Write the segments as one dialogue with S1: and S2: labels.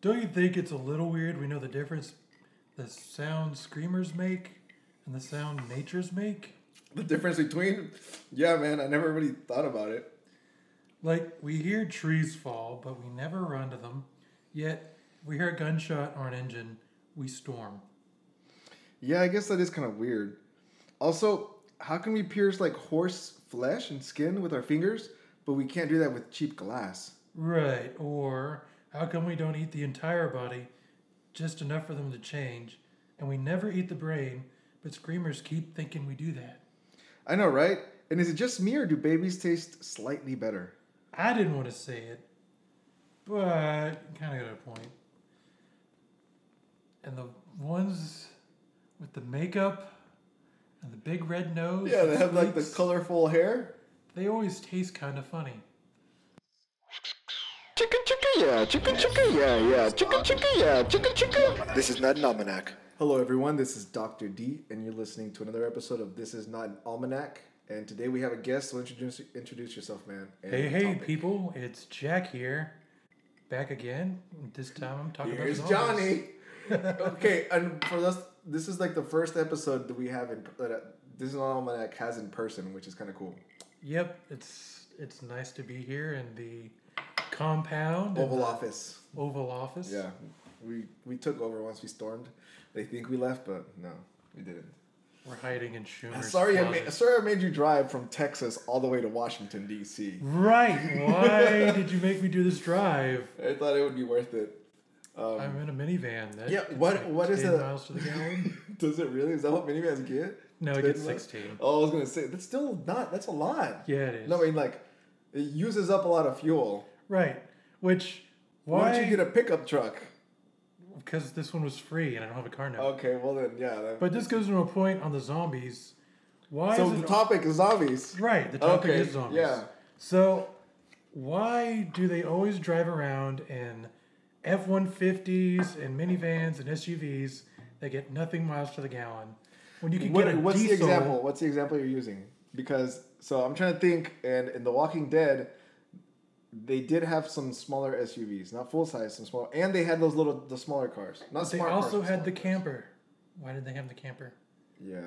S1: Don't you think it's a little weird? We know the difference the sound screamers make and the sound natures make.
S2: The difference between, yeah, man, I never really thought about it.
S1: Like, we hear trees fall, but we never run to them. Yet, we hear a gunshot or an engine, we storm.
S2: Yeah, I guess that is kind of weird. Also, how can we pierce like horse flesh and skin with our fingers, but we can't do that with cheap glass?
S1: Right, or how come we don't eat the entire body, just enough for them to change, and we never eat the brain, but screamers keep thinking we do that?
S2: I know, right? And is it just me or do babies taste slightly better?
S1: I didn't want to say it, but kind of got a point. And the ones with the makeup and the big red nose,
S2: Yeah,
S1: and
S2: they have like the
S1: sleeves,
S2: colorful hair.
S1: They always taste kind of funny.
S3: Chicka chicka yeah, chicka chicka yeah, yeah, chicka chicka yeah, chicka chicka. This is not an almanac.
S2: Hello, everyone. This is Dr. D, and you're listening to another episode of This Is Not an Almanac. And today we have a guest, so introduce, introduce yourself, man. and
S1: Hey, hey,
S2: topic.
S1: people, it's Jack here. Back again. This time I'm talking
S2: Here's
S1: about zombies.
S2: Johnny. okay, and for us, this is like the first episode that we have in that uh, this is an almanac has in person, which is kind of cool.
S1: Yep, it's it's nice to be here in the compound in
S2: Oval
S1: the
S2: Office.
S1: Oval Office.
S2: Yeah, we we took over once we stormed. They think we left, but no, we didn't.
S1: we're hiding in Schumer's.
S2: Sorry, I
S1: closet.
S2: ma- sorry I made you drive from Texas all the way to Washington D.C.
S1: Right. Why did you make me do this drive?
S2: I thought it would be worth it.
S1: I'm in a minivan. That
S2: Um, Yeah,
S1: gets
S2: what-
S1: like
S2: what is
S1: 10
S2: the-
S1: miles to the gallon?
S2: Does it really? Is that what minivans get?
S1: No, it
S2: 10
S1: gets
S2: miles?
S1: 16.
S2: Oh, I was gonna say that's still not. That's a lot.
S1: Yeah, it is.
S2: No, I mean like it uses up a lot of fuel.
S1: right. Which
S2: Why,
S1: why?
S2: don't you get a pickup truck?
S1: Because this one was free and I don't have a car now.
S2: Okay, well then, yeah. That,
S1: But this goes to a point on the zombies. Why
S2: so
S1: is
S2: the
S1: it
S2: topic is zombies.
S1: Right, the topic
S2: Okay,
S1: is zombies.
S2: yeah.
S1: So, why do they always drive around in F 150s and minivans and SUVs that get nothing miles to the gallon when you can
S2: What,
S1: get a
S2: what's
S1: diesel?
S2: the example? What's the example you're using? Because so I'm trying to think, and in The Walking Dead, they did have some smaller SUVs, not full size, some small, and they had those little, the smaller cars, not
S1: They
S2: smart cars,
S1: also
S2: but
S1: had the
S2: smaller cars.
S1: camper. Why did they have the camper?
S2: Yeah,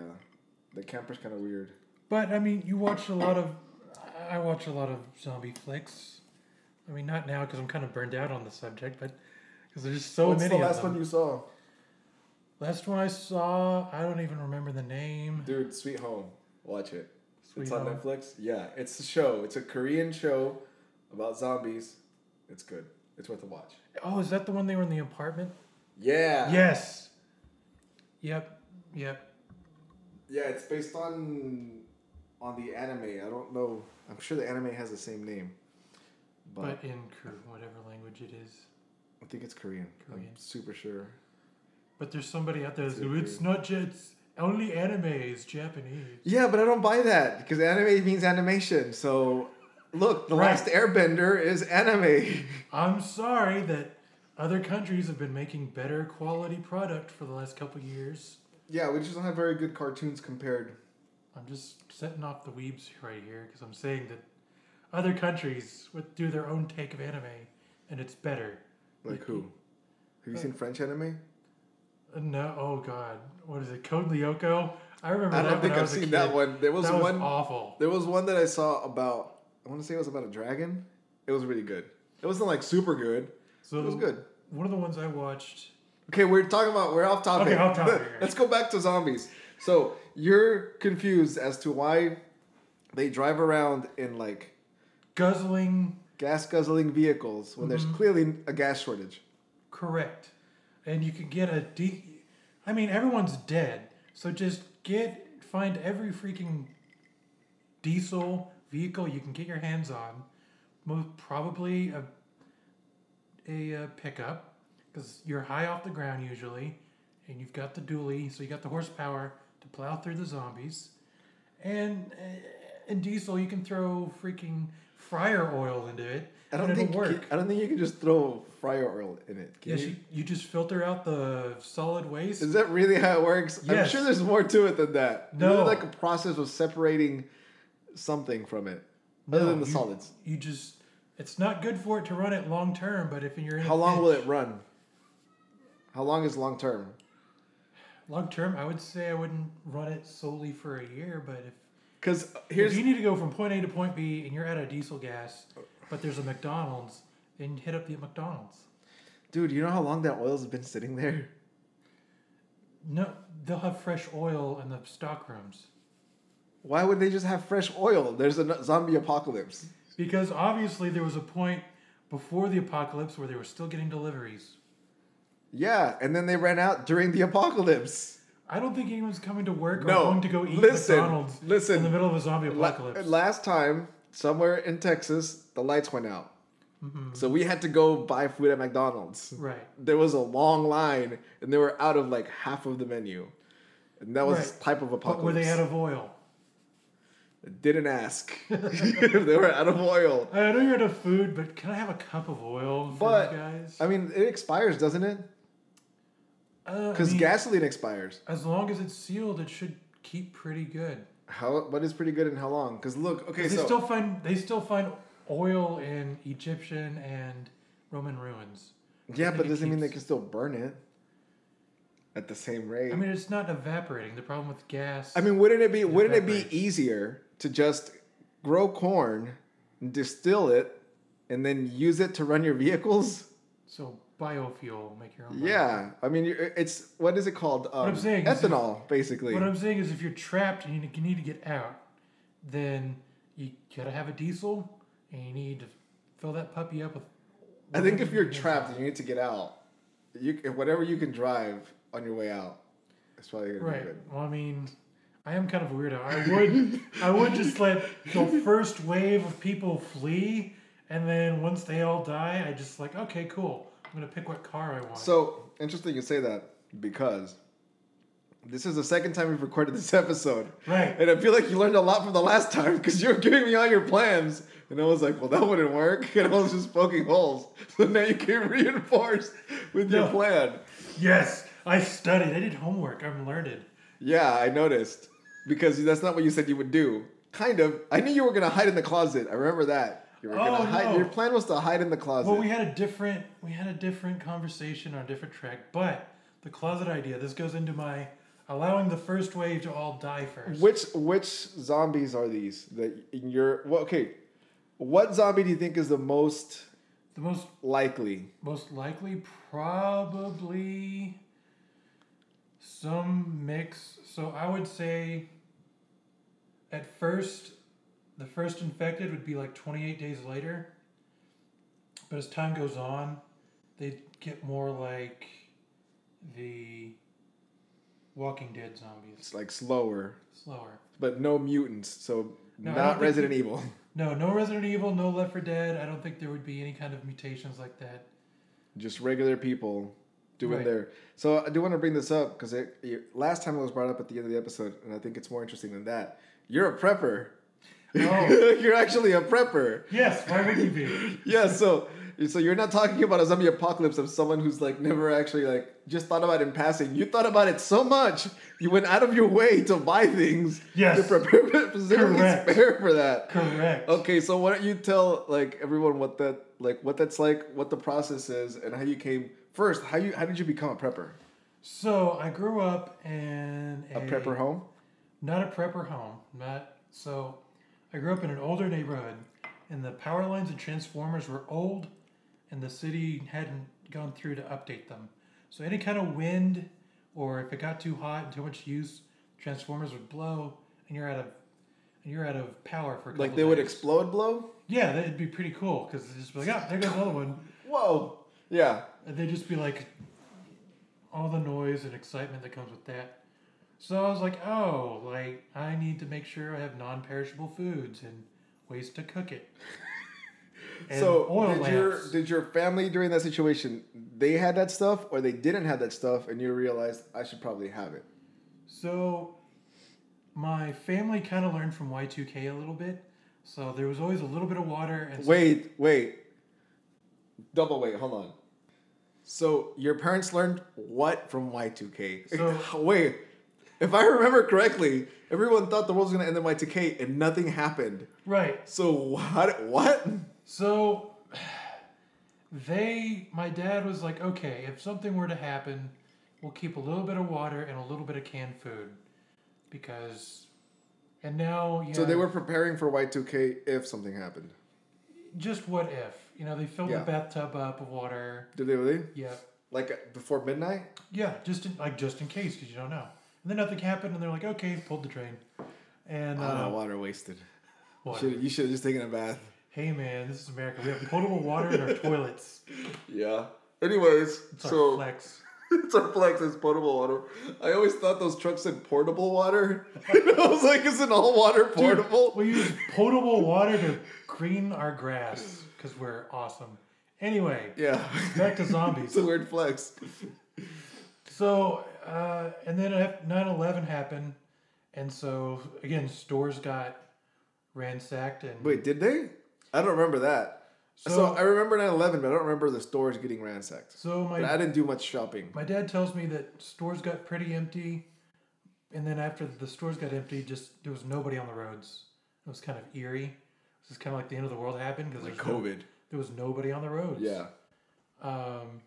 S2: the camper's kind of weird.
S1: But I mean, you watch a lot of. I watch a lot of zombie flicks. I mean, not now because I'm kind of burned out on the subject, but because there's just so
S2: what's
S1: many.
S2: the last
S1: of them.
S2: one you saw,
S1: last one I saw, I don't even remember the name.
S2: dude? Sweet Home. Watch it.
S1: Sweet
S2: it's on
S1: Home.
S2: Netflix. Yeah, it's a show. It's a Korean show about zombies. It's good. It's worth a watch.
S1: Oh, is that the one they were in the apartment?
S2: Yeah.
S1: Yes. Yep. Yep.
S2: Yeah, it's based on on the anime. I don't know. I'm sure the anime has the same name, but,
S1: But in Korean, whatever language it is.
S2: I think it's Korean. I'm
S1: Korean.
S2: super sure.
S1: But there's somebody out there that's
S2: Is it
S1: it's not just only anime is Japanese.
S2: Yeah, but I don't buy that because anime means animation. So, look, the
S1: Right.
S2: last Airbender is anime.
S1: I'm sorry that other countries have been making better quality product for the last couple years.
S2: yeah, we just don't have very good cartoons compared.
S1: I'm just setting off the weebs right here because I'm saying that other countries would do their own take of anime and it's better.
S2: Like who? Have you seen French anime?
S1: Uh, No, oh god, what is it? Code Lyoko. I remember. that
S2: I don't
S1: when
S2: think I've
S1: was a
S2: seen
S1: kid.
S2: that one. There was
S1: that was
S2: one-
S1: awful.
S2: There was one that I saw about. I want to say it was about a dragon. It was really good. It wasn't like super good.
S1: So
S2: It was good.
S1: One of the ones I watched.
S2: Okay, we're talking about we're off topic.
S1: Okay, off topic,
S2: Let-
S1: yeah.
S2: Let's go back to zombies. So you're confused as to why they drive around in like
S1: Guzzling,
S2: gas guzzling vehicles when
S1: Mm-hmm.
S2: there's clearly a gas shortage.
S1: correct, and you could get a de. I mean, everyone's dead, so just get find every freaking diesel vehicle you can get your hands on. Most probably a a uh, pickup because you're high off the ground usually, and you've got the dually, so you got the horsepower to plow through the zombies, and uh, in diesel you can throw freaking fryer oil into it.
S2: I don't
S1: and
S2: think
S1: it'll work.
S2: I don't think you can just throw fryer oil in it. Can
S1: Yes,
S2: you?
S1: you, you just filter out the solid waste.
S2: Is that really how it works? I'm
S1: Yes.
S2: sure there's more to it than that. There's
S1: No.
S2: like a process of separating something from it, other
S1: No,
S2: than the
S1: you-
S2: solids.
S1: You just it's not good for it to run it long term, but if you're in a
S2: How long will
S1: pinch-
S2: it run? How long is long term?
S1: Long term, I would say I wouldn't run it solely for a year, but if
S2: Because here's
S1: if you need to go from point A to point B and you're out of diesel gas, but there's a McDonald's, then hit up the McDonald's.
S2: dude. You know how long that oil's been sitting there?
S1: No, they'll have fresh oil in the stock rooms
S2: Why would they just have fresh oil? There's a n- zombie apocalypse.
S1: because obviously there was a point before the apocalypse where they were still getting deliveries.
S2: Yeah, and then they ran out during the apocalypse.
S1: I don't think anyone's coming to work
S2: No,
S1: or going to go eat
S2: listen,
S1: McDonald's
S2: listen.
S1: in the middle of a zombie
S2: La-
S1: apocalypse.
S2: last time, somewhere in Texas, the lights went out.
S1: Mm-hmm.
S2: So we had to go buy food at McDonald's.
S1: right.
S2: There was a long line, and they were out of like half of the menu. And that was
S1: Right.
S2: type of apocalypse.
S1: But were they out of oil?
S2: Didn't ask. they were out of oil.
S1: I know you're out of food, but can I have a cup of oil for
S2: But
S1: you guys?
S2: I mean, it expires, doesn't it?
S1: Uh, I
S2: Because
S1: mean,
S2: gasoline expires.
S1: As long as it's sealed, it should keep pretty good.
S2: How? What is pretty good and how long? Because look, okay,
S1: They
S2: so
S1: still find they still find oil in Egyptian and Roman ruins.
S2: yeah,
S1: think
S2: but
S1: it
S2: doesn't mean they
S1: keeps-
S2: can still burn it at the same rate.
S1: I mean, it's not evaporating. The problem with gas.
S2: I mean, wouldn't it be wouldn't it be
S1: evaporates.
S2: easier to just grow corn, distill it, and then use it to run your vehicles?
S1: Uh-huh. so biofuel, make your own. biofuel.
S2: Yeah, I mean, you're- it's what is it called? Um,
S1: I'm saying is if-
S2: ethanol, basically.
S1: What I'm saying is, if you're trapped and you need- you need to get out, then you gotta have a diesel, and you need to fill that puppy up with.
S2: I think if you're trapped and you need to get out, you if whatever you can drive on your way out, it's probably gonna
S1: Right.
S2: be good.
S1: Well, I mean, I am kind of a weirdo. I would, I would just let the first wave of people flee, and then once they all die, I just like, okay, cool. I'm gonna pick what car I want.
S2: So interesting you say that because this is the second time we've recorded this episode.
S1: Right.
S2: And I feel like you learned a lot from the last time because you were giving me all your plans. And I was like, well, that wouldn't work. And I was just poking holes. So now you came reinforced with your
S1: Yeah.
S2: plan.
S1: yes, I studied. I did homework. I'm learned.
S2: Yeah, I noticed. Because that's not what you said you would do. Kind of. I knew you were going to hide in the closet. I remember that. You were
S1: Oh,
S2: gonna hide.
S1: no.
S2: Your plan was to hide in the closet.
S1: Well, we had a different, we had a different conversation on a different track, but the closet idea. This goes into my allowing the first wave to all die first.
S2: Which which zombies are these that in your well, okay? What zombie do you think is the most
S1: the most
S2: likely?
S1: Most likely, probably some mix. So I would say at first, the first infected would be like 28 days later. But as time goes on, they get more like the Walking Dead zombies,
S2: It's like slower,
S1: slower.
S2: but no mutants, so
S1: No, I don't
S2: not
S1: think
S2: Resident Evil.
S1: No, no Resident Evil, no Left 4 Dead. I don't think there would be any kind of mutations like that.
S2: Just regular people doing
S1: Right.
S2: their. So I do want to bring this up because it, it- last time it was brought up at the end of the episode, and I think it's more interesting than that. You're a prepper.
S1: Oh.
S2: You're actually a prepper.
S1: Yes, why would you be?
S2: Yeah, so so you're not talking about a zombie apocalypse of someone who's like never actually like just thought about it in passing. You thought about it so much, you went out of your way to buy things
S1: Yes.
S2: to prepare specifically
S1: Correct.
S2: spare for that.
S1: Correct.
S2: Okay, so why don't you tell like everyone what that like what that's like, what the process is, and how you came first. How you how did you become a prepper?
S1: So I grew up in
S2: A prepper home?
S1: not a prepper home, not so. I grew up in an older neighborhood, and the power lines and transformers were old, and the city hadn't gone through to update them. So any kind of wind, or if it got too hot and too much use, transformers would blow, and you're out of, and you're out of power for a couple
S2: Like they would
S1: days.
S2: explode blow?
S1: yeah, that'd be pretty cool because they'd just be like, oh, there goes another one.
S2: Whoa. Yeah.
S1: And they'd just be like, all the noise and excitement that comes with that. So I was like, oh, like, I need to make sure I have non perishable foods and ways to cook it. And
S2: so did your
S1: lamps.
S2: did your family during that situation they had that stuff or they didn't have that stuff and you realized I should probably have it?
S1: So my family kind of learned from Y2K a little bit. So there was always a little bit of water and
S2: Wait, wait. Double wait, hold on. So your parents learned what from Y2K?
S1: So-
S2: wait. If I remember correctly, everyone thought the world was going to end in Y2K and nothing happened.
S1: right.
S2: So what what?
S1: So they my dad was like okay if something were to happen we'll keep a little bit of water and a little bit of canned food because and now you
S2: So
S1: know,
S2: they were preparing for Y2K if something happened.
S1: just what if you know they filled
S2: Yeah.
S1: the bathtub up with water
S2: Did they really?
S1: yeah
S2: Like uh, before midnight?
S1: yeah just in, like just in case because you don't know and then nothing happened and they're like okay pulled the drain and
S2: Ah,
S1: uh,
S2: water wasted.
S1: what?
S2: Should, you should have just taken a bath.
S1: hey man this is america we have potable water in our toilets
S2: Yeah. Anyways,
S1: it's our flex
S2: It's a flex. It's potable water. I always thought those trucks said portable water. I was like, isn't all water portable?
S1: We use potable water to green our grass because we're awesome. Anyway,
S2: yeah.
S1: back to zombies.
S2: it's a weird flex.
S1: So, uh, and then 9 11 happened. And so, again, stores got ransacked. And
S2: Wait, did they? I don't remember that. So,
S1: so,
S2: I remember 9 11, but I don't remember the stores getting ransacked.
S1: so
S2: But I
S1: my,
S2: didn't do much shopping.
S1: my dad tells me that stores got pretty empty. And then after the stores got empty, just there was nobody on the roads. It was kind of eerie. This is kind of like the end of the world happened because there was nobody on the roads.
S2: Yeah.
S1: Um,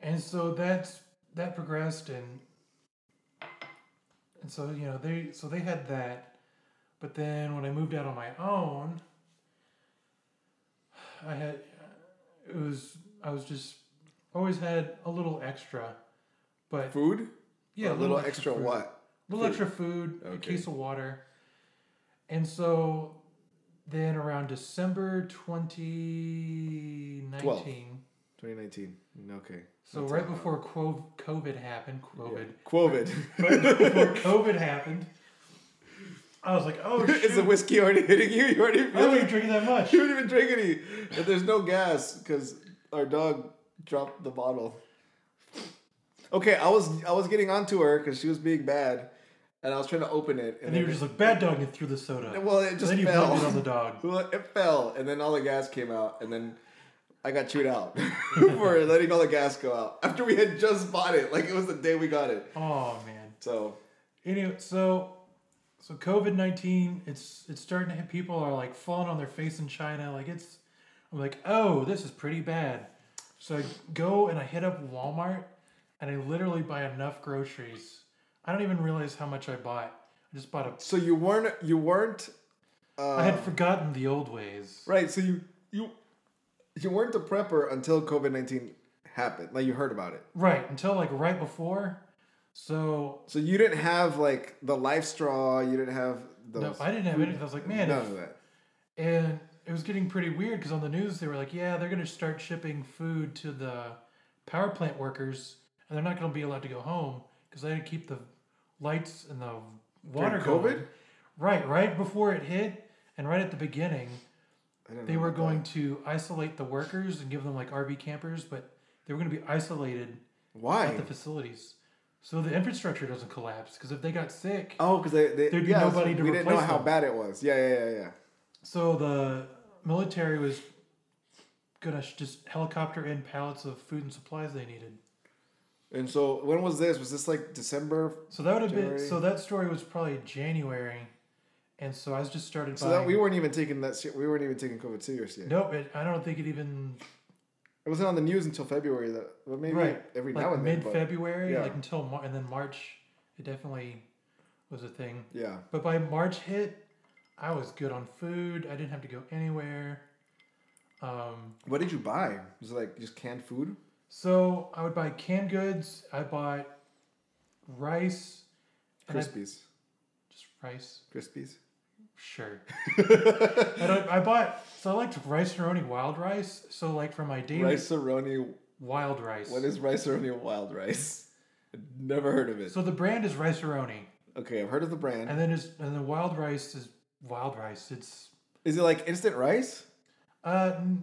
S1: and so that's that progressed, and and so you know they so they had that, but then when I moved out on my own, I had it was I was just always had a little extra, but
S2: Food?
S1: yeah,
S2: a little, extra,
S1: food.
S2: what?
S1: little
S2: food.
S1: extra food, a
S2: Okay.
S1: case of water, and so then around December twenty nineteen.
S2: 2019. Okay.
S1: So right before Quo- COVID happened, COVID,
S2: COVID.
S1: right before COVID happened, I was like, "Oh shit,
S2: Is the whiskey already hitting you? You already
S1: I don't
S2: feeling
S1: even drink that much."
S2: You didn't even drink any. But there's no gas because our dog dropped the bottle. Okay, I was I was getting onto her because she was being bad, and I was trying to open it,
S1: And you were just like bad dog and threw the soda.
S2: well, it just
S1: then you
S2: fell.
S1: blamed it on the dog.
S2: Well, it fell, and then all the gas came out, and then I got chewed out for letting all the gas go out after we had just bought it. Like it was the day we got it.
S1: Oh man.
S2: So
S1: Anyway, so so COVID nineteen, it's it's starting to hit. People are like falling on their face in China. Like it's, I'm like, oh, this is pretty bad. So I go and I hit up Walmart, and I literally buy enough groceries. I don't even realize how much I bought. I just bought a
S2: so you weren't you weren't uh,
S1: I had forgotten the old ways.
S2: right. So you you you weren't a prepper until COVID nineteen happened. Like you heard about it.
S1: Right, until like right before. So
S2: So you didn't have like the life straw. You didn't have those.
S1: no, I didn't have anything. I was like, man,
S2: none
S1: if-
S2: of that.
S1: and it was getting pretty weird because on the news they were like, yeah, they're gonna start shipping food to the power plant workers, and they're not gonna be allowed to go home because they had to keep the lights and the water
S2: During COVID?
S1: going. Right, right before it hit, and right at the beginning,
S2: I didn't
S1: they
S2: know
S1: were
S2: about
S1: going
S2: that.
S1: to isolate the workers and give them like RV campers, but they were gonna be isolated
S2: Why?
S1: at the facilities. So the infrastructure doesn't collapse because if they got sick,
S2: oh, because they, they
S1: There'd be
S2: yeah, so
S1: nobody to
S2: we didn't know
S1: replace
S2: how
S1: them.
S2: bad it was. Yeah, yeah, yeah, yeah.
S1: so the military was gonna sh- just helicopter in pallets of food and supplies they needed.
S2: And so when was this? Was this like December?
S1: So that would have been
S2: January.
S1: so that story was probably January, and so I was just started
S2: So
S1: buying.
S2: that we weren't even taking that shit. We weren't even taking COVID serious yet.
S1: nope, it, I don't think it even
S2: It wasn't on the news until February. That well, maybe
S1: right
S2: every
S1: like
S2: now and then.
S1: mid
S2: but-
S1: February,
S2: yeah.
S1: like until Mar- and then March, it definitely was a thing.
S2: Yeah.
S1: But by March hit, I was good on food. I didn't have to go anywhere. Um,
S2: What did you buy? Was it like just canned food?
S1: So I would buy canned goods. I bought rice. And I-
S2: Crispies.
S1: just rice.
S2: Crispies.
S1: Sure. and I, I bought. So I liked rice roni wild rice. So like for my daily
S2: Rice-a-roni.
S1: wild rice.
S2: What is rice-a-roni wild rice? Never heard of it.
S1: so the brand is rice roni,
S2: okay, I've heard of the brand.
S1: and then is and then wild rice is wild rice. It's
S2: Is it like instant rice?
S1: uh n-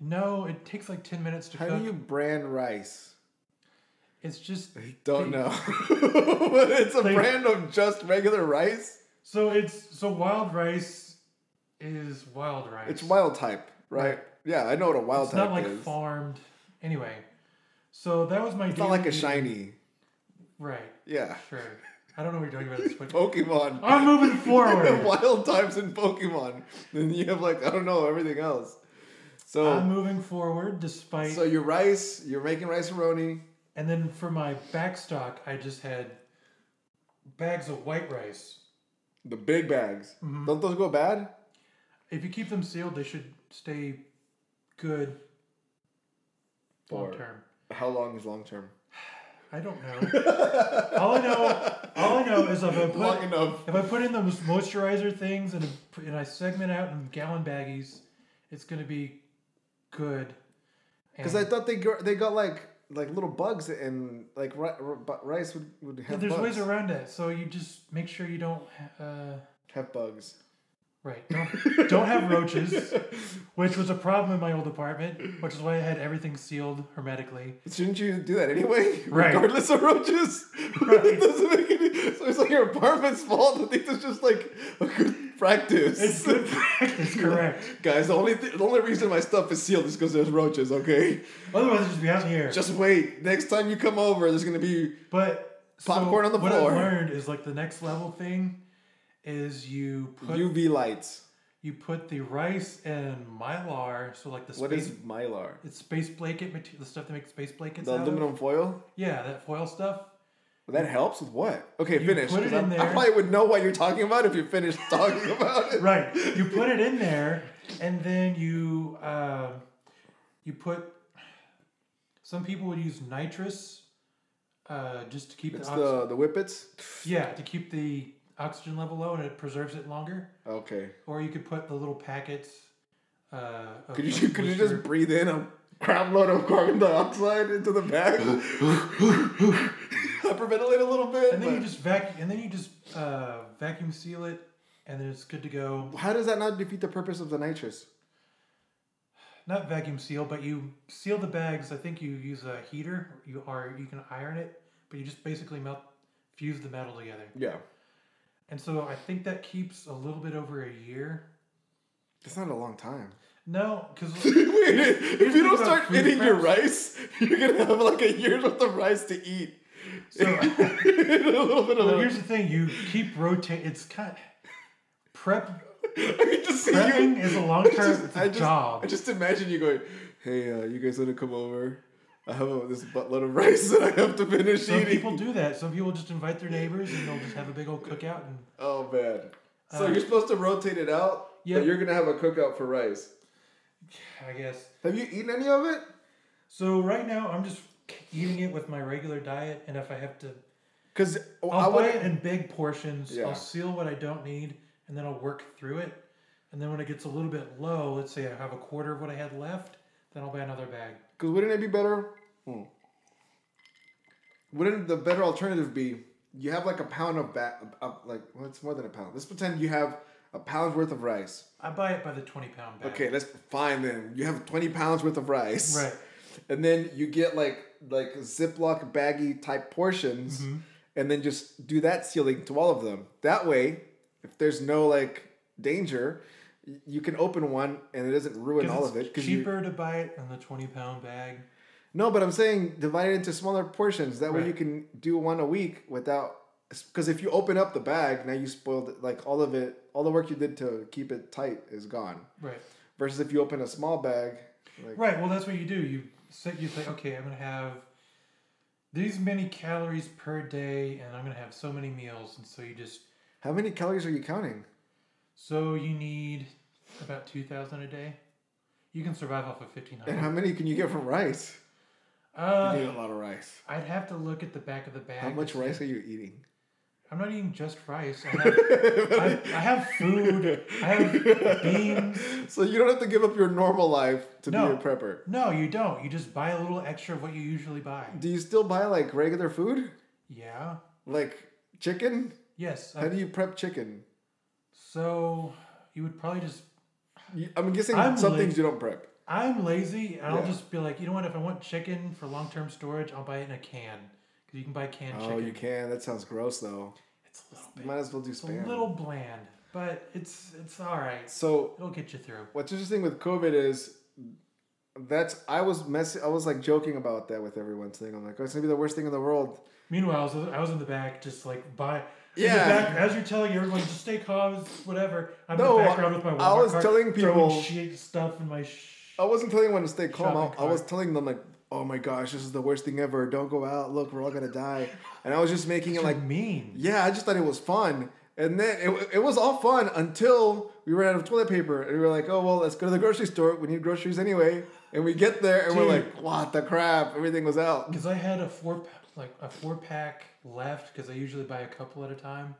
S1: no, it takes like ten minutes to
S2: How
S1: cook.
S2: do you brand rice?
S1: It's just
S2: I don't know. but it's a
S1: They-
S2: brand of just regular rice.
S1: so it's so wild rice is wild rice.
S2: It's wild type, right? Yeah, I know what a wild
S1: It's
S2: type
S1: not like
S2: is.
S1: farmed. Anyway, so that was my.
S2: It's not like a
S1: daily-
S2: shiny.
S1: Right.
S2: Yeah.
S1: Sure. I don't know what you're talking about. at This point.
S2: Pokemon.
S1: I'm moving forward.
S2: wild types in Pokemon. Then you have like I don't know everything else. So
S1: I'm moving forward despite.
S2: so your rice, you're making rice roni.
S1: and then for my back stock, I just had bags of white rice.
S2: The big bags.
S1: Mm-hmm.
S2: Don't those go bad?
S1: If you keep them sealed, they should stay good long
S2: Or-
S1: term.
S2: How long is long term?
S1: I don't know. all I know, all I know is if I
S2: Long
S1: put,
S2: enough.
S1: if I put in those moisturizer things and and I segment out in gallon baggies, it's gonna be good.
S2: Because I
S1: And-
S2: thought they got, they got like like little bugs and like ri- ri- bu- rice would would have
S1: Yeah, there's
S2: bugs.
S1: ways around that. So you just make sure you don't. Uh,
S2: have bugs.
S1: right. Don't, don't have roaches, which was a problem in my old apartment, which is why I had everything sealed hermetically.
S2: Shouldn't you do that anyway?
S1: Right.
S2: Regardless of roaches.
S1: Right.
S2: it doesn't make any, so it's like your apartment's fault. I think that's just like a good practice.
S1: It's good practice, correct.
S2: Guys, the only th- the only reason my stuff is sealed is because there's roaches. Okay,
S1: Otherwise, it'd just be out here.
S2: just wait. Next time you come over, there's gonna be
S1: But so
S2: Popcorn on the
S1: what
S2: floor.
S1: What I've learned is like the next level thing is you put you,
S2: UV lights.
S1: put the rice and mylar. So like the space
S2: What is mylar?
S1: it's space blanket material, the stuff that makes space blankets.
S2: The
S1: out of.
S2: aluminum foil.
S1: Yeah, that foil stuff.
S2: That helps with what? Okay, finish.
S1: put it
S2: 'cause I'm-
S1: in
S2: I
S1: there.
S2: probably would know what you're talking about if you finished talking about it.
S1: right you put it in there and then you um, you put some people would use nitrous uh, just to keep
S2: It's
S1: the, ox-
S2: the the whippets.
S1: yeah to keep the oxygen level low and it preserves it longer
S2: Okay.
S1: or you could put the little packets uh, of-
S2: Could you
S1: of
S2: could you
S1: moisture.
S2: just breathe in a crap load of carbon dioxide into the bag? Hyperventilate a little bit.
S1: and then you
S2: but-
S1: just vacuum and then you just uh, vacuum seal it and then it's good to go
S2: How does that not defeat the purpose of the nitrous?
S1: not vacuum seal but you seal the bags i think you use a heater you are you can iron it but you just basically melt fuse the metal together
S2: Yeah,
S1: And so I think that keeps a little bit over a year.
S2: that's not a long time.
S1: No, because
S2: Wait, if you
S1: the
S2: don't
S1: thing
S2: start
S1: about food
S2: eating your
S1: preps.
S2: rice, you're gonna have like a year's worth of rice to eat.
S1: So-
S2: And a little bit of.
S1: here's the thing: you keep rotating. It's kind prep.
S2: I can just see you.
S1: Prepping is a long
S2: I just-
S1: term
S2: I just,
S1: job.
S2: I just imagine you going, "Hey, uh, you guys want to come over? I have a, this buttload of rice that I have to finish
S1: Some
S2: eating."
S1: people do that. Some people just invite their neighbors and they'll just have a big old cookout. And
S2: Oh man.
S1: Uh,
S2: So you're supposed to rotate it out,
S1: yeah.
S2: but you're gonna have a cookout for rice.
S1: I guess
S2: Have you eaten any of it?
S1: so. Right now, I'm just eating it with my regular diet, and if I have to,
S2: Because I
S1: I'll buy
S2: would.
S1: it in big portions.
S2: Yeah.
S1: I'll seal what I don't need, and then I'll work through it. And then when it gets a little bit low, let's say I have a quarter of what I had left, then I'll buy another bag.
S2: Because wouldn't it be better? Hmm. Wouldn't the better alternative be you have like a pound of bat, of like well, it's more than a pound. Let's pretend you have a pound's worth of rice.
S1: I buy it by the twenty pound bag.
S2: Okay, let's fine then. You have twenty pounds worth of rice.
S1: Right.
S2: and then you get like like ziploc baggy type portions
S1: Mm-hmm.
S2: and then just do that sealing to all of them that way if there's no like danger y- you can open one and it doesn't ruin all
S1: Because
S2: of it
S1: it's
S2: 'cause you-
S1: cheaper to buy it in the twenty pound bag.
S2: no but i'm saying divide it into smaller portions that way
S1: Right.
S2: you can do one a week without because if you open up the bag now you spoiled it, like all of it all the work you did to keep it tight is gone
S1: Right.
S2: versus if you open a small bag like
S1: Right. Well, that's what you do. You set. You say, okay, I'm gonna have these many calories per day, and I'm gonna have so many meals, and so you just
S2: how many calories are you counting
S1: so you need about two thousand a day. You can survive off of fifteen
S2: and how
S1: hundred.
S2: many can you get from rice You need
S1: Uh,
S2: a lot of rice.
S1: I'd have to look at the back of the bag.
S2: How much
S1: to see.
S2: rice are you eating?
S1: I'm not eating just rice. I have, I, I have food. I have beans.
S2: So you don't have to give up your normal life to
S1: No.
S2: be a prepper.
S1: No, you don't. You just buy a little extra of what you usually buy.
S2: Do you still buy like regular food?
S1: Yeah.
S2: Like chicken?
S1: Yes.
S2: How
S1: I,
S2: do you prep chicken?
S1: so you would probably just.
S2: You- I'm guessing
S1: I'm
S2: some
S1: la-
S2: things you don't prep.
S1: I'm lazy, and I'll
S2: Yeah.
S1: just be like, you know what? If I want chicken for long-term storage, I'll buy it in a can because you can buy canned
S2: Oh,
S1: chicken.
S2: you can. That sounds gross though.
S1: It's a little
S2: You
S1: bit.
S2: might as well do
S1: It's a
S2: spam.
S1: little bland, but it's it's all right.
S2: So
S1: It'll get you through.
S2: what's interesting with COVID is that's I was mess I was like joking about that with everyone saying I'm like, oh, it's gonna be the worst thing in the world.
S1: Meanwhile, I was, I was in the back, just like buy. In
S2: Yeah.
S1: the back, as you're telling everyone, just stay calm, it's whatever. I'm
S2: No,
S1: in the background with my.
S2: I
S1: Walmart
S2: was
S1: cart,
S2: telling
S1: throwing
S2: people- Oh,
S1: shit stuff in my. Sh-
S2: I wasn't telling anyone to stay calm.
S1: Shopping
S2: I, I was
S1: cart.
S2: telling them like, "Oh my gosh, this is the worst thing ever. Don't go out. Look, we're all gonna die." And I was just making it
S1: You're
S2: like,
S1: mean.
S2: "Yeah, I just thought it was fun." And then it, it was all fun until we ran out of toilet paper, and we were like, "Oh well, let's go to the grocery store. We need groceries anyway." And we get there, and we're
S1: Dude.
S2: like, "What the crap? Everything was out."
S1: Because I had a four p- like a four pack left because I usually buy a couple at a time,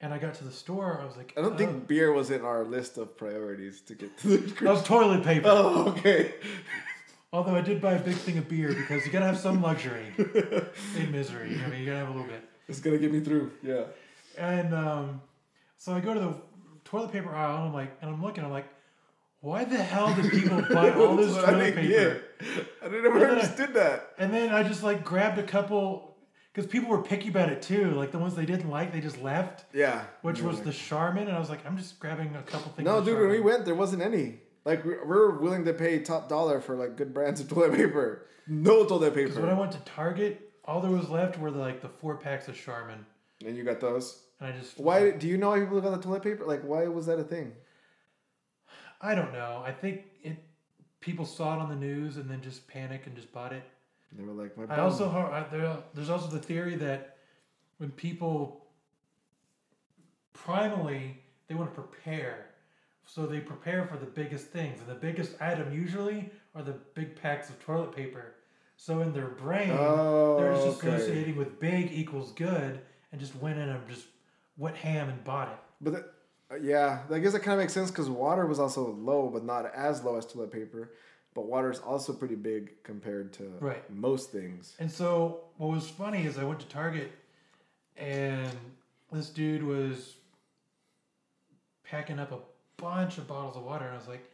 S1: and I got to the store. I was like,
S2: I don't think
S1: "Oh,
S2: beer was in our list of priorities to get to the grocery.
S1: of toilet paper.
S2: Oh, okay.
S1: Although I did buy a big thing of beer because you gotta have some luxury in misery. I mean, you gotta have a little bit.
S2: It's gonna get me through. Yeah.
S1: And um, so I go to the toilet paper aisle and I'm like, and I'm looking, I'm like, why the hell did people buy all this
S2: That's what I
S1: toilet
S2: didn't
S1: paper?
S2: get. I didn't ever understood that.
S1: And then I just like grabbed a couple because people were picky about it too. Like the ones they didn't like, they just left,
S2: Yeah.
S1: which
S2: You're
S1: was
S2: like-
S1: the Charmin. And I was like, I'm just grabbing a couple things.
S2: No,
S1: of
S2: dude, when we
S1: Charmin.
S2: went, there wasn't any. Like, we we were willing to pay top dollar for, like, good brands of toilet paper. No toilet
S1: Because when I
S2: paper.
S1: went to Target, all there was left were the, like the four packs of Charmin.
S2: And you got those.
S1: And I just
S2: Why, do you know why people got the toilet paper? Like, why was that a thing?
S1: I don't know. I think it people saw it on the news and then just panicked and just bought it.
S2: They were like, my
S1: I
S2: bum.
S1: also heard- I, there, there's also the theory that when people primally they want to prepare, so they prepare for the biggest things, and the biggest item usually are the big packs of toilet paper. So in their brain,
S2: Oh,
S1: they're just
S2: okay.
S1: associating with big equals good, and just went in and just went ham and bought it.
S2: But that, uh, yeah, I guess that kind of makes sense because water was also low, but not as low as toilet paper. But water is also pretty big compared to
S1: Right.
S2: most things.
S1: And so what was funny is I went to Target and this dude was packing up a bunch of bottles of water and I was like,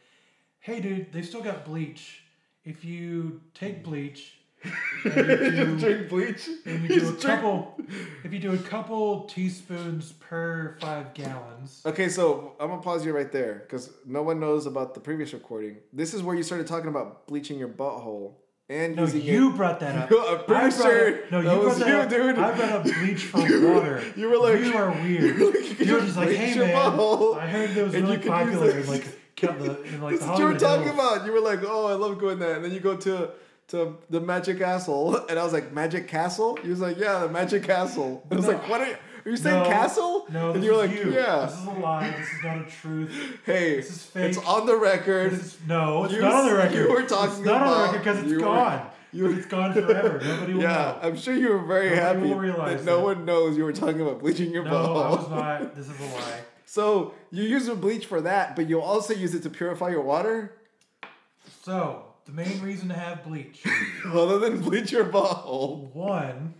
S1: "Hey dude, they've still got bleach. If you take bleach and you do,
S2: Mm. drink bleach.
S1: and you do a
S2: Just drink-
S1: couple if you do a couple teaspoons per 5 gallons,
S2: Okay, so I'm gonna pause you right there because no one knows about the previous recording. This is where you started talking about bleaching your butthole and
S1: no,
S2: using
S1: you
S2: it.
S1: brought that up.
S2: I'm pretty
S1: I brought
S2: sure
S1: up- no,
S2: that
S1: you
S2: was
S1: brought that
S2: you,
S1: up.
S2: dude.
S1: I brought up bleach for
S2: You were-
S1: water.
S2: you were like-
S1: you are weird.
S2: you were like, you
S1: you were
S2: could
S1: just like,
S2: bleach
S1: hey
S2: your
S1: man,
S2: butthole,
S1: I heard that was
S2: and you
S1: really
S2: could use
S1: popular
S2: it."
S1: in like Cal- the in like
S2: That's
S1: the
S2: what you were
S1: Hollywood
S2: talking
S1: Hills.
S2: about. You were like, "Oh, I love going there," and then you go to to the Magic Castle, and I was like, "Magic Castle?" He was like, "Yeah, the Magic Castle." And I was
S1: No.
S2: like, "What are you, are you saying,
S1: No,
S2: castle?"
S1: No,
S2: and
S1: this
S2: you were
S1: is
S2: like,
S1: you.
S2: "Yeah."
S1: This is a lie. This is not a truth.
S2: hey,
S1: this is fake.
S2: it's on the record.
S1: This is, no, it's
S2: You-
S1: not on the record.
S2: you were talking
S1: it's not on the
S2: about-
S1: record because it's
S2: you were-
S1: gone.
S2: you were-
S1: it's gone forever. Nobody will
S2: yeah,
S1: know.
S2: I'm sure you were very
S1: Nobody
S2: happy
S1: will realize
S2: that no
S1: that.
S2: one knows you were talking about bleaching your
S1: No, I
S2: butthole.
S1: was not. This is a lie.
S2: So you use the bleach for that, but you also use it to purify your water,
S1: So the main reason to have bleach.
S2: other than bleach your butthole.
S1: One,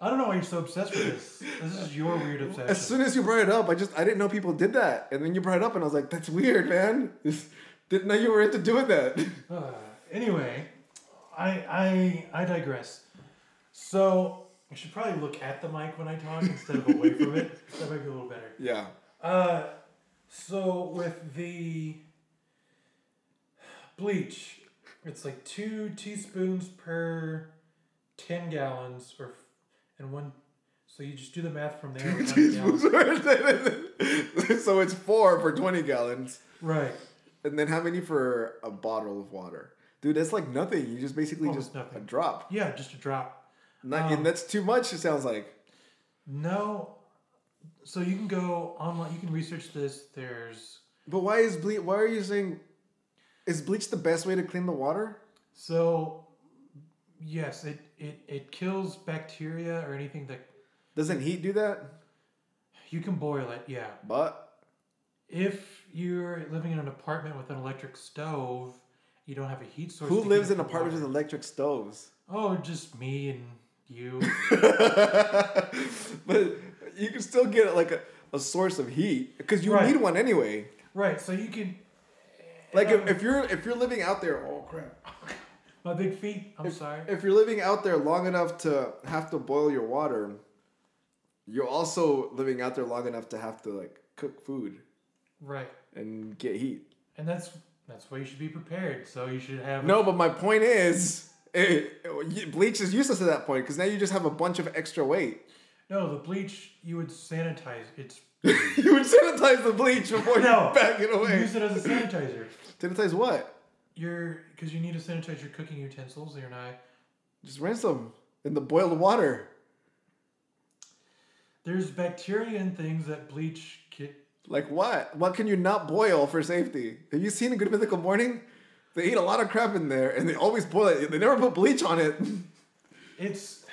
S1: I don't know why you're so obsessed with this. This is your weird obsession.
S2: As soon as you brought it up, I just I didn't know people did that, and then you brought it up, and I was like, "That's weird, man. This, didn't know you were into doing that."
S1: Uh, anyway, I I I digress. So I should probably look at the mic when I talk instead of away from it. That might be a little better.
S2: yeah,
S1: Uh, so with the bleach, it's like two teaspoons per ten gallons, or and one. So you just do the math from there. how many gallons-
S2: so it's four for twenty gallons,
S1: Right.
S2: and then how many for a bottle of water, dude? That's like nothing. You just basically
S1: Almost
S2: just a
S1: nothing.
S2: drop.
S1: Yeah, just a drop.
S2: Not,
S1: Um,
S2: and that's too much. It sounds like.
S1: No. So you can go online. You can research this. There's
S2: But why is bleach? Why are you saying? Is bleach the best way to clean the water?
S1: so yes, it it it kills bacteria or anything that
S2: Doesn't heat do that?
S1: you can boil it. Yeah.
S2: But
S1: If you're living in an apartment with an electric stove, you don't have a heat source.
S2: who
S1: to heat
S2: lives
S1: up
S2: in
S1: the
S2: apartments with
S1: water.
S2: electric stoves?
S1: Oh, just me and you.
S2: but you can still get like a, a source of heat because you
S1: Right.
S2: need one anyway.
S1: right. So you can.
S2: Like if, if you're if you're living out there, oh crap!
S1: My big feet. I'm sorry.
S2: If you're living out there long enough to have to boil your water, you're also living out there long enough to have to like cook food
S1: Right.
S2: and get heat.
S1: And that's that's why you should be prepared. So you should have
S2: No, but my point is, eh, bleach is useless at that point because now you just have a bunch of extra weight.
S1: No, the bleach you would sanitize. It's
S2: you would sanitize the bleach before
S1: No.
S2: you back it away.
S1: use it as a sanitizer.
S2: Sanitize what?
S1: your because you need to sanitize your cooking utensils. You're not.
S2: Just rinse them in the boiled water.
S1: There's bacteria and things that bleach ki-
S2: Like what? What can you not boil for safety? Have you seen a Good Mythical Morning? They eat a lot of crap in there, and they always boil it. They never put bleach on it.
S1: It's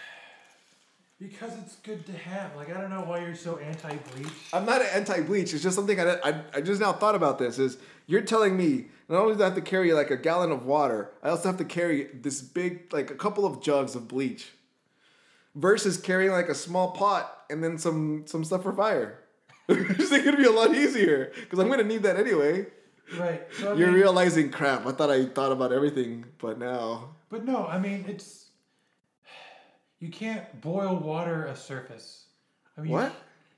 S1: because it's good to have. Like I don't know why you're so anti-bleach.
S2: I'm not anti-bleach. It's just something I, I, I just now thought about. This is you're telling me not only do I have to carry like a gallon of water, I also have to carry this big like a couple of jugs of bleach, versus carrying like a small pot and then some some stuff for fire. it's gonna be a lot easier because I'm gonna need that anyway.
S1: Right. So I
S2: You're
S1: mean-
S2: realizing crap. I thought I thought about everything, but now
S1: But no, I mean it's you can't boil water a surface. I mean you-
S2: What?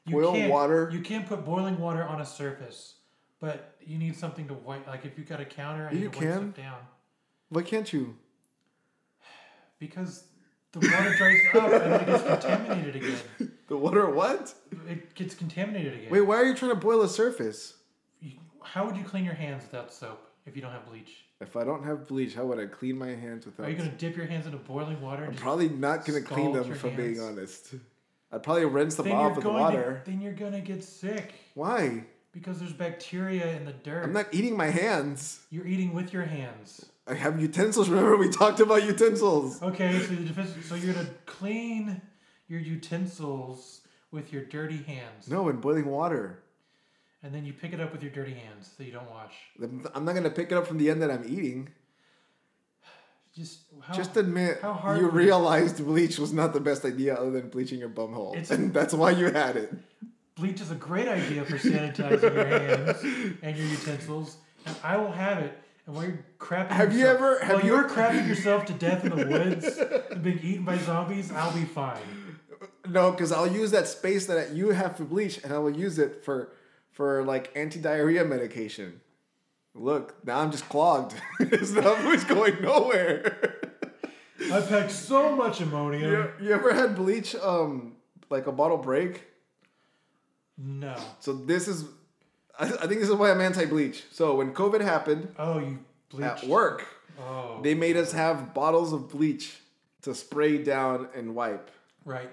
S1: You,
S2: Boil
S1: can't,
S2: water?
S1: You can't put boiling water on a surface, but you need something to wipe. Like if you got a counter and
S2: You
S1: you, wipe
S2: can.
S1: stuff down,
S2: why can't you?
S1: because the water dries up and then it gets contaminated again.
S2: The water what?
S1: It gets contaminated again.
S2: Wait, why are you trying to boil a surface?
S1: You- How would you clean your hands without soap if you don't have bleach?
S2: If I don't have bleach, how would I clean my hands without?
S1: Are you gonna dip your hands into boiling water? And
S2: I'm
S1: just-
S2: probably not gonna clean
S1: Scald
S2: them
S1: your
S2: if I'm being
S1: hands.
S2: honest. I'd probably rinse them
S1: then
S2: off
S1: you're
S2: with
S1: going
S2: water.
S1: to, then you're gonna get sick
S2: Why?
S1: because there's bacteria in the dirt.
S2: I'm not eating my hands.
S1: You're eating with your hands.
S2: I have utensils. Remember we talked about utensils.
S1: Okay, so the defense, so you're to clean your utensils with your dirty hands,
S2: No, in boiling water.
S1: and then you pick it up with your dirty hands that you don't wash.
S2: I'm I'm not gonna pick it up from the end that I'm eating.
S1: Just how,
S2: Just admit
S1: how hard
S2: you
S1: would it-
S2: realized bleach was not the best idea other than bleaching your bum hole,
S1: It's-
S2: and that's why you had it.
S1: bleach is a great idea for sanitizing your hands and your utensils. And I will have it. And while you're crapping,
S2: Have you
S1: yourself-
S2: ever- have
S1: while
S2: you-
S1: you're crapping yourself to death in the woods and being eaten by zombies, I'll be fine.
S2: No, because I'll use that space that you have for bleach, and I will use it for for like anti diarrhea medication. Look, now I'm just clogged. it's not it's going nowhere.
S1: I packed so much ammonia.
S2: you, you ever had bleach, um, like a bottle break?
S1: No.
S2: So this is, I, I think this is why I'm anti bleach. So when COVID happened
S1: Oh, you bleached.
S2: at work,
S1: Oh,
S2: they made us have bottles of bleach to spray down and wipe.
S1: right.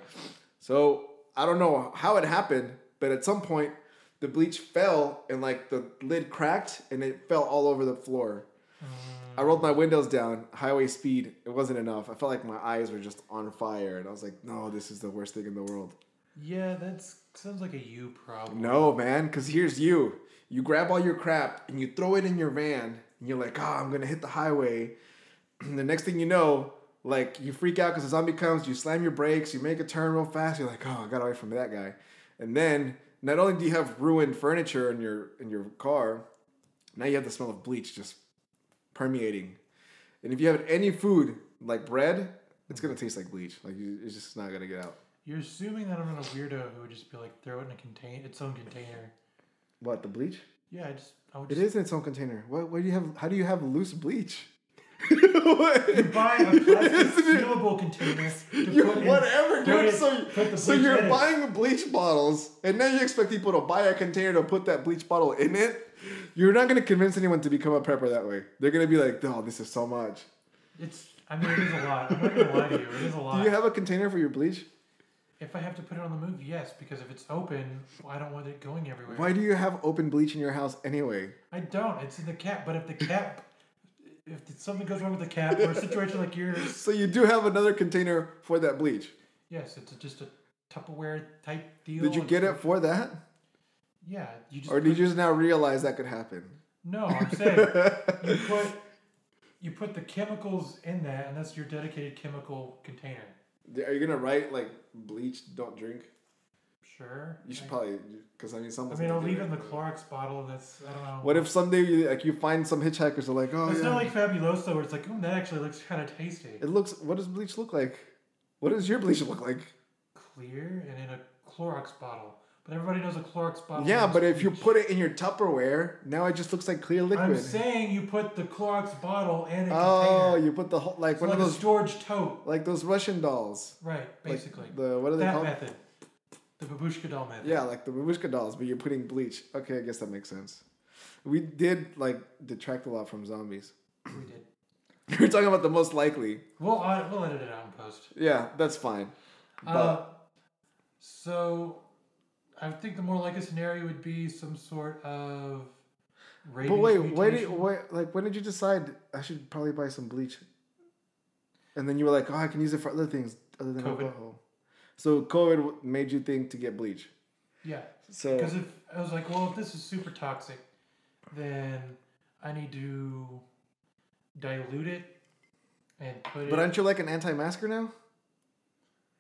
S2: So I don't know how it happened, but at some point the bleach fell and like the lid cracked and it fell all over the floor. I rolled my windows down, highway speed. It wasn't enough. I felt like my eyes were just on fire, and I was like, "No, this is the worst thing in the world."
S1: Yeah, that sounds like a you problem.
S2: No, man, because here's you. You grab all your crap and you throw it in your van, and you're like, ah, I'm gonna hit the highway. And the next thing you know, like you freak out because a zombie comes, you slam your brakes, you make a turn real fast, you're like, oh, I got away from that guy. And then not only do you have ruined furniture in your in your car, now you have the smell of bleach just permeating. And if you have any food like bread, it's gonna taste like bleach. Like you, it's just not gonna get out.
S1: You're assuming that I'm not a weirdo who would just be like throw it in a contain its own container.
S2: What the bleach?
S1: Yeah, I just I would
S2: It
S1: just
S2: is in its own container. What, what do you have? How do you have loose bleach?
S1: buy a plastic
S2: Isn't it-
S1: sealable container. to
S2: You,
S1: put in-
S2: whatever,
S1: put
S2: dude.
S1: it-
S2: so
S1: put the
S2: so
S1: bleach
S2: you're
S1: in it.
S2: buying bleach bottles, and now you expect people to buy a container to put that bleach bottle in it. You're not going to convince anyone to become a prepper that way. They're going to be like, "No, this is so much."
S1: It's I mean it is a lot. I'm not gonna lie to you. It is a
S2: Do
S1: lot.
S2: you have a container for your bleach?
S1: if I have to put it on the move, yes, because if it's open, I don't want it going everywhere.
S2: Why do you have open bleach in your house anyway?
S1: I don't. It's in the cap. But if the cap, if something goes wrong with the cap or a situation like yours,
S2: So you do have another container for that bleach.
S1: yes, it's just a Tupperware type deal.
S2: Did you
S1: and-
S2: get it for that,
S1: Yeah, you just
S2: or
S1: put-
S2: did you just now realize that could happen?
S1: No, I'm saying you put you put the chemicals in that, and that's your dedicated chemical container.
S2: Are you gonna write like bleach? Don't drink.
S1: Sure.
S2: You should
S1: I-
S2: probably, because I mean,
S1: I
S2: someone's.
S1: mean,
S2: gonna
S1: I'll
S2: do
S1: leave
S2: it.
S1: it in the Clorox bottle. That's I don't know.
S2: What if someday you like you find some hitchhikers are like, oh
S1: It's
S2: yeah,
S1: not like Fabuloso, where it's like, oh, that actually looks kind of tasty.
S2: it looks. What does bleach look like? What does your bleach look like?
S1: Clear and in a Clorox bottle, but everybody knows a Clorox bottle.
S2: yeah,
S1: is
S2: but if you
S1: Oh, bleach.
S2: put it in your Tupperware, now it just looks like clear
S1: I'm
S2: liquid.
S1: saying you put the Clorox bottle in a
S2: oh,
S1: container.
S2: you put the whole like
S1: It's
S2: one
S1: like
S2: of
S1: a
S2: those
S1: storage tote,
S2: like those Russian dolls,
S1: right?
S2: Like,
S1: Basically,
S2: the what are they
S1: that
S2: called?
S1: method, the babushka doll method.
S2: Yeah, like the babushka dolls, but you're putting bleach. Okay, I guess that makes sense. We did like detract a lot from zombies.
S1: we
S2: You're talking about the most likely.
S1: We'll I, we'll edit it out in post.
S2: Yeah, that's fine.
S1: Uh, so, I think the more likely scenario would be some sort of.
S2: But
S1: ratings
S2: wait, why did
S1: mutation.
S2: why, like when did you decide I should probably buy some bleach? And then you were like, oh, I can use it for other things other than
S1: COVID.
S2: alcohol. So COVID w- made you think to get bleach.
S1: Yeah,
S2: So
S1: because if I was like, well, if this is super toxic, then I need to dilute it and put
S2: But
S1: it
S2: aren't you like an anti-masker now?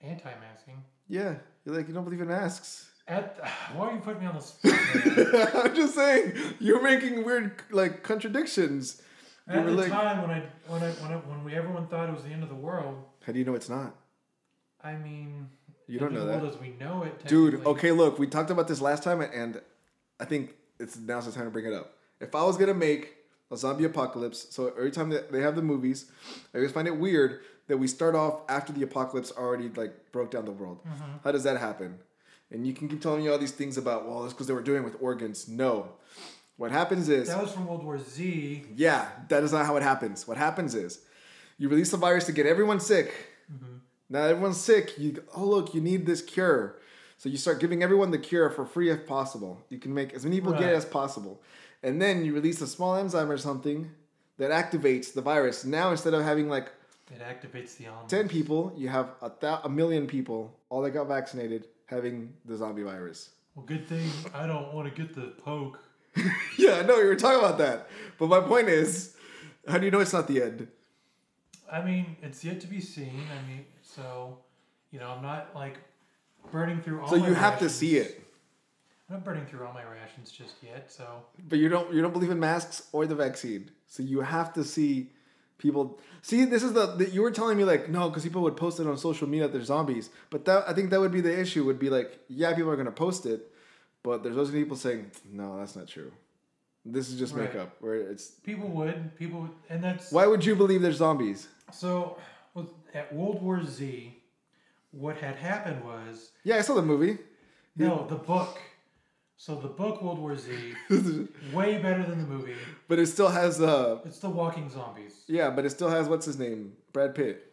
S1: anti-masking.
S2: Yeah, you're like you don't believe in masks.
S1: At why are you putting me on the spot? man?
S2: I'm just saying you're making weird like contradictions. You
S1: At
S2: were
S1: the
S2: like-
S1: time when I when I when I, when we, everyone thought it was the end of the world,
S2: How do you know it's not?
S1: I mean,
S2: You
S1: the
S2: don't
S1: end of
S2: know
S1: the
S2: that,
S1: world as we know it,
S2: dude.
S1: technically.
S2: Okay, look, we talked about this last time, and I think it's now's the time to bring it up. If I was gonna make a zombie apocalypse, so every time that they have the movies, I always find it weird that we start off after the apocalypse already like broke down the world.
S1: Mm-hmm.
S2: How does that happen? And you can keep telling me all these things about well, that's because they were doing it with organs. No, what happens is
S1: That was from World War Z.
S2: Yeah, that is not how it happens. What happens is you release a virus to get everyone sick.
S1: Mm-hmm.
S2: Now everyone's sick. You oh look, you need this cure. So you start giving everyone the cure for free if possible. You can make as many people get
S1: Right.
S2: it as possible. And then you release a small enzyme or something that activates the virus. Now instead of having like
S1: It activates the element.
S2: 10 people, you have a, thou- a million people, all that got vaccinated, having the zombie virus.
S1: Well, good thing I don't want to get the poke.
S2: yeah, no, we were talking about that. But my point is, how do you know it's not the end?
S1: I mean, it's yet to be seen. I mean, so you know, I'm not like burning through all.
S2: So
S1: Oh my
S2: you have to
S1: rations.
S2: see it.
S1: I'm not burning through all my rations just yet. So
S2: But you don't you don't believe in masks or the vaccine, so you have to see people. See, this is the, the you were telling me like no, because people would post it on social media that they're zombies. But that I think that would be the issue. Would be like yeah, people are gonna post it, but there's those people saying no, that's not true. This is just
S1: Right.
S2: makeup. Where it's
S1: people would people would, and that's
S2: why would you believe there's zombies?
S1: so. With, at World War Z, what had happened was
S2: Yeah, I saw the movie. Hmm.
S1: no the book. So the book World War Z, way better than the movie.
S2: But it still has uh
S1: It's the Walking Zombies.
S2: yeah, but it still has what's his name Brad Pitt.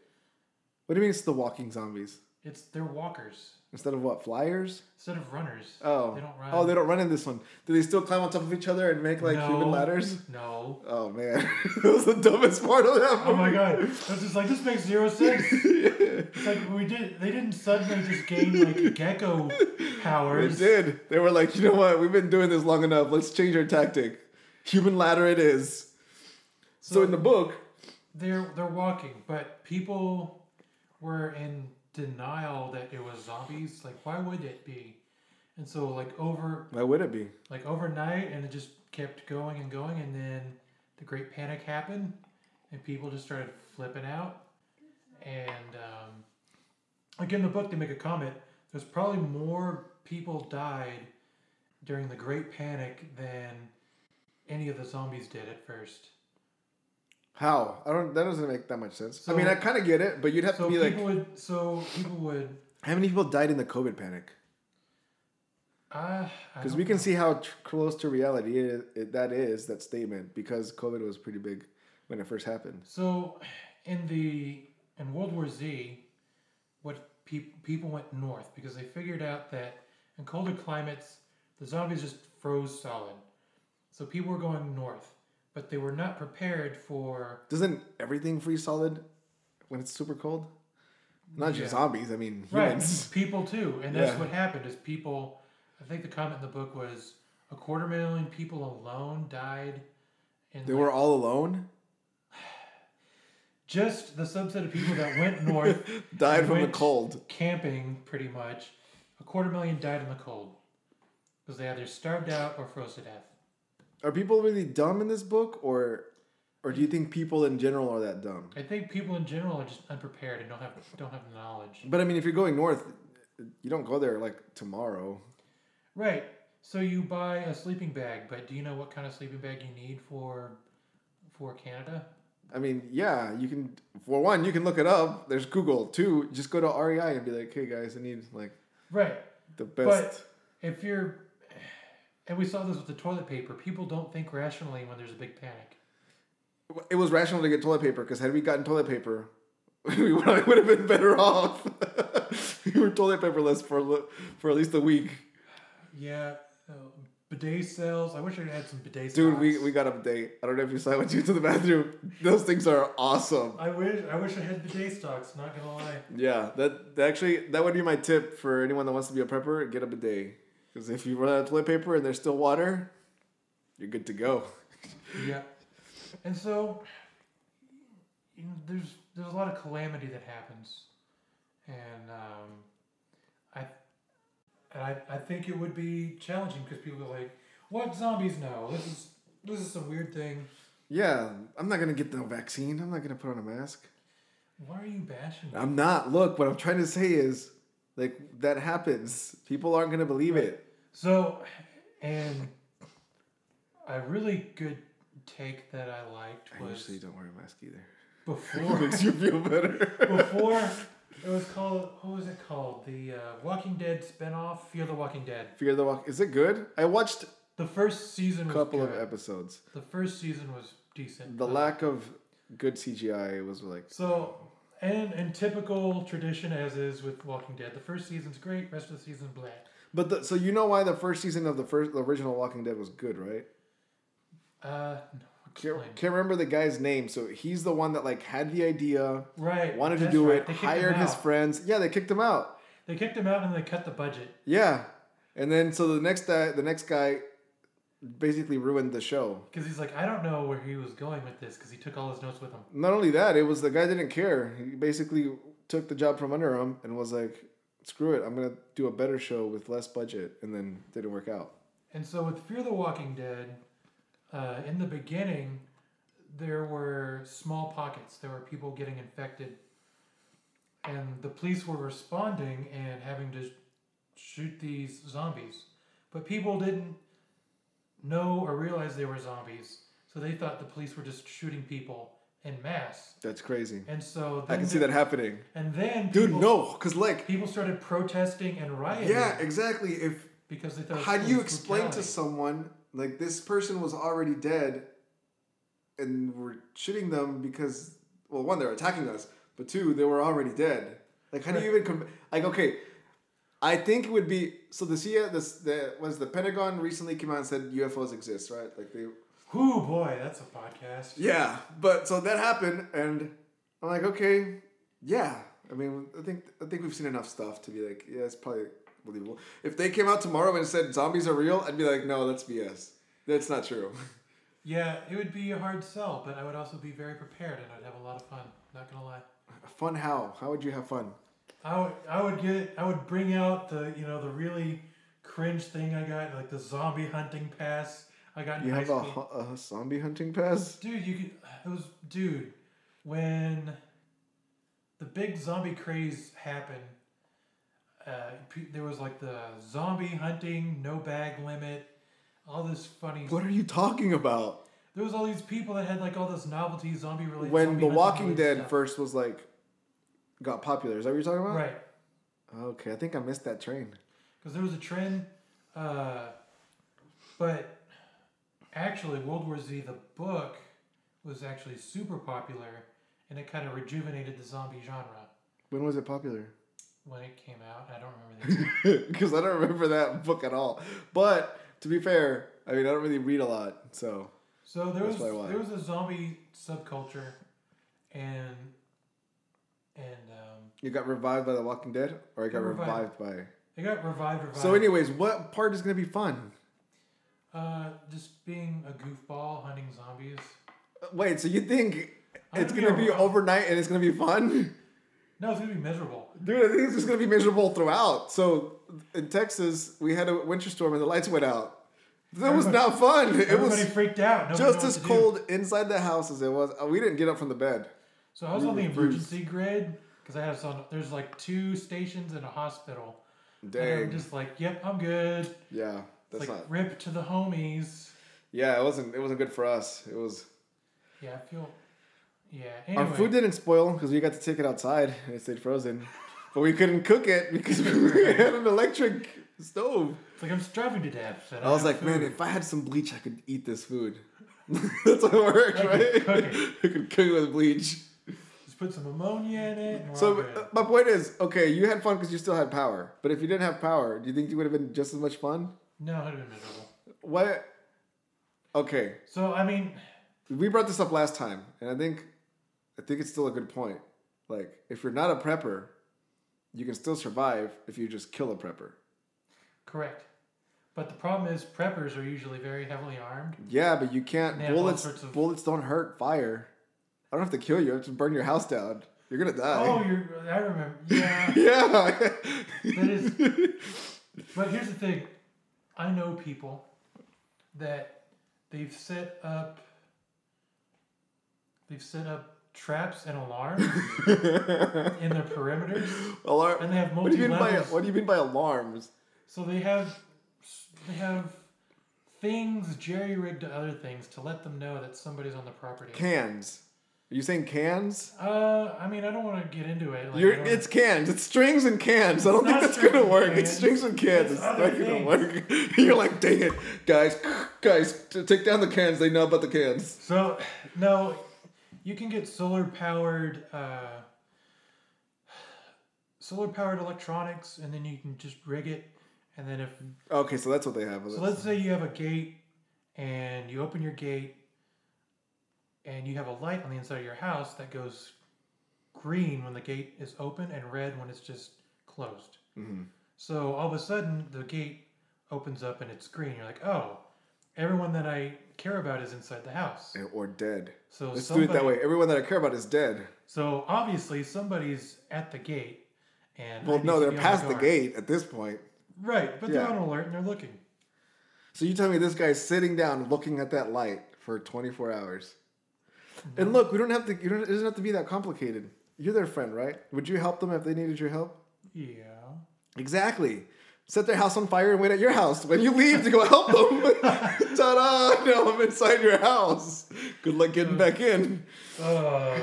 S2: What do you mean it's the walking zombies
S1: It's they're walkers
S2: instead of what flyers?
S1: instead of runners.
S2: Oh.
S1: they don't run.
S2: Oh, they don't run in this one. Do they still climb on top of each other and make like human
S1: No.
S2: ladders?
S1: No.
S2: Oh man, that was the dumbest part of that.
S1: Oh my
S2: movie.
S1: god, that's just like this makes zero sense. It's like we did. They didn't suddenly just gain like gecko
S2: They
S1: powers.
S2: did. They were like, you know what? We've been doing this long enough. Let's change our tactic. Human ladder, it is. So, in the book,
S1: They're they're walking, but people were in denial that it was zombies. Like, why would it be? And so like over
S2: why would it be?
S1: like overnight, and it just kept going and going, and then the Great Panic happened, and people just started flipping out. And um, like in the book, they make a comment. There's probably more people died during the Great Panic than any of the zombies did at first.
S2: How? I don't. That doesn't make that much sense. I
S1: So-
S2: mean, I kind of get it, but you'd have
S1: So
S2: to be
S1: people
S2: like,
S1: would. So people would.
S2: how many people died in the COVID panic?
S1: Ah, I
S2: Because
S1: don't
S2: we can
S1: know.
S2: see how tr- close to reality it, it, that is that statement. Because COVID was pretty big when it first happened.
S1: So, in the in World War Z, what peop people went north because they figured out that in colder climates, the zombies just froze solid. So people were going north, but they were not prepared for.
S2: Doesn't everything freeze solid when it's super cold? Not
S1: Yeah.
S2: just zombies. I mean
S1: Right,
S2: humans.
S1: people too, and that's
S2: Yeah.
S1: what happened. Is people? I think the comment in the book was a quarter million people alone died. In
S2: They
S1: like,
S2: were all alone.
S1: just the subset of people that went north
S2: Died
S1: and
S2: from the
S1: went
S2: cold.
S1: Camping, pretty much. A quarter million died in the cold because they either starved out or froze to death.
S2: Are people really dumb in this book, or, or do you think people in general are that dumb?
S1: I think people in general are just unprepared and don't have don't have knowledge.
S2: But I mean, if you're going north, you don't go there like tomorrow.
S1: Right. So you buy a sleeping bag, but do you know what kind of sleeping bag you need for for Canada?
S2: I mean, yeah, you can. For one, you can look it up. There's Google. Two, just go to REI and be like, "Hey guys, I need like
S1: Right.
S2: the best."
S1: If you're and we saw this with the toilet paper, people don't think rationally when there's a big panic.
S2: it was rational to get toilet paper because had we gotten toilet paper, we would have been better off. we were toilet paperless for a li- for at least a week.
S1: Yeah, uh, bidet sales. I wish I had some bidet.
S2: Dude, we,
S1: stocks.
S2: we got a date. I don't know if you saw it when you went to the bathroom. Those things are awesome.
S1: I wish I wish I had bidet stocks. Not gonna lie.
S2: Yeah, that, that actually that would be my tip for anyone that wants to be a prepper. Get a bidet because if you run out of toilet paper and there's still water, you're good to go.
S1: Yeah, and so you know, there's there's a lot of calamity that happens, and um, I and I, I think it would be challenging because people are like, "What zombies? No, this is this is some weird thing.
S2: Yeah, I'm not gonna get the vaccine. I'm not gonna put on a mask.
S1: Why are you bashing?" me?"
S2: I'm not. Look, what I'm trying to say is, like, that happens. People aren't gonna believe it.
S1: So, and a really good take that I liked
S2: I
S1: was
S2: usually don't wear a mask either.
S1: before
S2: Makes you feel better.
S1: before it was called what was it called the uh, Walking Dead spinoff Fear the Walking Dead.
S2: Fear the Walk. Is it good? I watched
S1: The first season
S2: a
S1: was
S2: couple of
S1: good.
S2: episodes.
S1: The first season was decent.
S2: The
S1: but-
S2: lack of good CGI was like,
S1: So, and in typical tradition as is with Walking Dead, the first season's great, rest of the season blah.
S2: but the, so you know why the first season of the first the original Walking Dead was good, right?
S1: Uh, no,
S2: Can't,
S1: explain.
S2: can't remember the guy's name. So he's the one that like had the idea,
S1: right.
S2: wanted to
S1: that's
S2: do
S1: right,
S2: it,
S1: they kicked him
S2: hired his
S1: out.
S2: friends. Yeah, they kicked him out.
S1: They kicked him out and they cut the budget.
S2: Yeah, and then so the next guy, the next guy, basically ruined the show.
S1: Because he's like, I don't know where he was going with this because he took all his notes with him.
S2: Not only that, it was the guy didn't care. He basically took the job from under him and was like, "Screw it, I'm gonna do a better show with less budget," and then didn't work out.
S1: And so with Fear the Walking Dead, uh, in the beginning, there were small pockets. There were people getting infected. And the police were responding and having to shoot these zombies. But people didn't know or realize they were zombies. So they thought the police were just shooting people en mass.
S2: That's crazy.
S1: And so
S2: I
S1: then
S2: can see
S1: the-
S2: that happening,
S1: And then
S2: dude.
S1: people-
S2: No, cause like,
S1: people started protesting and rioting
S2: yeah, exactly. If
S1: because they thought it was
S2: how do you
S1: police
S2: explain to
S1: brutality.
S2: someone like this person was already dead and we're shooting them because well one they're attacking us but two they were already dead like how do you even com- like okay i think it would be so the cia this the was the pentagon recently came out and said ufos exist right like they
S1: Whoo boy, that's a podcast.
S2: yeah but so that happened and i'm like okay yeah i mean i think i think we've seen enough stuff to be like yeah it's probably believable if they came out tomorrow and said zombies are real i'd be like no that's bs that's not true
S1: Yeah, it would be a hard sell, but I would also be very prepared and I'd have a lot of fun. Not gonna lie.
S2: fun how how would you have fun
S1: I would, I would get I would bring out the you know the really cringe thing I got like the zombie hunting pass I got in
S2: you
S1: high
S2: have a,
S1: school.
S2: hu- a zombie hunting pass
S1: dude, you could it was dude when the big zombie craze happened. Uh, pe- there was like the zombie hunting, no bag limit, all this funny.
S2: what are you talking about
S1: There was all these people that had like all this novelty zombie related.
S2: when the walking dead first was like got popular is that what you're talking about
S1: Right,
S2: okay i think i missed that train
S1: because there was a trend, uh, but actually, World War Z the book was actually super popular, and it kind of rejuvenated the zombie genre
S2: when was it popular
S1: when it came out. I don't remember the exact-
S2: because I don't remember that book at all. But to be fair, I mean, I don't really read a lot, so
S1: so there
S2: That's
S1: was
S2: probably why.
S1: there was a zombie subculture, and and um,
S2: you got revived by The Walking Dead, or I got
S1: Got
S2: revived
S1: revived.
S2: by.
S1: it got revived. Revived.
S2: So, anyways, what part is gonna be fun?
S1: uh, just being a goofball hunting zombies.
S2: Uh, Wait, so you think
S1: I'm
S2: it's
S1: gonna
S2: gonna
S1: be
S2: be
S1: a-
S2: overnight and it's gonna be fun,
S1: No, it's gonna be miserable.
S2: dude? I think it's just gonna be miserable throughout. So, in Texas, we had a winter storm and the lights went out. That was
S1: Everybody-
S2: not fun. It
S1: Everybody
S2: was
S1: freaked out. Nobody knew
S2: just
S1: what
S2: as
S1: to do.
S2: cold inside the house as it was. Uh, We didn't get up from the bed.
S1: So I was on the
S2: Really
S1: emergency grid because I have some. There's like two stations and a hospital. And I'm
S2: Dang.
S1: just like, yep, I'm good.
S2: Yeah, that's
S1: like
S2: not.
S1: rip to the homies.
S2: Yeah, it wasn't. It wasn't good for us. It was.
S1: Yeah, I feel. Yeah. Anyway,
S2: Our food didn't spoil because we got to take it outside and it stayed frozen, but we couldn't cook it because we had an electric stove.
S1: it's like I'm starving to death. and
S2: I was
S1: have
S2: like, man,
S1: food.
S2: if I had some bleach, I could eat this food. That's how it works,
S1: Like
S2: right?
S1: cooking.
S2: you can cook it with bleach.
S1: Just put some ammonia in it. And we're all
S2: So
S1: good.
S2: uh, my point is, okay, you had fun because you still had power. But if you didn't have power, do you think you would have been just as much fun?
S1: no, it'd have been miserable.
S2: What? Okay,
S1: So I mean,
S2: we brought this up last time, and I think, I think it's still a good point. Like, if you're not a prepper, you can still survive if you just kill a prepper.
S1: correct. But the problem is, preppers are usually very heavily armed.
S2: Yeah, but you can't.
S1: They have all
S2: bullets,
S1: sorts of-
S2: bullets don't hurt fire. I don't have to kill you. I have to burn your house down. You're gonna
S1: Oh,
S2: die.
S1: you're. I remember. Yeah.
S2: yeah.
S1: That is. But here's the thing. I know people that they've set up they've set up traps and alarms in their perimeters.
S2: Alarm.
S1: And they have
S2: what do you mean by
S1: multi-levels.
S2: What do you mean by alarms?
S1: So they have they have things jerry rigged to other things to let them know that somebody's on the property.
S2: Cans. Are you saying cans?
S1: Uh, I mean, I don't want to get into it. Like,
S2: You're,
S1: I don't-
S2: it's cans. It's strings and cans. I
S1: It's
S2: don't think
S1: not
S2: that's
S1: strings
S2: gonna
S1: and
S2: work.
S1: cans.
S2: It's strings and cans.
S1: It's
S2: It's, not
S1: other
S2: gonna work. You're like, dang it, guys, guys, t- take down the cans. They know about the cans.
S1: So no, you can get solar powered uh, solar powered electronics, and then you can just rig it. And then if
S2: Okay, so Oh, that's what they have.
S1: so, let's say you have a gate, and you open your gate, and you have a light on the inside of your house that goes green when the gate is open and red when it's just closed.
S2: Mm-hmm.
S1: So all of a sudden, the gate opens up and it's green. You're like, oh, everyone that I care about is inside the house.
S2: or dead.
S1: So
S2: Let's
S1: somebody,
S2: do it that way. Everyone that I care about is dead.
S1: So obviously somebody's at the gate, and I
S2: Well,
S1: need
S2: no,
S1: to
S2: they're
S1: be on
S2: past the
S1: guard.
S2: gate at this point.
S1: Right, but they're
S2: Yeah.
S1: on alert and they're looking.
S2: So you tell me this guy's sitting down looking at that light for 24 hours. And look, we don't have to. You don't, it doesn't have to be that complicated. You're their friend, right? Would you help them if they needed your help?
S1: Yeah.
S2: Exactly. Set their house on fire and wait at your house when you leave to go help them. Ta-da! Now I'm inside your house. Good luck getting back in.
S1: Uh,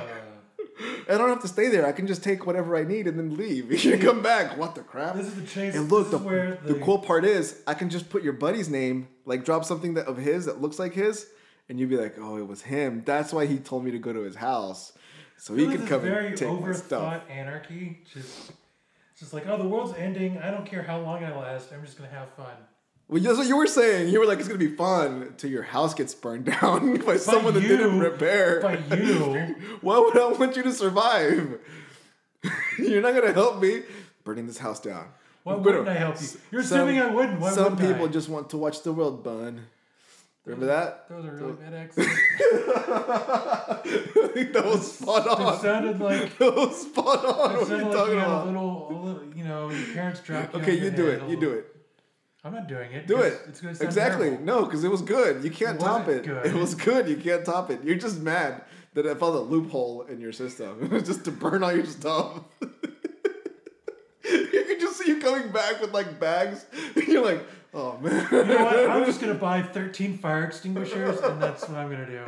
S2: I don't have to stay there. I can just take whatever I need and then leave. You come back. What the crap?
S1: this is the chase.
S2: And look,
S1: this is
S2: the,
S1: where
S2: the cool part is I can just put your buddy's name, like drop something that of his that looks like his, and you'd be like, "Oh, it was him. That's why he told me to go to his house, so he
S1: this
S2: could
S1: is
S2: come
S1: very
S2: and take my
S1: overthought
S2: stuff."
S1: anarchy. Just, it's just like, oh, the world's ending. I don't care how long I last. I'm just gonna have fun.
S2: Well, that's what you were saying. You were like, "It's gonna be fun until your house gets burned down by, someone that
S1: you-
S2: didn't repair."
S1: By you,
S2: Why would I want you to survive? You're not gonna help me burning this house down.
S1: why
S2: I'm gonna-
S1: wouldn't I help you? You're
S2: Some-
S1: assuming I wouldn't. Why
S2: some
S1: wouldn't
S2: people
S1: I?
S2: just want to watch the world burn. Remember that?
S1: Those are really bad accents.
S2: I think that was spot on.
S1: It sounded like
S2: that was spot on.
S1: it
S2: What are
S1: sounded
S2: you
S1: like
S2: talking
S1: you had a
S2: about?
S1: little, a little, you know, your parents dropped.
S2: Okay,
S1: on your
S2: you do
S1: head
S2: it.
S1: a
S2: You do
S1: little-
S2: it.
S1: I'm not doing it.
S2: Do
S1: 'cause
S2: it.
S1: It's going to sound
S2: Exactly.
S1: terrible.
S2: No, because it was good. You can't
S1: It
S2: top
S1: wasn't
S2: it.
S1: good.
S2: It was good. You can't top it. You're just mad that I found a loophole in your system just to burn all your stuff. you can just see you coming back with like bags. You're like, oh man.
S1: You know what? I'm just going to buy 13 fire extinguishers, and that's what I'm going to do.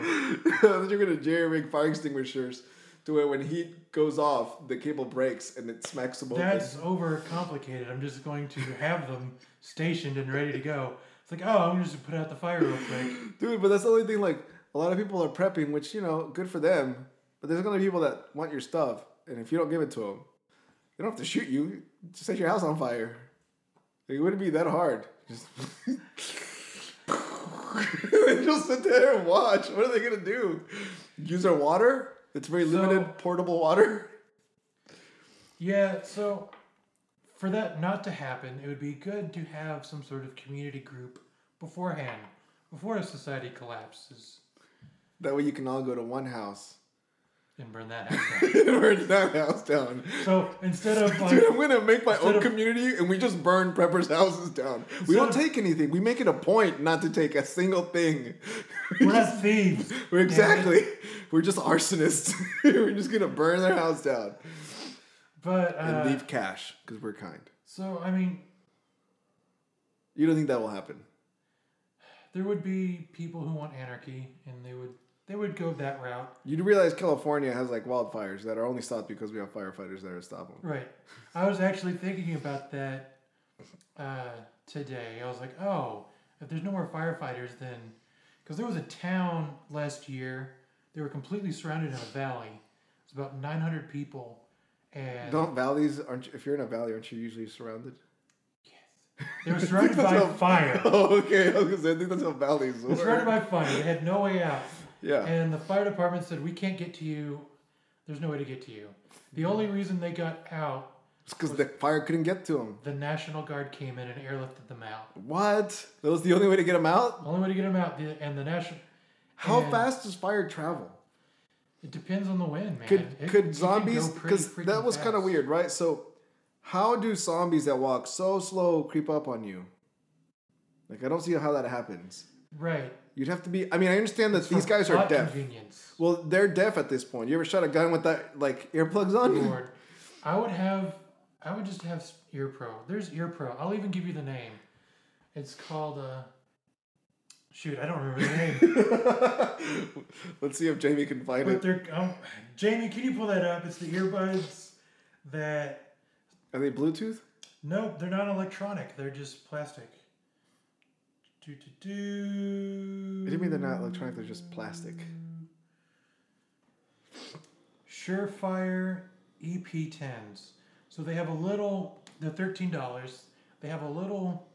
S2: Then you're gonna jerry rig fire extinguishers to where when heat goes off, the cable breaks and it smacks them open.
S1: That's overcomplicated. I'm just going to have them stationed and ready to go. It's like, oh, I'm just going to put out the fire real quick.
S2: Dude, but that's the only thing. Like a lot of people are prepping, which you know, good for them. But there's gonna be people that want your stuff, and if you don't give it to them, they don't have to shoot you. Just set your house on fire. It wouldn't be that hard. Just, just sit there and watch. What are they gonna do? Use our water? It's very
S1: So-
S2: limited portable water.
S1: Yeah, so for that not to happen, it would be good to have some sort of community group beforehand, before a society collapses
S2: That way you can all go to one house
S1: and burn that house down.
S2: and burn that house down.
S1: So instead of like.
S2: Dude, I'm gonna make my
S1: Instead
S2: own
S1: of-
S2: community, and we just burn preppers' houses down. We don't
S1: Instead
S2: take anything. We make it a point not to take a single thing.
S1: We're not thieves.
S2: We're
S1: damn it.
S2: exactly. We're just arsonists. we're just gonna burn their house down
S1: But uh,
S2: and leave cash because we're kind.
S1: so I mean,
S2: You don't think that will happen?
S1: there would be people who want anarchy, and they would they would go that route,
S2: You do realize California has like wildfires that are only stopped because we have firefighters there to stop them.
S1: right? I was actually thinking about that uh, today. I was like, oh, if there's no more firefighters, then Because there was a town last year. They were completely surrounded in a valley. It's about 900 people. And
S2: Don't valleys aren't you, if you're in a valley, aren't you usually surrounded?
S1: they were surrounded by
S2: That's how-
S1: fire.
S2: Oh, okay. I was gonna say I think that's how valleys
S1: They were surrounded
S2: work.
S1: by fire. They had no way out.
S2: Yeah.
S1: And the fire department said, We can't get to you. There's no way to get to you. The only reason they got out,
S2: It's because the fire couldn't get to them.
S1: the National Guard came in and airlifted them out.
S2: What? That was the only way to get them out.
S1: The only way to get them out, the, and the National.
S2: How
S1: and
S2: fast does fire travel?
S1: It depends on the wind, man.
S2: Could
S1: It- it can
S2: could
S1: go
S2: zombies?
S1: pretty
S2: Because
S1: freaking
S2: that was kind of
S1: fast.
S2: weird, right? So, how do zombies that walk so slow creep up on you? Like I don't see how that happens.
S1: Right.
S2: You'd have to be. I mean, I understand that these
S1: For
S2: guys are
S1: plot
S2: deaf.
S1: Convenience.
S2: Well, they're deaf at this point. You ever shot a gun with that like earplugs on?
S1: Lord, I would have, I would just have ear pro. There's ear pro. I'll even give you the name. It's called. Uh, shoot, I don't remember the name.
S2: Let's see if Jamie can find
S1: but
S2: it.
S1: they're um, Jamie. Can you pull that up? It's the earbuds that.
S2: Are they Bluetooth?
S1: Nope, they're not electronic. They're just plastic. Do do do.
S2: What do you mean they're not electronic? They're just plastic.
S1: Surefire EP10s. So they have a little, they're $13. They have a little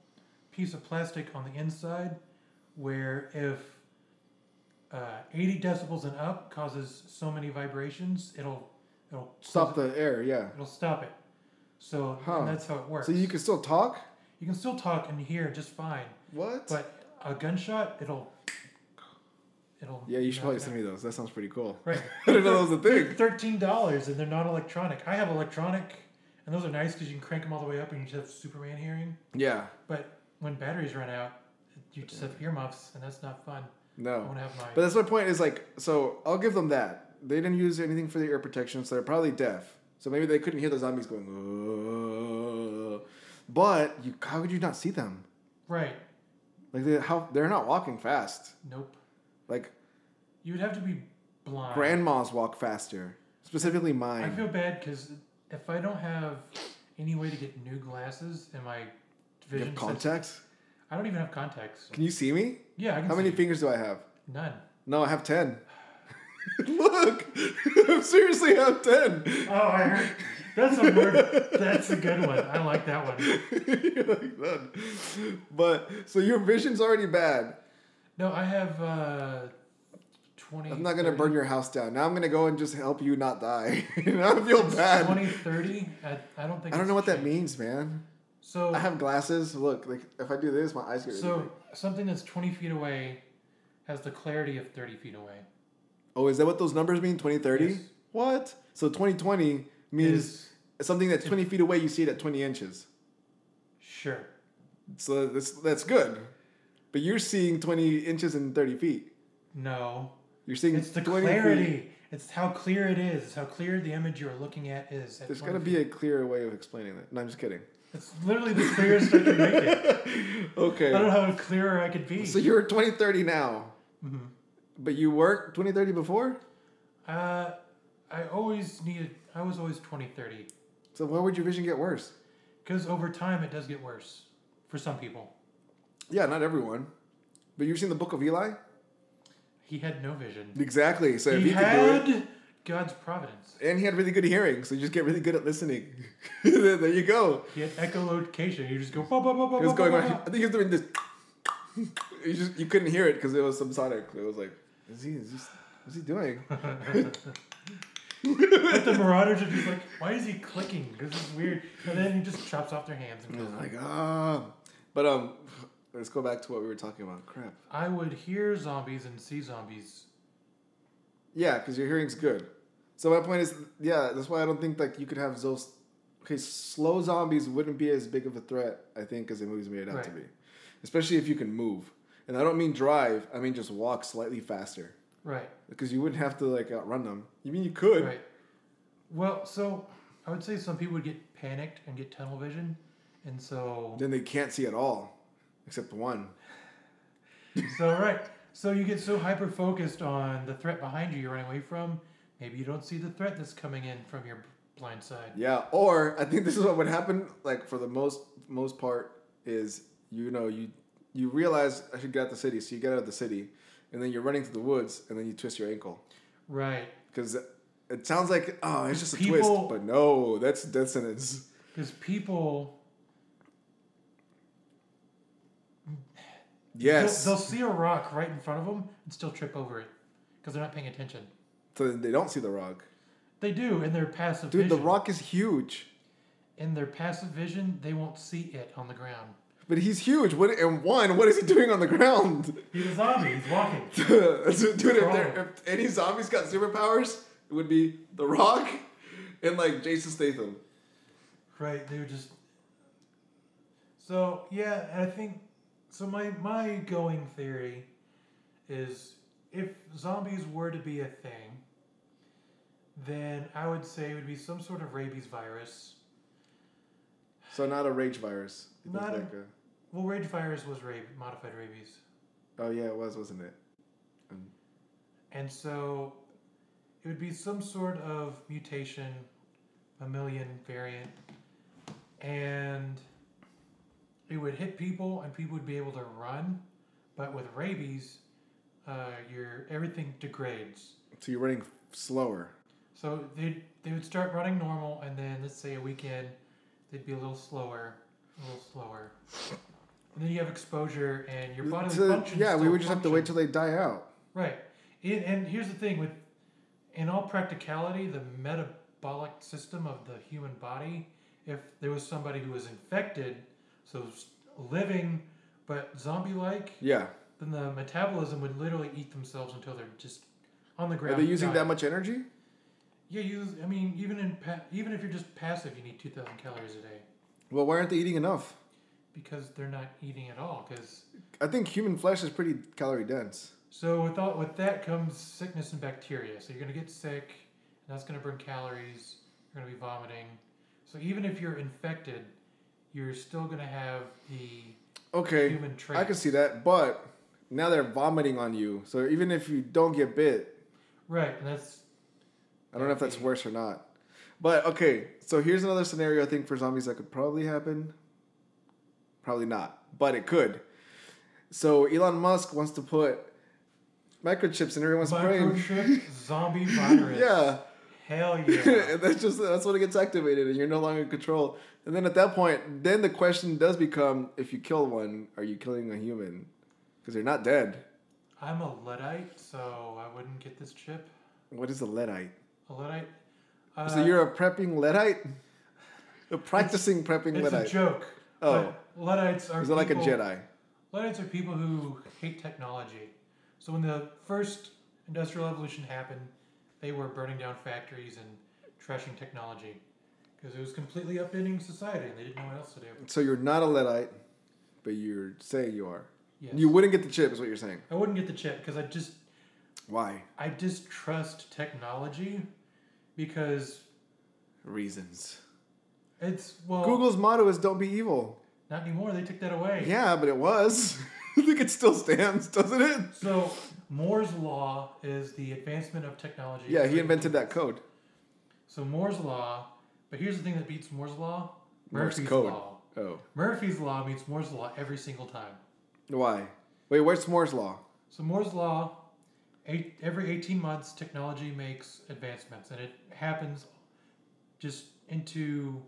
S1: piece of plastic on the inside where if uh, 80 decibels and up causes so many vibrations, it'll it'll
S2: Stop
S1: close it-
S2: the air. Yeah.
S1: it'll stop it. So and
S2: Huh.
S1: that's how it works.
S2: So you can still talk.
S1: you can still talk and hear just fine,
S2: What?
S1: but a gunshot it'll it'll
S2: yeah, you should
S1: knock
S2: probably
S1: it
S2: send
S1: out.
S2: me those. That sounds pretty cool.
S1: Right.
S2: I didn't know that was a thing.
S1: thirteen dollars, and they're not electronic. I have electronic, and those are nice because you can crank them all the way up, and you just have Superman hearing.
S2: Yeah.
S1: But when batteries run out, you just have earmuffs, and that's not fun. I
S2: No.
S1: want to have mine.
S2: But that's my point. Is like, so I'll give them that. They didn't use anything for the ear protection, so they're probably deaf. So maybe they couldn't hear the zombies going. "Oh." But you, how could you not see them?
S1: right?
S2: Like they, how they're not walking fast.
S1: Nope.
S2: Like
S1: You would have to be blind.
S2: grandmas walk faster, specifically
S1: I
S2: mine.
S1: feel bad because if I don't have any way to get new glasses and my
S2: You
S1: vision,
S2: have
S1: sets-
S2: contacts.
S1: I don't even have contacts.
S2: Can you see me?
S1: Yeah, I can
S2: How many
S1: see.
S2: fingers do I have?
S1: None.
S2: No, I have ten. Look, I seriously have ten.
S1: Oh, I heard. That's a word. That's a good one. I like that one.
S2: You're like, "None." But so your vision's already bad.
S1: No, I have uh, 20.
S2: I'm not gonna burn your house down. Now I'm gonna go and just help you not die. now I feel bad.
S1: 20, 30. I, I don't think
S2: I don't
S1: it's
S2: know what that
S1: changed.
S2: means, man.
S1: So,
S2: I have glasses. Look, like if I do this, my eyes get. really
S1: so
S2: big.
S1: something that's 20 feet away has the clarity of 30 feet away.
S2: oh, is that what those numbers mean? 2030?
S1: Yes.
S2: What? So 2020 means
S1: Is-
S2: something that's 20 feet away. You see it at 20 inches.
S1: Sure.
S2: So that's that's good. But you're seeing 20 inches and 30 feet.
S1: No.
S2: You're seeing
S1: It's the
S2: 20 Feet.
S1: clarity. It's how clear it is. How clear the image you're looking at is. At
S2: There's
S1: 20
S2: gotta
S1: feet.
S2: be a clearer way of explaining that. No, I'm just kidding.
S1: It's literally the clearest I can make it. I don't know
S2: Okay.
S1: how clearer I could be.
S2: So you're 2030 now.
S1: Mm-hmm.
S2: But you weren't 2030 before?
S1: uh, I always needed. I was always 20, 30.
S2: So why would your vision get worse?
S1: Because over time, it does get worse for some people.
S2: Yeah, not everyone. But you've seen the Book of Eli?
S1: He had no vision.
S2: Exactly. So if
S1: He
S2: he could
S1: had
S2: do it.
S1: God's providence.
S2: And he had really good hearing, so you just get really good at listening. there you go.
S1: He had echolocation. You just go. Bah, bah, bah, bah,
S2: It was
S1: bah,
S2: going
S1: bah,
S2: on. I
S1: bah.
S2: think he was doing this. you just you couldn't hear it because it was subsonic. It was like, is he? Is he what's he doing?
S1: But the marauders are just like, why is he clicking? This is weird. And then he just chops off their hands and goes.
S2: I'm like ah. But um, let's go back to what we were talking about. Crap.
S1: I would hear zombies and see zombies.
S2: Yeah, because your hearing's good. So my point is, yeah, that's why I don't think like you could have those. Okay, slow zombies wouldn't be as big of a threat, I think, as the movies made it out to
S1: Right.
S2: be, especially if you can move. And I don't mean drive; I mean just walk slightly faster,
S1: Right.
S2: because you wouldn't have to like outrun them. You mean you could?
S1: Right. Well, so I would say some people would get panicked and get tunnel vision, and so
S2: Then they can't see at all, except one.
S1: so right. So you get so hyper focused on the threat behind you you're running away from. Maybe you don't see the threat that's coming in from your blind side.
S2: Yeah, or I think this is what would happen. Like for the most most part, is you know you you realize I should get out of the city, so you get out of the city, and then you're running through the woods, and then you twist your ankle.
S1: Right.
S2: Because it sounds like oh, it's just a
S1: People-
S2: twist, but no, that's death sentence.
S1: Because people, they'll-
S2: Yes.
S1: they'll, see a rock right in front of them and still trip over it because they're not paying attention.
S2: so then they don't see the rock.
S1: They do in their passive
S2: Dude,
S1: vision.
S2: the rock is huge,
S1: in their passive vision, they won't see it on the ground.
S2: but he's huge. What and one? What is he doing on the ground?
S1: He's a zombie. He's walking.
S2: Dude, if,
S1: Wrong.
S2: there, if any zombies got superpowers, it would be The Rock and like Jason Statham.
S1: Right, they were just. So yeah, I think so. My my going theory is if zombies were to be a thing, then I would say it would be some sort of rabies virus.
S2: So not a rage virus. It was
S1: Not a-
S2: like a-
S1: Well, rage virus was rabies, modified rabies,
S2: oh yeah, it was, wasn't it?
S1: and so it would be some sort of mutation, mammalian variant, and it would hit people, and people would be able to run. But with rabies, uh, your everything degrades.
S2: So you're running slower.
S1: So they they would start running normal, and then let's say a weekend, they'd be a little slower, a little slower, and then you have exposure, and your bodily
S2: So-
S1: functions.
S2: yeah, we
S1: still
S2: would just have to wait
S1: function.
S2: till they die out.
S1: Right. It, and here's the thing with in all practicality, the metabolic system of the human body, if there was somebody who was infected, so s- living but zombie like,
S2: Yeah.
S1: then the metabolism would literally eat themselves until they're just on the
S2: Are
S1: ground.
S2: they using
S1: dying.
S2: that much energy?
S1: Yeah, you I mean, even in pa- even if you're just passive, you need 2000 calories a day
S2: Well, why aren't they eating enough?
S1: because they're not eating at all cuz
S2: I think human flesh is pretty calorie dense.
S1: So with all, with that comes sickness and bacteria. So you're gonna get sick, and that's gonna burn calories. You're gonna be vomiting. So even if you're infected, you're still gonna have the
S2: Okay,
S1: human trait.
S2: I can see that, but now they're vomiting on you. So even if you don't get bit,
S1: Right, and that's
S2: I don't know if that's
S1: Maybe.
S2: worse or not. But okay, so here's another scenario I think for zombies that could probably happen. Probably not, but it could. So Elon Musk wants to put microchips in everyone's brain.
S1: microchip zombie virus.
S2: Yeah.
S1: Hell yeah.
S2: and that's just that's when it gets activated and you're no longer in control. And then at that point, then the question does become if you kill one, are you killing a human? Because they're not dead.
S1: I'm a luddite, so I wouldn't get this chip.
S2: What is a leadite?
S1: A luddite. Uh,
S2: so you're a prepping leadite? A practicing prepping
S1: It's a
S2: leadite.
S1: joke.
S2: Oh.
S1: but luddites are.
S2: Is it like a
S1: people-
S2: Jedi?
S1: Luddites are people who hate technology. So when the first industrial revolution happened, they were burning down factories and trashing technology because it was completely upending society and they didn't know what else to do.
S2: So you're not a Luddite, but you're saying you are.
S1: Yes.
S2: You wouldn't get the chip, is what you're saying.
S1: I wouldn't get the chip because I just
S2: Why?
S1: I distrust technology because
S2: Reasons.
S1: it's well
S2: Google's motto is "Don't be evil."
S1: not anymore. They took that away.
S2: Yeah, but it was. I think it still stands, doesn't it?
S1: So Moore's law is the advancement of technology.
S2: Yeah, he invented that code.
S1: So Moore's law, but here's the thing that beats Moore's law:
S2: Morse
S1: Murphy's
S2: code.
S1: law.
S2: Oh,
S1: Murphy's Law meets Moore's Law every single time.
S2: why? Wait, where's Moore's law?
S1: So Moore's Law, eight, every 18 months, technology makes advancements, and it happens just into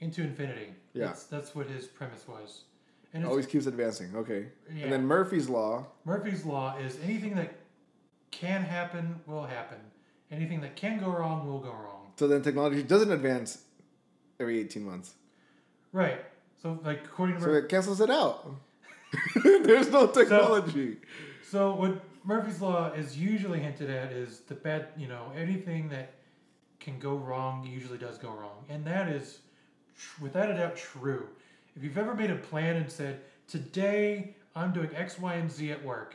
S1: into infinity.
S2: Yeah.
S1: That's, that's what his premise was. And
S2: It
S1: it's,
S2: always keeps advancing. Okay,
S1: Yeah.
S2: and then Murphy's law.
S1: Murphy's Law is anything that can happen will happen. Anything that can go wrong will go wrong.
S2: So then technology doesn't advance every eighteen months,
S1: Right. So like according to
S2: so
S1: Murphy,
S2: it cancels it out. There's no technology.
S1: So what Murphy's law is usually hinted at is the bad, you know, anything that can go wrong usually does go wrong, and that is tr- without a doubt true. If you've ever made a plan and said, "Today I'm doing X, Y, and Z at work,"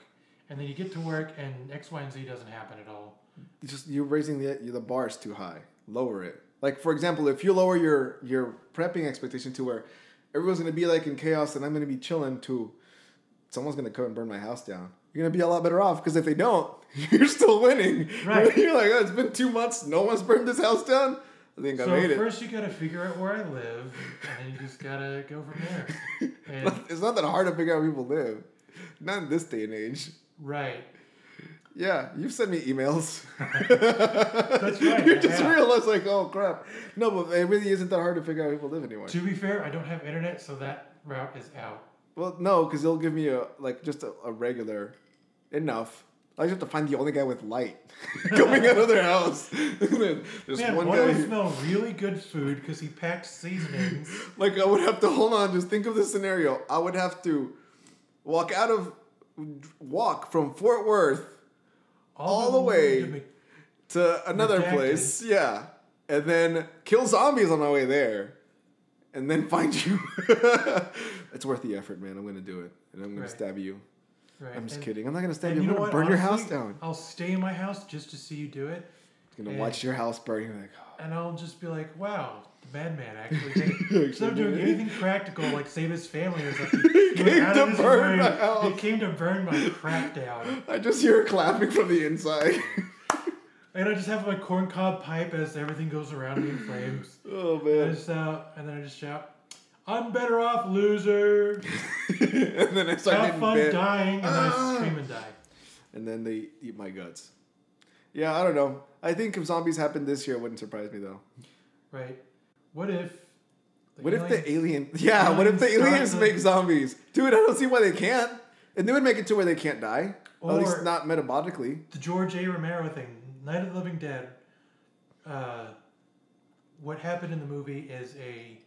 S1: and then you get to work and X, Y, and Z doesn't happen at all.
S2: It's just you're raising the the bar is too high. Lower it. Like for example, if you lower your your prepping expectation to where everyone's gonna be like in chaos and I'm gonna be chilling to someone's gonna come and burn my house down. You're gonna be a lot better off because if they don't, you're still winning.
S1: Right.
S2: You're like, oh, it's been two months, no one's burned this house down. I think I
S1: so
S2: made
S1: first you gotta figure out where I live, and then you just gotta go from there.
S2: it.
S1: And,
S2: It's not that hard to figure out where people live. Not in this day and age.
S1: right.
S2: Yeah, you've sent me emails.
S1: That's right,
S2: you just
S1: yeah.
S2: realized, like, oh crap. No, but it really isn't that hard to figure out who people live anymore.
S1: To be fair, I don't have internet, so that route is out.
S2: Well, no, because it'll give me a like just a, a regular enough. I just have to find the only guy with light coming out of their house. There's
S1: Man, one
S2: one
S1: would
S2: guy. who-
S1: smell really good food because he packed seasonings.
S2: Like I would have to hold on. Just think of this scenario. I would have to walk out of walk from Fort Worth All the way.
S1: to Mc-
S2: to another
S1: Redacted.
S2: place. Yeah. And then kill zombies on my way there. And then find you. it's worth the effort, man. I'm gonna do it. And I'm gonna
S1: Right.
S2: stab you.
S1: right,
S2: I'm just
S1: and-
S2: kidding. I'm not gonna stab
S1: and
S2: you.
S1: you
S2: I'm
S1: know
S2: gonna
S1: what?
S2: burn your house
S1: Honestly,
S2: down.
S1: I'll stay in my house just to see you do it,
S2: I'm gonna
S1: and-
S2: watch your house burn. You're like, "Oh,
S1: and I'll just be like, "Wow, the madman actually did." it." Instead of doing anything practical like save his family or something, he, went
S2: came
S1: out
S2: to
S1: of his
S2: burn
S1: way.
S2: my house.
S1: He came to burn my crap down,
S2: I just hear her clapping from the inside.
S1: and I just have my corncob pipe as everything goes around me in flames.
S2: oh
S1: I
S2: man.
S1: just out, and then I just shout, "I'm better off, loser."
S2: and then I start
S1: Have
S2: getting
S1: fun
S2: bit.
S1: dying, and
S2: Ah.
S1: I scream and die.
S2: And then they eat my guts. Yeah, I don't know. I think if zombies happened this year, it wouldn't surprise me though.
S1: Right? What if? the
S2: What if
S1: aliens-
S2: the alien? Yeah, what if the
S1: Aliens start
S2: aliens
S1: the-
S2: make zombies? Dude, I don't see why they can't. And they would make it to where they can't die. At least
S1: Or-
S2: not metabolically.
S1: the George A. Romero thing, Night of the Living Dead? Uh, what happened in the movie is a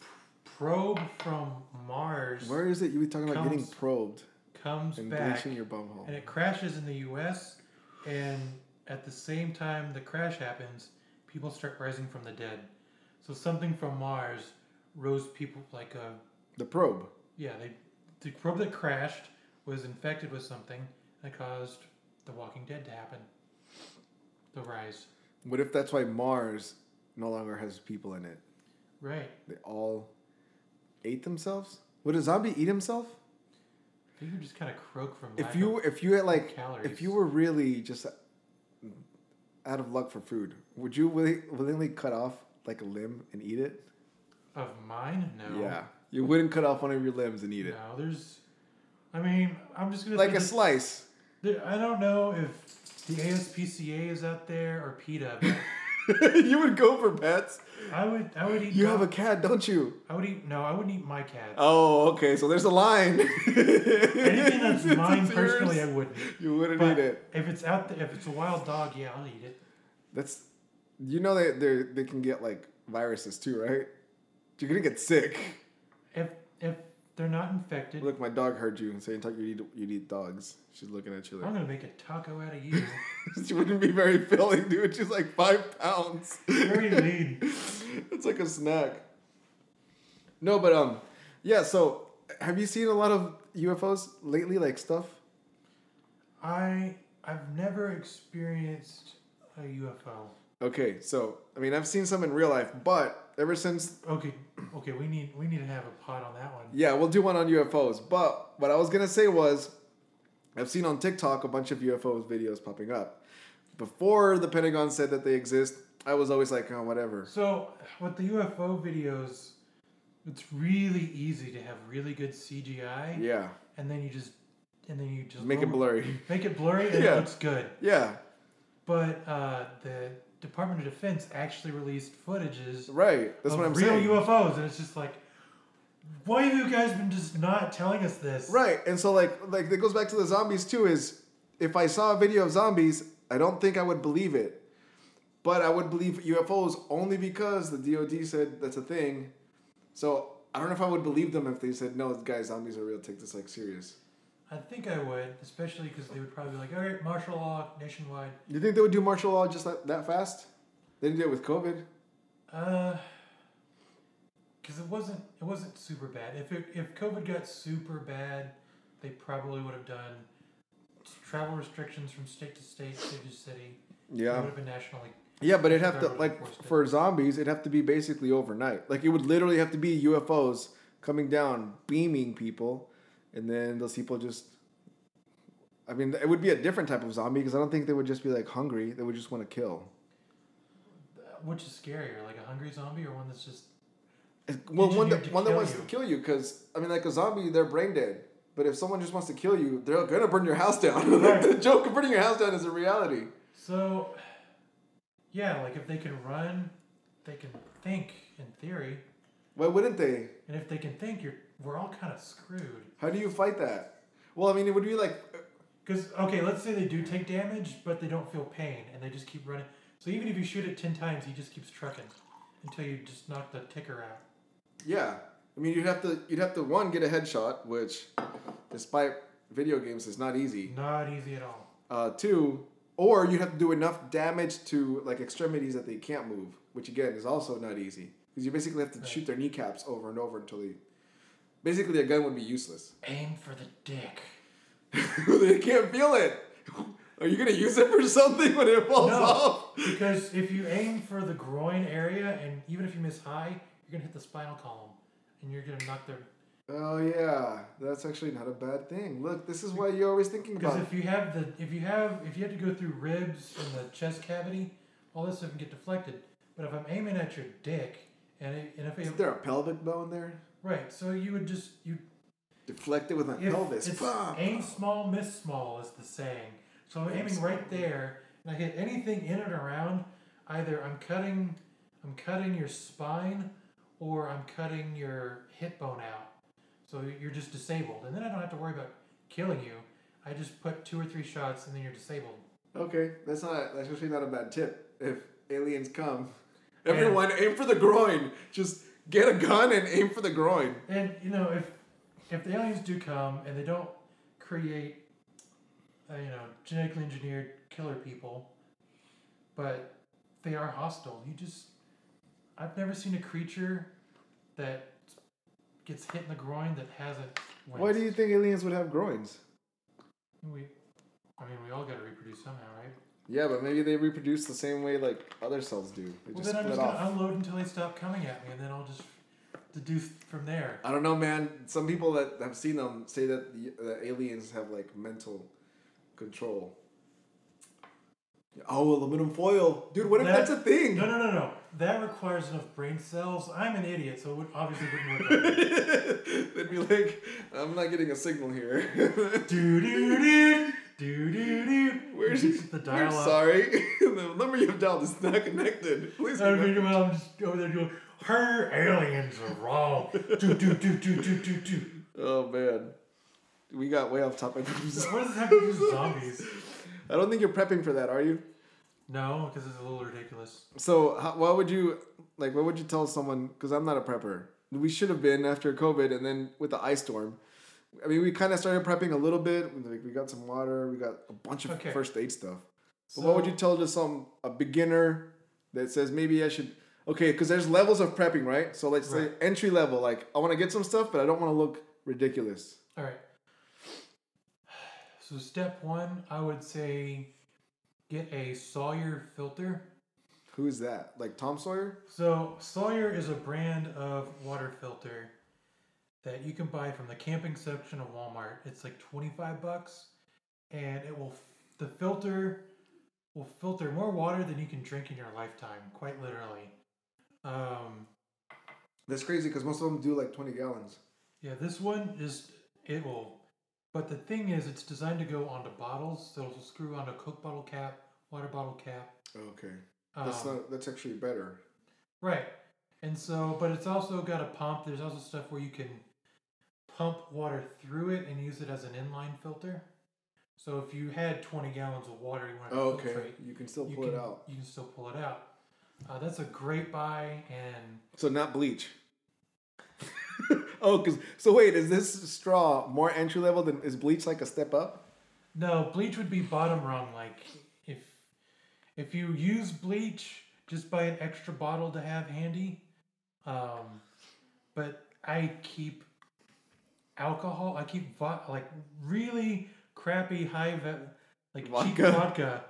S1: p- probe from Mars
S2: Where is it? You were talking about getting
S1: Comes
S2: probed
S1: comes
S2: and
S1: back,
S2: bleaching your bumhole.
S1: and it crashes in the U.S. And at the same time the crash happens, people start rising from the dead. So something from Mars rose people like a
S2: The probe.
S1: Yeah, they the probe that crashed was infected with something that caused The Walking Dead to happen. The rise.
S2: What if that's why Mars no longer has people in it?
S1: Right.
S2: They all ate themselves. Would a zombie eat himself?
S1: You can just kind of croak from
S2: If
S1: lack
S2: you
S1: of-
S2: if you had like
S1: calories.
S2: if you were really just out of luck for food, would you willi- willingly cut off like a limb and eat it?
S1: of mine, no.
S2: Yeah, you wouldn't cut off one of your limbs and eat it.
S1: No, there's. I mean, I'm just gonna
S2: Like
S1: say
S2: a
S1: this-
S2: slice.
S1: there- I don't know if the ASPCA is out there or PETA. But
S2: you would go for pets.
S1: I would. I would eat.
S2: You
S1: dog-
S2: have a cat, don't you?
S1: I would eat. No, I wouldn't eat my cat.
S2: Oh, okay. So there's a line.
S1: Anything that's
S2: It's-
S1: mine
S2: it's
S1: personally,
S2: yours.
S1: I wouldn't.
S2: you wouldn't
S1: But
S2: eat it.
S1: if it's out there, if it's a wild dog, yeah, I'll eat it.
S2: That's you know they they they can get like viruses too, right? You're gonna get sick.
S1: If if they're not infected,
S2: Look, my dog heard you saying talk. You eat you eat dogs. She's looking at you
S1: I'm
S2: like
S1: gonna make a taco out of you.
S2: she wouldn't be very filling, dude. She's like five pounds.
S1: Very lean.
S2: it's like a snack. No, but um, yeah. So, have you seen a lot of UFOs lately? Like stuff.
S1: I I've never experienced a UFO.
S2: Okay, so I mean, I've seen some in real life, but ever since,
S1: Okay, okay, we need we need to have a pot on that one.
S2: yeah, we'll do one on UFOs. But what I was gonna say was, I've seen on TikTok a bunch of UFOs videos popping up. Before the Pentagon said that they exist, I was always like, oh, whatever.
S1: So with the UFO videos, it's really easy to have really good CGI,
S2: Yeah,
S1: and then you just and then you just
S2: make it
S1: lower-
S2: blurry.
S1: Make it blurry and
S2: Yeah.
S1: it looks good.
S2: Yeah,
S1: But uh, the Department of Defense actually released footages
S2: right. That's
S1: of
S2: what I'm
S1: real
S2: saying.
S1: UFOs, and it's just like, why have you guys been just not telling us this?
S2: Right, and so like like it goes back to the zombies too. Is if I saw a video of zombies, I don't think I would believe it, but I would believe UFOs only because the DoD said that's a thing. So I don't know if I would believe them if they said no, guys, zombies are real. Take this like serious.
S1: I think I would, especially because they would probably be like, all right, martial law nationwide.
S2: You think they would do martial law just that, that fast? They didn't do it with COVID.
S1: Uh, because it wasn't it wasn't super bad. If it, if COVID got super bad, they probably would have done travel restrictions from state to state, city to city. It would
S2: Yeah,
S1: have been nationally.
S2: yeah, but it'd have to
S1: Government enforced
S2: like
S1: it.
S2: for zombies, it'd have to be basically overnight. Like it would literally have to be UFOs coming down, beaming people, and then those people just I mean, it would be a different type of zombie because I don't think they would just be like hungry. They would just want to kill.
S1: Which is scarier, like a hungry zombie or one that's just
S2: Well, one
S1: Engineered
S2: that
S1: to
S2: one that
S1: kill
S2: wants
S1: you.
S2: to kill you because I mean, like a zombie, they're brain dead. But if someone just wants to kill you, they're gonna burn your house down. the joke of burning your house down is a reality.
S1: So, yeah, like if they can run, they can think in theory,
S2: Why wouldn't they?
S1: and if they can think, you're we're all kind of screwed.
S2: How do you fight that? Well, I mean, it would be like,
S1: Because okay, let's say they do take damage, but they don't feel pain, and they just keep running. So even if you shoot it ten times, he just keeps trucking until you just knock the ticker out.
S2: yeah. I mean, you'd have to, you'd have to one get a headshot, which, despite video games, is not easy.
S1: Not easy at all.
S2: Uh, two, or you have to do enough damage to like extremities that they can't move, which again is also not easy because you basically have to shoot their kneecaps over and over until they. Basically, a gun would be useless.
S1: Aim for the dick.
S2: they can't feel it. Are you gonna use it for something when it falls
S1: No,
S2: off?
S1: because if you aim for the groin area, and even if you miss high, you're gonna hit the spinal column, and you're gonna knock their.
S2: Oh yeah, that's actually not a bad thing. Look, this is why you're always thinking about.
S1: Because if you have the, if you have, if you have to go through ribs and the chest cavity, all this stuff can get deflected. But if I'm aiming at your dick, and it, and if it,
S2: Is there a pelvic bone there?
S1: right, so you would just you
S2: Deflect it with my
S1: If
S2: pelvis.
S1: It's
S2: Bah!
S1: aim small, miss small is the saying. So I'm aiming right there, and I hit anything in and around. Either I'm cutting, I'm cutting your spine, or I'm cutting your hip bone out. So you're just disabled, and then I don't have to worry about killing you. I just put two or three shots, and then you're disabled.
S2: Okay, that's not. That's actually not a bad tip. If aliens come, everyone aim for the groin. Just get a gun and aim for the groin.
S1: And you know, if if the aliens do come and they don't create, uh, you know, genetically engineered killer people, but they are hostile. You just, I've never seen a creature that gets hit in the groin that hasn't.
S2: Why do you think aliens would have groins?
S1: We, I mean, we all got to reproduce somehow, right?
S2: Yeah, but maybe they reproduce the same way like other cells do. They
S1: Well,
S2: just
S1: then I'm
S2: split
S1: just
S2: off.
S1: gonna unload until they stop coming at me, and then I'll just deduce from there.
S2: I don't know, man. Some people that have seen them say that the, the aliens have like mental control. Oh, aluminum foil, dude. What if
S1: That-
S2: that's a thing?
S1: No, no, no, no. That requires enough brain cells. I'm an idiot, so it would, obviously wouldn't work. out.
S2: They'd be like, I'm not getting a signal here.
S1: Do do do do do do.
S2: Where's
S1: the
S2: We're
S1: dial up?
S2: sorry. the number you've dialed is not connected. Please.
S1: I
S2: remember-
S1: mean, well, I'm just over there doing. Her aliens are wrong. Do do do do do do do.
S2: Oh man, we got way off topic.
S1: What does this have to do with zombies?
S2: I don't think you're prepping for that, are you?
S1: No, because it's a little ridiculous.
S2: So, how, what would you like? What would you tell someone? Because I'm not a prepper. We should have been after COVID, and then with the ice storm. I mean, we kind of started prepping a little bit. We, Like we got some water, we got a bunch of
S1: Okay.
S2: first aid stuff.
S1: So,
S2: but what would you tell to some a beginner that says maybe I should? Okay, because there's levels of prepping, right? So let's
S1: Right.
S2: say entry level. Like I want to get some stuff, but I don't want to look ridiculous.
S1: All right. So step one, I would say, get a Sawyer filter.
S2: Who is that? Like Tom Sawyer?
S1: So Sawyer is a brand of water filter that you can buy from the camping section of Walmart. It's like 25 bucks and it will the filter will filter more water than you can drink in your lifetime, quite literally. Um
S2: That's crazy because most of them do like 20 gallons.
S1: yeah, this one is it will but the thing is it's designed to go onto bottles, so it'll screw onto Coke bottle cap, water bottle cap.
S2: Okay,
S1: Um,
S2: that's not, that's actually better.
S1: Right. And so, but it's also got a pump. There's also stuff where you can pump water through it and use it as an inline filter. So if you had 20 gallons of water you wanted to
S2: Oh, Okay,
S1: filtrate,
S2: you can still
S1: you
S2: pull
S1: can,
S2: it out.
S1: you can still pull it out. Uh, that's a great buy, and
S2: So not bleach. oh, cause so wait, is this straw more entry level than is bleach like a step up?
S1: no, bleach would be bottom rung. Like if if you use bleach, just buy an extra bottle to have handy. Um, but I keep alcohol. I keep vo- like really crappy high ve- like cheap
S2: Vodka.
S1: vodka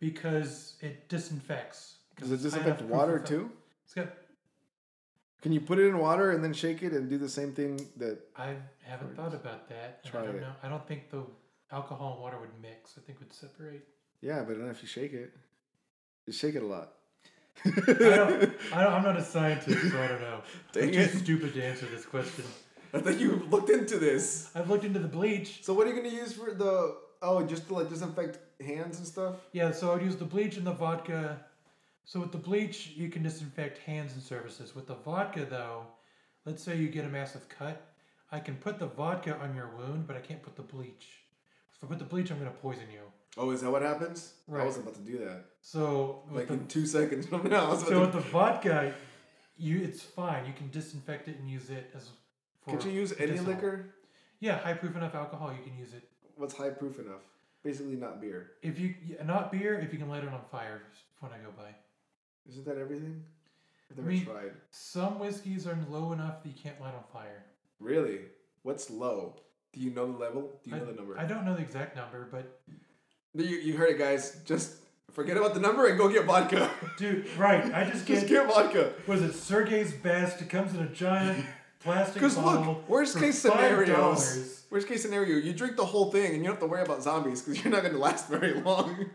S1: because it disinfects.
S2: Does it
S1: It's high
S2: disinfect
S1: enough proof
S2: water
S1: effect.
S2: too?
S1: It's got,
S2: Can you put it in water and then shake it and do the same thing that?
S1: I haven't thought about that. and
S2: Try
S1: I don't
S2: it.
S1: know. I don't think the alcohol and water would mix. I think would separate.
S2: Yeah, but not if you shake it. You shake it a lot.
S1: I don't, I don't, I'm not a scientist, so I don't know.
S2: Dang
S1: I'm too
S2: it.
S1: stupid to answer this question.
S2: I thought you looked into this.
S1: I've looked into the bleach.
S2: So what are you gonna use for the? Oh, just to like disinfect hands and stuff.
S1: Yeah, so I would use the bleach and the vodka. So with the bleach, you can disinfect hands and surfaces. With the vodka, though, let's say you get a massive cut, I can put the vodka on your wound, but I can't put the bleach. If I put the bleach, I'm gonna poison you.
S2: Oh, is that what happens? I
S1: Right.
S2: wasn't about to do that.
S1: So with
S2: Like
S1: the
S2: in two seconds from now. I was
S1: So
S2: about
S1: with
S2: to,
S1: the vodka, you it's fine. You can disinfect it and use it as. For
S2: can't you use any
S1: medicinal.
S2: liquor?
S1: Yeah, high proof enough alcohol, you can use it.
S2: What's high proof enough? Basically, not beer.
S1: If you yeah, not beer, if you can light it on fire, is what I go by.
S2: Isn't that everything? I've never
S1: I mean-
S2: tried.
S1: Some whiskeys are low enough that you can't light on fire.
S2: Really? What's low? Do you know the level? Do you
S1: I,
S2: know the number?
S1: I don't know the exact number, but
S2: you, you heard it, guys. Just forget about the number and go get vodka.
S1: dude, right? I just
S2: Just
S1: get
S2: get vodka.
S1: was it Sergey's best? It comes in a giant plastic
S2: Because
S1: bottle.
S2: look, worst
S1: for
S2: case
S1: $5.
S2: scenarios. Worst case scenario, you drink the whole thing and you don't have to worry about zombies because you're not going to last very long.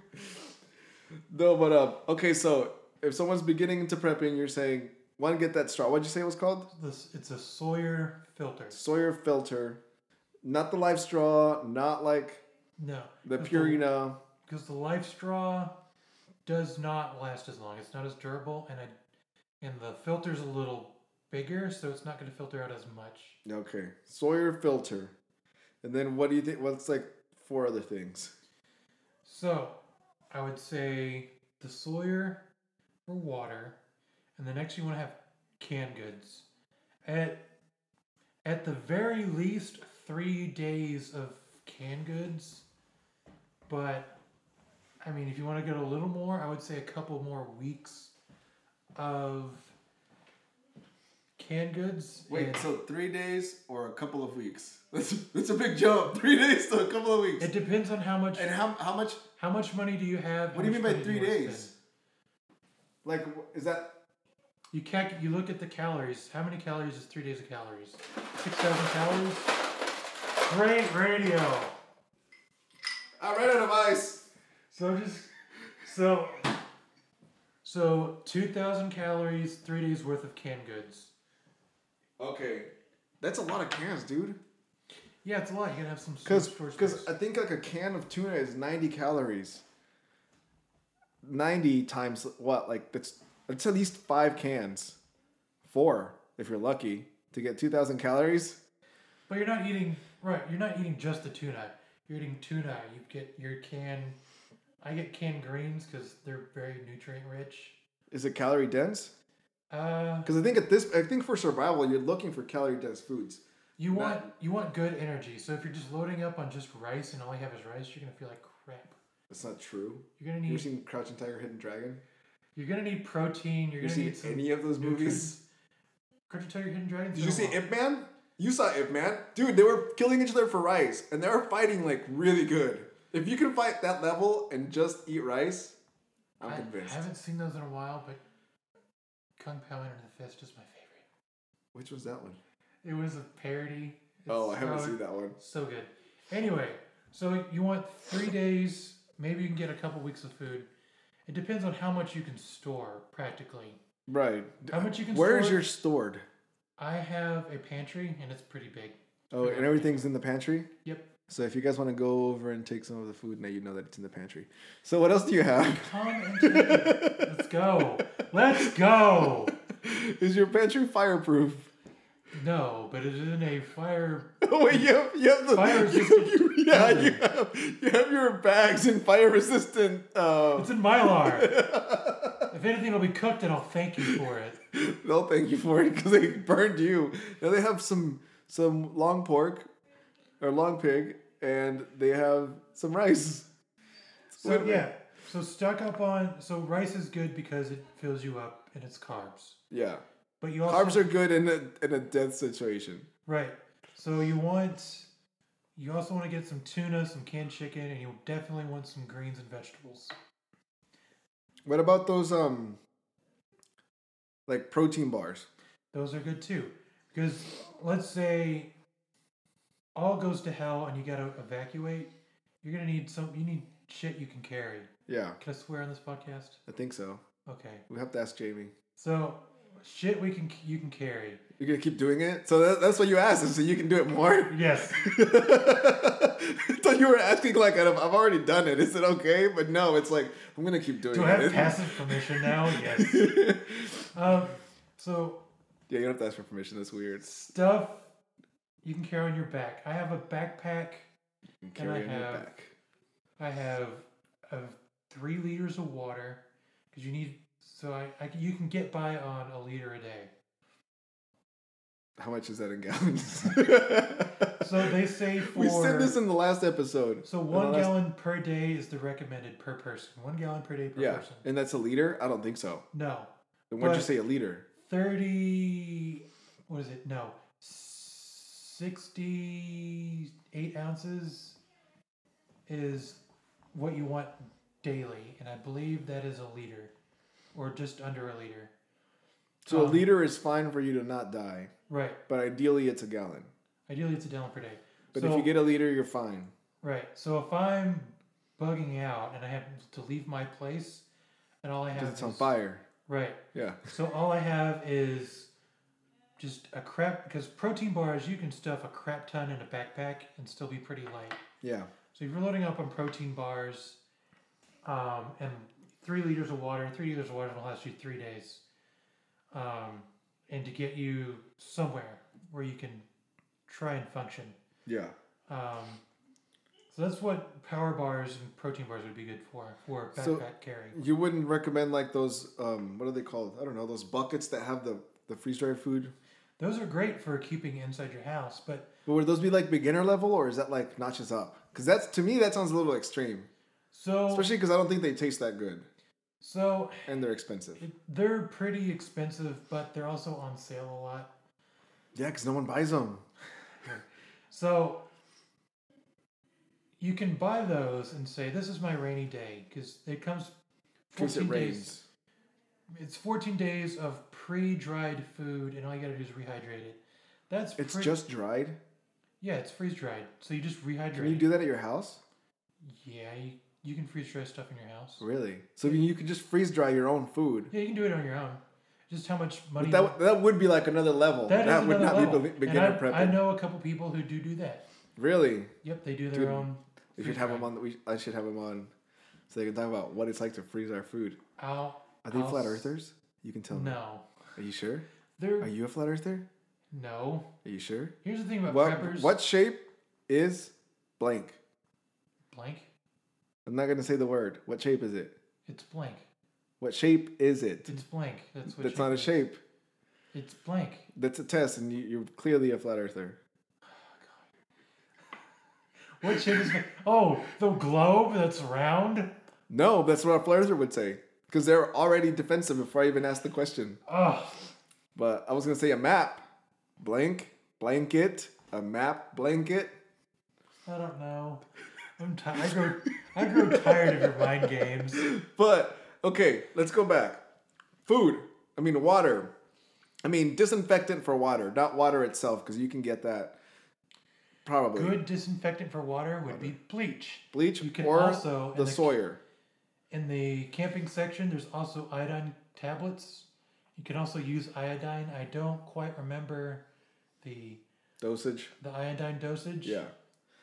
S2: no, but uh, okay. So if someone's beginning to prepping, you're saying, "Want to get that straw?" What'd you say it was called?
S1: This it's a Sawyer filter.
S2: Sawyer filter, not the live straw, not like
S1: No,
S2: the
S1: it's
S2: Purina.
S1: because the life straw does not last as long. It's not as durable, and I, and the filter's a little bigger, so it's not going to filter out as much.
S2: Okay, Sawyer filter, and then what do you think? What's like four other things?
S1: So, I would say the Sawyer for water, and the next you want to have canned goods. At at the very least, three days of canned goods. But I mean, if you want to get a little more, I would say a couple more weeks of canned goods. and-
S2: three days or a couple of weeks? That's that's a big jump. Three days to a couple of weeks.
S1: it depends on how much
S2: And how how much?
S1: how much money do you have.
S2: What
S1: how
S2: do you mean
S1: much
S2: by
S1: money
S2: three
S1: you wanna
S2: days?
S1: spend.
S2: Like, is that
S1: You can't. You look at the calories. How many calories is three days of calories? Six thousand calories. Great radio.
S2: I ran out of ice?
S1: So just so so two thousand calories, three days worth of canned goods.
S2: Okay, that's a lot of cans, dude.
S1: Yeah, it's a lot. You gotta have some
S2: Because
S1: storage
S2: because
S1: space.
S2: I think like a can of tuna is ninety calories. Ninety times what? Like that's that's at least five cans, four if you're lucky to get two thousand calories.
S1: but you're not eating right. You're not eating just the tuna. You're eating tuna. You get your can. I get canned greens because they're very nutrient rich.
S2: Is it calorie dense?
S1: Uh,
S2: Because I think at this, I think for survival, you're looking for calorie dense foods.
S1: You
S2: Not-
S1: want you want good energy. So if you're just loading up on just rice and all you have is rice, you're gonna feel like crap.
S2: That's not true.
S1: You're gonna
S2: You ever
S1: need
S2: seen Crouching Tiger, Hidden Dragon?
S1: you're gonna need protein. You're
S2: You
S1: gonna
S2: seen
S1: need some.
S2: any of those movies?
S1: nutrients. Crouching Tiger, Hidden Dragon.
S2: Did you see Ip Man? You saw Ip Man, dude. They were killing each other for rice, and they were fighting like really good. If you can fight that level and just eat rice, I'm
S1: I,
S2: convinced.
S1: I haven't seen those in a while, but Kung Pao Enter the Fist is my favorite.
S2: Which was that one?
S1: It was a parody. It's
S2: oh, I haven't
S1: so-
S2: seen that one.
S1: So good. Anyway, so you want three days. Maybe you can get a couple weeks of food. It depends on how much you can store practically.
S2: Right.
S1: How much you can
S2: Where
S1: store?
S2: is your stored?
S1: I have a pantry and it's pretty big.
S2: Oh, and everything's in the pantry.
S1: Yep.
S2: So if you guys want to go over and take some of the food, now you know that it's in the pantry. So what else do you have?
S1: Tom and Jerry. Let's go. Let's go.
S2: Is your pantry fireproof?
S1: No, but it isn't a fire.
S2: Wait, you have, you have the
S1: Fire
S2: you- you-
S1: resistant
S2: yeah,
S1: clothing.
S2: you have, you have your bags and fire resistant. Uh,
S1: It's in Mylar. if anything, it'll be cooked and I'll thank you for it.
S2: they'll thank you for it because they burned you. Now they have some some long pork or long pig, and they have some rice.
S1: So, yeah. So, stuck up on. So, rice is good because it fills you up and it's carbs.
S2: yeah.
S1: But you also.
S2: Carbs are good in a in a death situation.
S1: Right. So, you want. You also want to get some tuna, some canned chicken, and you definitely want some greens and vegetables.
S2: What about those um like protein bars?
S1: those are good too. Because let's say all goes to hell and you gotta evacuate, you're gonna need some. You need shit you can carry.
S2: Yeah,
S1: Can I swear on this podcast?
S2: I think so.
S1: Okay.
S2: We have to ask Jamie.
S1: So shit we can you can carry.
S2: You're gonna keep doing it. So that, that's what you asked, is so you can do it more.
S1: Yes.
S2: so you were asking like, I've, I've already done it. Is it okay? But no, it's like I'm gonna keep doing
S1: Do
S2: it.
S1: I have passive permission now? Yes. Um, so
S2: yeah, you don't have to ask for permission. That's weird.
S1: stuff you can carry on your back. I have a backpack.
S2: You
S1: Can I
S2: carry it on your
S1: have-
S2: back.
S1: I have, uh three liters of water because you need. So I, I can- you can get by on a liter a day.
S2: How much is that in gallons?
S1: So they say for
S2: we said this in the last episode.
S1: so
S2: In the
S1: one
S2: last-
S1: gallon per day is the recommended per person. One gallon per day per
S2: Yeah,
S1: person.
S2: and that's a liter. I don't think so.
S1: No,
S2: Then why'd you
S1: But-
S2: say a liter?
S1: thirty. What is it? No, sixty-eight ounces is what you want daily, and I believe that is a liter, or just under a liter.
S2: So a
S1: Um,
S2: liter is fine for you to not die,
S1: Right.
S2: but ideally it's a gallon.
S1: Ideally, it's a gallon per day.
S2: But
S1: So-
S2: if you get a liter, you're fine.
S1: right, so if I'm bugging out and I have to leave my place, and all I have
S2: Because it's on
S1: is-
S2: fire.
S1: Right.
S2: Yeah.
S1: So all I have is just a crap because protein bars you can stuff a crap ton in a backpack and still be pretty light.
S2: Yeah.
S1: So if you're loading up on protein bars, um, and three liters of water, three liters of water will last you three days, um, and to get you somewhere where you can try and function.
S2: Yeah.
S1: Um, so that's what power bars and protein bars would be good for for backpack
S2: So-
S1: carrying.
S2: You wouldn't recommend like those um what are they called? I don't know, those buckets that have the the freeze dried food.
S1: Those are great for keeping inside your house, but
S2: But would those be like beginner level or is that like notches up? Because that's to me that sounds a little extreme.
S1: so
S2: Especially because I don't think they taste that good
S1: so
S2: and they're expensive.
S1: it, they're pretty expensive, but they're also on sale a lot.
S2: Yeah, because no one buys them.
S1: So you can buy those and say, "This is my rainy day," because it comes.
S2: Because
S1: 14
S2: it
S1: days-
S2: rains.
S1: It's 14 days of pre-dried food, and all you gotta do is rehydrate it. That's
S2: It's
S1: pre-
S2: just dried.
S1: yeah, it's freeze dried. So you just rehydrate.
S2: Can you
S1: it.
S2: do that at your house?
S1: Yeah, you, you can freeze dry stuff in your house.
S2: Really? So you- you could just freeze dry your own food.
S1: Yeah, you can do it on your own. Just how much money
S2: But that, that would be like another level. That,
S1: that is
S2: would not
S1: another level.
S2: be be
S1: And
S2: beginner prepping.
S1: I, I know a couple people who do do that.
S2: Really?
S1: Yep, they do their
S2: Dude,
S1: own.
S2: We should have them on. We, I should have them on, so they can talk about what it's like to freeze our food.
S1: I'll,
S2: Are they
S1: I'll
S2: flat
S1: s-
S2: earthers? You can tell me.
S1: No,
S2: Are you sure?
S1: they're
S2: Are you a flat earther?
S1: no.
S2: Are you sure?
S1: Here's the thing about
S2: What
S1: preppers.
S2: what shape is blank?
S1: blank?
S2: I'm not gonna say the word. What shape is it?
S1: It's blank.
S2: What shape is it?
S1: It's blank. That's what.
S2: That's not a
S1: it is.
S2: shape.
S1: It's blank.
S2: That's a test, and you, you're clearly a flat earther.
S1: What shape is? Oh, the globe that's round.
S2: No, that's what a flat earther would say, because they're already defensive before I even asked the question.
S1: Ugh.
S2: But I was gonna say a map, blank, blanket, a map, blanket.
S1: I don't know. I'm ti I grow. I grow tired of your mind games.
S2: But okay, let's go back. Food. I mean water. I mean disinfectant for water, not water itself, because you can get that probably
S1: Good disinfectant for water would be bleach.
S2: bleach
S1: You can
S2: or
S1: also
S2: the
S1: in the-
S2: Sawyer.
S1: In the camping section, there's also iodine tablets. You can also use iodine. I don't quite remember the
S2: Dosage.
S1: the iodine dosage.
S2: Yeah.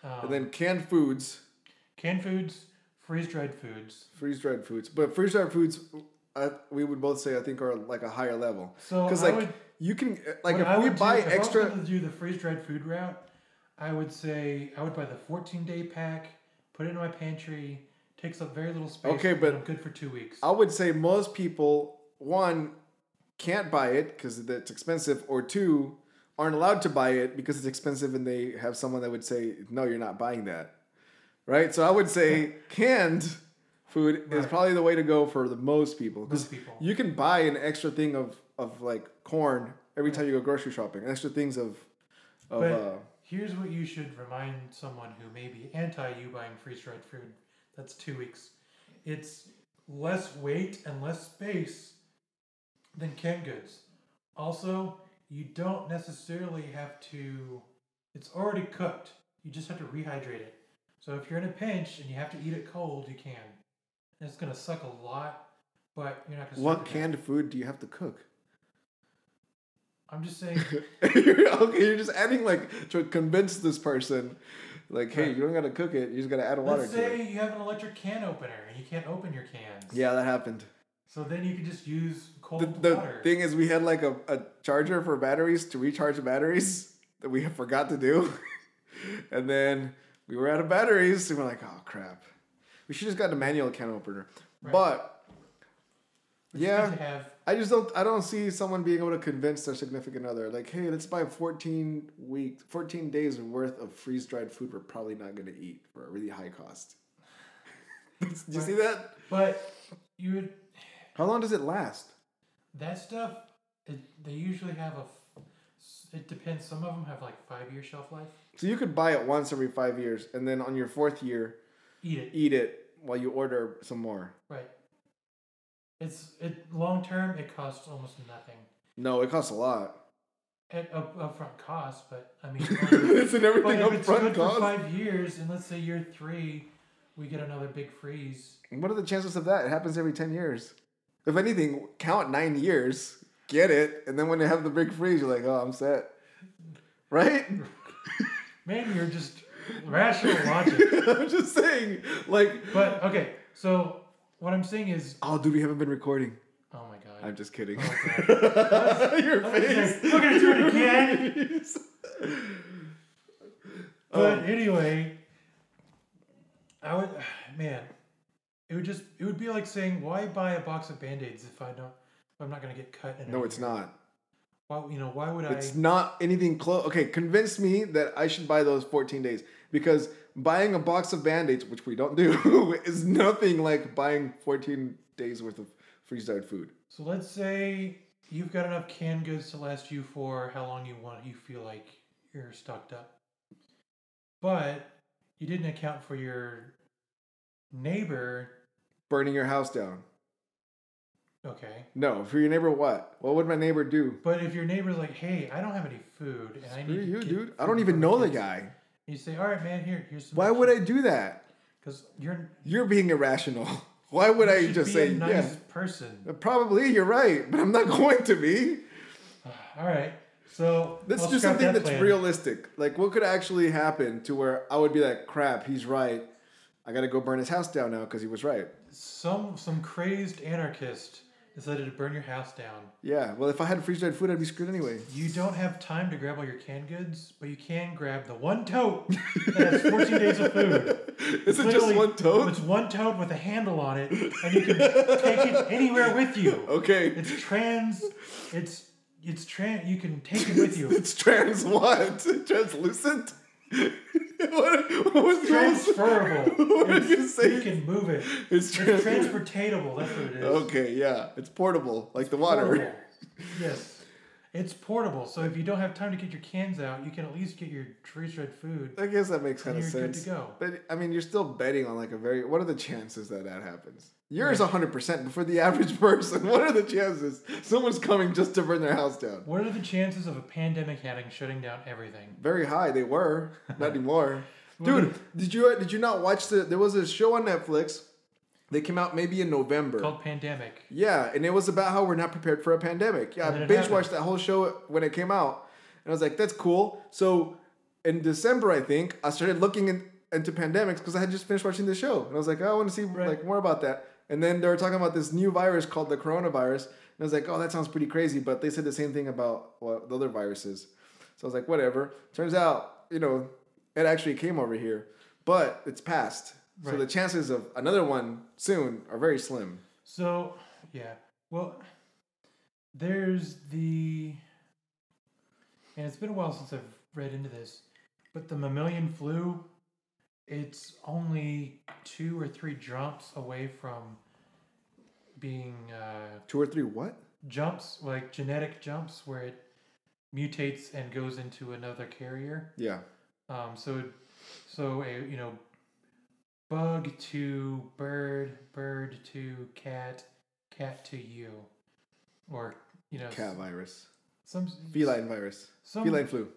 S1: Um,
S2: and then canned foods,
S1: canned foods, freeze dried foods.
S2: freeze dried foods, but freeze dried foods. I, we would both say I think are like a higher level
S1: So
S2: because
S1: I
S2: like
S1: would-
S2: you can like
S1: What
S2: if
S1: I
S2: we
S1: would do-
S2: buy
S1: if I was
S2: extra
S1: going to do the freeze dried food route, I would say I would buy the 14 day pack, put it in my pantry, takes up very little space.
S2: Okay,
S1: and
S2: but-
S1: I'm good for two weeks.
S2: I would say most people one can't buy it because it's expensive, or two aren't allowed to buy it because it's expensive, and they have someone that would say, "No, you're not buying that." Right. So I would say canned food is
S1: Right.
S2: probably the way to go for the most people
S1: Most
S2: because
S1: people.
S2: you can buy an extra thing of of like corn every time you go grocery shopping. Extra things of of
S1: But-
S2: uh,
S1: Here's what you should remind someone who may be anti you buying freeze dried food. That's two weeks. It's less weight and less space than canned goods. Also, you don't necessarily have to, it's already cooked. You just have to rehydrate it. So if you're in a pinch and you have to eat it cold, you can. And it's going to suck a lot, but you're not going to
S2: what canned food do you have to cook?
S1: I'm just saying.
S2: okay, you're just adding like to convince this person, like, hey, you don't gotta cook it. You just gotta add water
S1: let's
S2: to it.
S1: say you have an electric can opener and you can't open your cans.
S2: Yeah, that happened.
S1: So then you can just use cold
S2: The, the
S1: water.
S2: thing is, we had like a, a charger for batteries to recharge the batteries that we forgot to do, and then we were out of batteries, and we're like, oh crap, we should just got a manual can opener. But
S1: It's good
S2: yeah,
S1: to have
S2: I just don't. I don't see someone being able to convince their significant other, like, "Hey, let's buy fourteen week, fourteen days worth of freeze dried food we're probably not going to eat for a really high cost." Do you see that?
S1: But you would
S2: How long does it last?
S1: that stuff. It, they usually have a. f- It depends. Some of them have like five year shelf life.
S2: So you could buy it once every five years, and then on your fourth year,
S1: Eat it.
S2: eat it while you order some more.
S1: Right. It's it long term. It costs almost nothing.
S2: No, it costs a lot.
S1: At up, upfront cost, but I mean, like,
S2: it's an
S1: but
S2: everything
S1: if it's
S2: upfront
S1: good for
S2: cost.
S1: five years, and let's say year three, we get another big freeze.
S2: What are the chances of that? It happens every ten years. If anything, count nine years, get it, and then when they have the big freeze, you're like, "Oh, I'm set." Right?
S1: Man, you're just rational logic.
S2: I'm just saying, like,
S1: But okay, so what I'm saying is,
S2: oh, dude, we haven't been recording.
S1: oh my god.
S2: I'm just kidding.
S1: Oh,
S2: Your
S1: God.
S2: face.
S1: We're gonna do it again. But
S2: Um,
S1: anyway, I would, man, it would just, it would be like saying, why buy a box of band aids if I don't, if I'm not gonna get cut? In a
S2: No, it's
S1: year?
S2: not.
S1: Why, you know, why would
S2: It's
S1: I?
S2: not anything close. Okay, convince me that I should buy those 14 days because buying a box of band aids, which we don't do, is nothing like buying 14 days worth of freeze dried food.
S1: So let's say you've got enough canned goods to last you for how long you want. You feel like you're stocked up, but you didn't account for your neighbor.
S2: Burning your house down.
S1: Okay.
S2: No, for your neighbor, what? What would my neighbor do?
S1: But if your neighbor's like, "Hey, I don't have any food, and I
S2: Screw
S1: need to
S2: you,
S1: get
S2: dude. I
S1: food
S2: don't
S1: for
S2: even
S1: my
S2: know the
S1: kids,"
S2: guy.
S1: You say, "All right, man, here, here's some."
S2: Why would I do that?
S1: Because you're.
S2: You're being irrational. Why would I
S1: should
S2: just
S1: be a
S2: say
S1: nice person?
S2: yeah? Probably you're right, but I'm not going to be.
S1: All right, so
S2: Let's
S1: I'll
S2: do
S1: scrap
S2: something
S1: that
S2: that's
S1: plan.
S2: realistic. Like what could actually happen to where I would be like, "Crap, he's right. I got to go burn his house down now because he was right."
S1: Some some crazed anarchist decided to burn your house down.
S2: Yeah. Well, if I had freeze dried food, I'd be screwed anyway.
S1: You don't have time to grab all your canned goods, but you can grab the one tote that has 14 days of food.
S2: Is it just
S1: Literally,
S2: one tote?
S1: It's one tote with a handle on it, and you can take it anywhere with you.
S2: Okay.
S1: It's trans. It's it's trans. You can take it with you.
S2: It's trans what? Translucent. what, what was
S1: Transferable.
S2: What are
S1: It's-
S2: you saying?
S1: You can move it.
S2: It's
S1: It's
S2: trans-
S1: transportatable. That's what it is.
S2: Okay, yeah, it's portable, like the water.
S1: Portable. Yes. It's portable, so if you don't have time to get your cans out, you can at least get your tree shred food.
S2: I guess that makes kind of
S1: you're good
S2: sense.
S1: to go.
S2: But I mean, you're still betting on like a very. What are the chances that that happens? Yours 100, percent but for the average person, what are the chances someone's coming just to burn their house down?
S1: What are the chances of a pandemic having shutting down everything?
S2: Very high. They were not anymore. Dude, did you uh, did you not watch the? There was a show on Netflix. They came out maybe in November.
S1: Called pandemic.
S2: Yeah, and it was about how we're not prepared for a pandemic. Yeah,
S1: And then
S2: I
S1: it
S2: binge watched that whole show when it came out, and I was like, "That's cool." So in December, I think I started looking in, into pandemics because I had just finished watching the show, and I was like, oh, "I want to see
S1: Right.
S2: like more about that." And then they were talking about this new virus called the coronavirus, and I was like, "Oh, that sounds pretty crazy," but they said the same thing about well, the other viruses. So I was like, "Whatever." Turns out, you know, it actually came over here, but it's passed. So
S1: Right.
S2: the chances of another one soon are very slim.
S1: So, yeah. Well, there's the. And it's been a while since I've read into this, but the mammalian flu, it's only two or three jumps away from being uh,
S2: Two or three what?
S1: jumps, like genetic jumps, where it mutates and goes into another carrier.
S2: Yeah.
S1: Um, so, so a you know, bug to bird, bird to cat, cat to you, or you know,
S2: Cat virus.
S1: some
S2: Feline virus.
S1: some
S2: Feline flu.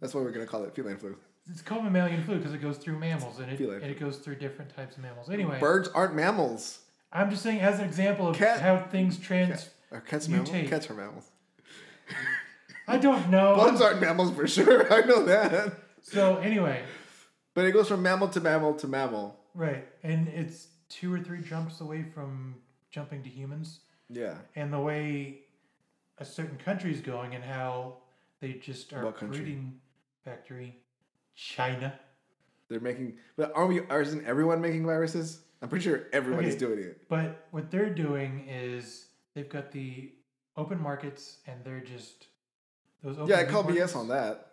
S2: That's what we're gonna call it. Feline flu.
S1: It's called mammalian flu because it goes through mammals and it
S2: Feline
S1: and it goes through different types of mammals. Anyway,
S2: Birds aren't mammals.
S1: I'm just saying as an example of
S2: Cat-
S1: how things trans.
S2: Are cats mammals?
S1: Mutate.
S2: Cats are mammals.
S1: I don't know.
S2: Bugs aren't mammals for sure. I know that.
S1: So anyway,
S2: But it goes from mammal to mammal to mammal.
S1: right, and it's two or three jumps away from jumping to humans,
S2: Yeah.
S1: and the way a certain country's going, and how they just are
S2: What country?
S1: breeding factory, China.
S2: They're making, but aren't we? Isn't everyone making viruses? I'm pretty sure everybody's
S1: Okay.
S2: doing it.
S1: But what they're doing is they've got the open markets, and they're just those. Open
S2: yeah, I call
S1: markets-
S2: BS on that,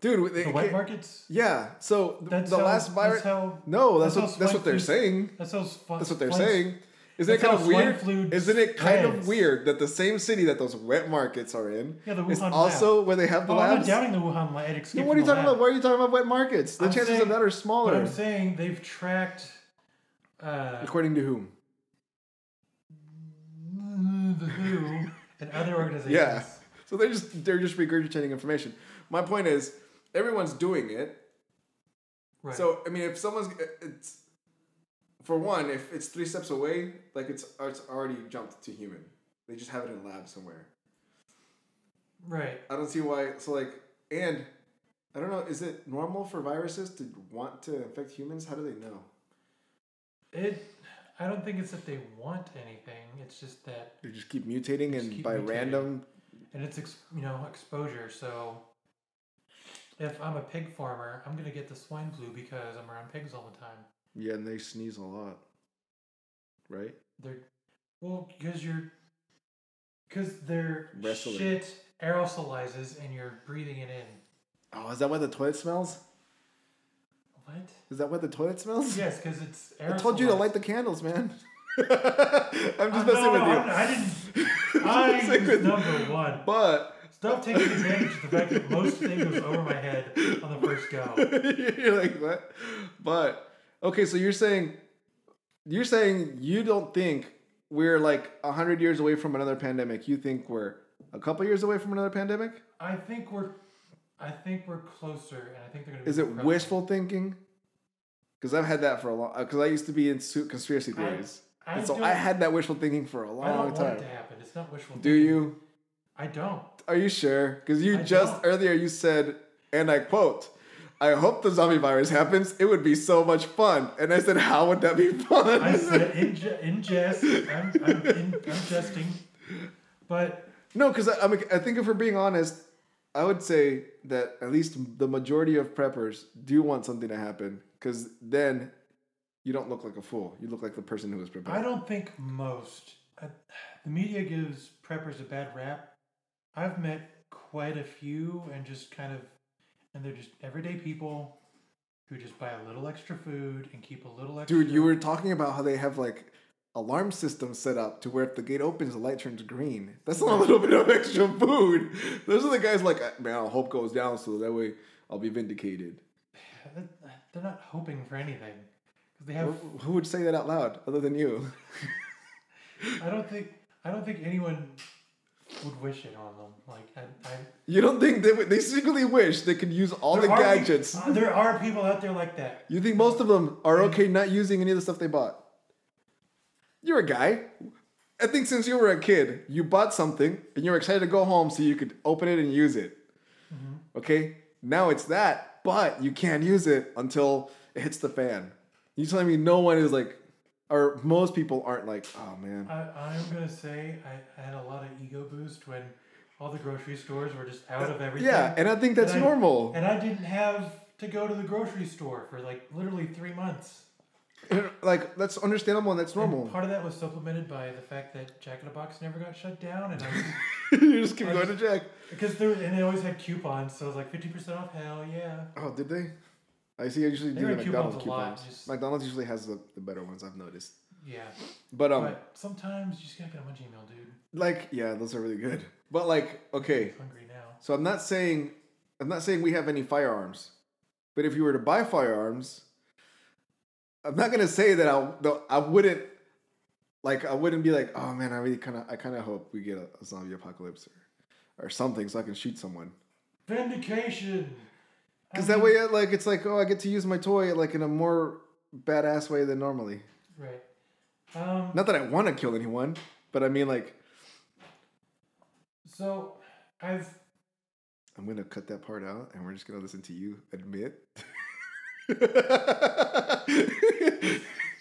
S2: dude. They,
S1: The white markets.
S2: Yeah. So th-
S1: That's
S2: the
S1: how-
S2: last virus.
S1: That's how.
S2: No, that's
S1: that's
S2: what,
S1: how
S2: that's what they're
S1: swine flu-
S2: saying.
S1: That's how. swi-
S2: That's what they're
S1: swine-
S2: saying. Isn't it
S1: that's how
S2: kind of
S1: swine
S2: weird?
S1: flu
S2: Isn't it kind of
S1: spreads.
S2: weird that the same city that those wet markets are in
S1: Yeah, the
S2: is
S1: Wuhan lab.
S2: also where they have the
S1: Oh, I'm not
S2: labs?
S1: doubting the Wuhan lab. It
S2: Then
S1: escaped
S2: what are you
S1: from
S2: talking
S1: the lab.
S2: about? Why are you talking about wet markets? The
S1: I'm
S2: chances of
S1: saying-
S2: that are
S1: But
S2: smaller.
S1: I'm saying they've tracked. Uh,
S2: According to whom?
S1: the WHO and other organizations.
S2: Yeah. So they're just they're just regurgitating information. My point is, everyone's doing it.
S1: Right.
S2: So I mean, if someone's it's for one, if it's three steps away, like it's it's already jumped to human. They just have it in lab somewhere.
S1: right.
S2: I don't see why. So like, and I don't know. Is it normal for viruses to want to infect humans? How do they know?
S1: It. I don't think it's that they want anything. It's just that,
S2: They just keep mutating
S1: Just
S2: and
S1: keep
S2: by
S1: mutating.
S2: random.
S1: and it's ex, you know exposure. So if I'm a pig farmer, I'm gonna get the swine flu because I'm around pigs all the time.
S2: Yeah, and they sneeze a lot. Right.
S1: They're well because you're because their
S2: Wrestling.
S1: shit aerosolizes and you're breathing it in.
S2: Oh, is that why the toilet smells?
S1: What?
S2: Is that why the toilet smells?
S1: Yes, because it's.
S2: I told you to light the candles, man. I'm just
S1: Uh,
S2: messing
S1: no,
S2: with
S1: no,
S2: you.
S1: I'm- I didn't.
S2: Just
S1: I
S2: messing
S1: was
S2: with you.
S1: number one.
S2: But
S1: Stop taking advantage of the fact that most things goes over my head on the first go.
S2: you're like what? But okay, so you're saying you're saying you don't think we're like hundred years away from another pandemic. You think we're a couple years away from another pandemic?
S1: I think we're, I think we're closer, and I think they're gonna. Be
S2: Is it
S1: more prevalent.
S2: wishful thinking? Because I've had that for a long. Because I used to be into conspiracy theories,
S1: I
S2: and so
S1: don't-
S2: I had that wishful thinking for a
S1: I don't
S2: long
S1: want it
S2: time.
S1: to happen. It's not wishful.
S2: Do
S1: thinking.
S2: you?
S1: I don't.
S2: Are you sure? Because you
S1: I
S2: just
S1: don't.
S2: earlier you said, and I quote, "I hope the zombie virus happens. It would be so much fun." And I said, "How would that be fun?"
S1: I said in, je- in jest. I'm, I'm, in, I'm jesting, but
S2: no, because I, I'm- I think if we're being honest, I would say that at least the majority of preppers do want something to happen, because then you don't look like a fool. You look like the person who was prepared.
S1: I don't think most. I, the media gives preppers a bad rap. I've met quite a few and just kind of, and they're just everyday people who just buy a little extra food and keep a little extra.
S2: Dude, you were talking about how they have like alarm systems set up to where if the gate opens, the light turns green. That's not a little bit of extra food. Those are the guys like, man, I'll hope goes down so that way I'll be vindicated.
S1: They're not hoping for anything. 'Cause They
S2: Who
S1: have.
S2: who would say that out loud other than you?
S1: I don't think. I don't think anyone would wish it on them. Like I. I
S2: You don't think they would, they secretly wish they could use all the
S1: There are pe-
S2: gadgets.
S1: uh, there are people out there like that.
S2: You think most of them are okay not using any of the stuff they bought? You're a guy. I think since you were a kid, you bought something and you were excited to go home so you could open it and use it.
S1: Mm-hmm.
S2: Okay? Now it's that, but you can't use it until it hits the fan. You telling me no one is like, or most people aren't like, oh man.
S1: I, I'm gonna say I, I had a lot of ego boost when all the grocery stores were just out of everything.
S2: Yeah, and I think that's
S1: And I-
S2: normal.
S1: And I didn't have to go to the grocery store for like literally three months.
S2: like, that's understandable and that's
S1: And
S2: normal.
S1: part of that was supplemented by the fact that Jack in the Box never got shut down, and I,
S2: you just keep
S1: I
S2: going to
S1: just-
S2: Jack.
S1: because there and they always had coupons, so it was like fifty percent off. Hell yeah!
S2: Oh, did they? I see. I usually
S1: They
S2: do
S1: were
S2: the
S1: coupons
S2: McDonald's
S1: a lot,
S2: coupons.
S1: just-
S2: McDonald's usually has the, the better ones. I've noticed.
S1: Yeah,
S2: But um,
S1: but sometimes you just gotta get on my Gmail, dude.
S2: like yeah, those are really good. But like okay,
S1: I'm hungry now.
S2: so I'm not saying I'm not saying we have any firearms, but if you were to buy firearms, I'm not gonna say that I though I wouldn't like I wouldn't be like oh man I really kind of I kind of hope we get a, a zombie apocalypse or, or something so I can shoot someone.
S1: Vindication. I
S2: Because that
S1: mean-
S2: way, like, it's like, oh, I get to use my toy like in a more badass way than normally.
S1: right? Um,
S2: Not that I want to kill anyone, but I mean, like,
S1: So I've
S2: I'm gonna cut that part out, and we're just gonna listen to you admit.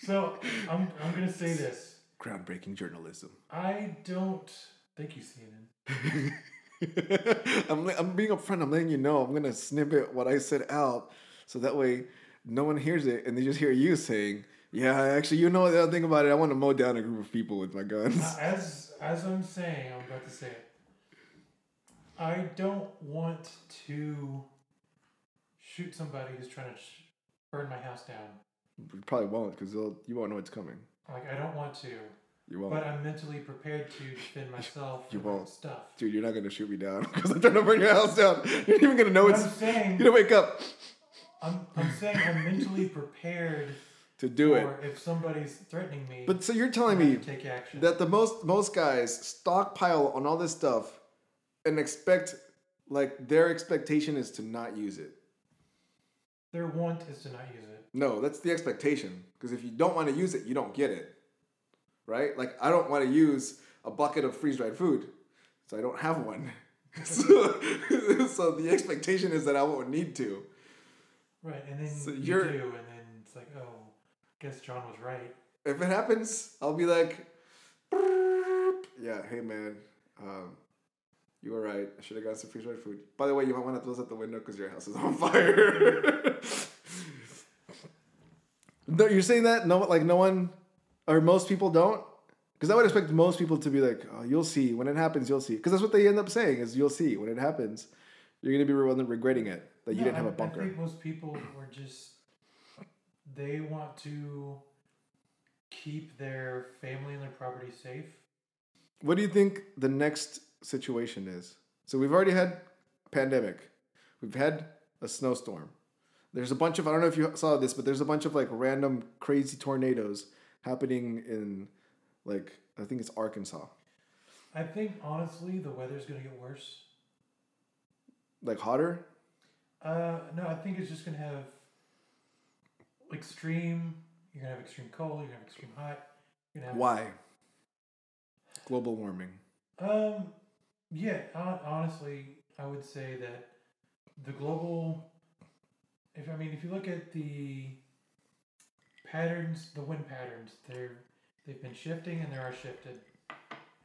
S1: so I'm I'm gonna say this.
S2: Groundbreaking journalism.
S1: I don't thank you, CNN.
S2: I'm, le- I'm being upfront. I'm letting you know. I'm gonna snippet what I said out, so that way no one hears it, and they just hear you saying, "Yeah, actually, you know the other thing about it. I want to mow down a group of people with my guns."
S1: Uh, As as I'm saying, I'm about to say it. I don't want to shoot somebody who's trying to sh- burn my house down.
S2: You probably won't, because you won't know it's coming.
S1: Like I don't want to,
S2: You won't,
S1: but uh, I'm mentally prepared to defend myself.
S2: You
S1: and my
S2: won't.
S1: stuff.
S2: dude. You're not gonna shoot me down because I'm trying to burn your house down. You're not even gonna know
S1: But
S2: it's.
S1: I'm saying
S2: You're gonna wake up
S1: I'm, I'm saying I'm mentally prepared
S2: to do it.
S1: for if somebody's threatening me.
S2: But so you're
S1: I
S2: telling me
S1: have to take action.
S2: that the most most guys stockpile on all this stuff and expect like their expectation is to not use it.
S1: Their want is to not use it.
S2: No, that's the expectation. Because if you don't want to use it, you don't get it. Right? Like I don't want to use a bucket of freeze dried food, so I don't have one. so, so the expectation is that I won't need to.
S1: Right, and then
S2: So
S1: you
S2: you're-
S1: do, and then it's like, oh, guess John was right.
S2: If it happens, I'll be like, "Burp." yeah, hey man, um, you were right. I should have gotten some freeze dried food. By the way, you might want to close out the window because your house is on fire. no, you're saying that no, like no one or most people don't. Because I would expect most people to be like, oh, you'll see when it happens, you'll see. Because that's what they end up saying is you'll see when it happens. You're gonna be re- regretting it that you
S1: No,
S2: didn't have
S1: I-
S2: a bunker.
S1: I think most people were just they want to keep their family and their property safe.
S2: What do you think the next situation is? So we've already had a pandemic. We've had a snowstorm. There's a bunch of I don't know if you saw this, but there's a bunch of like random crazy tornadoes happening in like I think it's Arkansas.
S1: I think honestly, the weather's gonna get worse.
S2: Like hotter?
S1: Uh, no, I think it's just gonna have extreme. You're gonna have extreme cold. You're gonna have extreme hot. You're gonna have
S2: Why? Global warming.
S1: Um, yeah, hon- honestly, I would say that the global, if I mean, if you look at the patterns, the wind patterns, they're they've been shifting and they are shifted.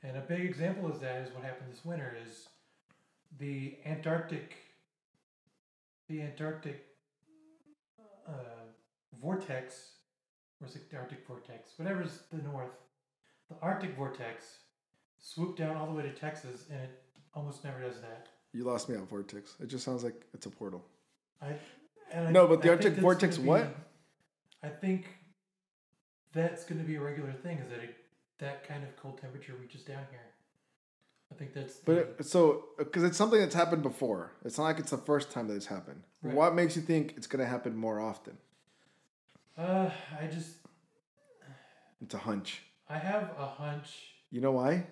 S1: And a big example is that is what happened this winter is the Antarctic, the Antarctic uh, vortex, or is it Arctic vortex, whatever's the north, the Arctic vortex swoop down all the way to Texas, and it almost never does that.
S2: You lost me on vortex. It just sounds like it's a portal.
S1: I and I,
S2: No, but the
S1: I think
S2: Arctic
S1: that's
S2: vortex
S1: gonna
S2: what?
S1: I think that's going to be a regular thing. Is that it, that kind of cold temperature reaches down here? I think that's.
S2: But
S1: the-
S2: it, so, because it's something that's happened before. It's not like it's the first time that it's happened.
S1: Right.
S2: What makes you think it's gonna happen more often?
S1: uh, I just
S2: It's a hunch.
S1: I have a hunch.
S2: You know why?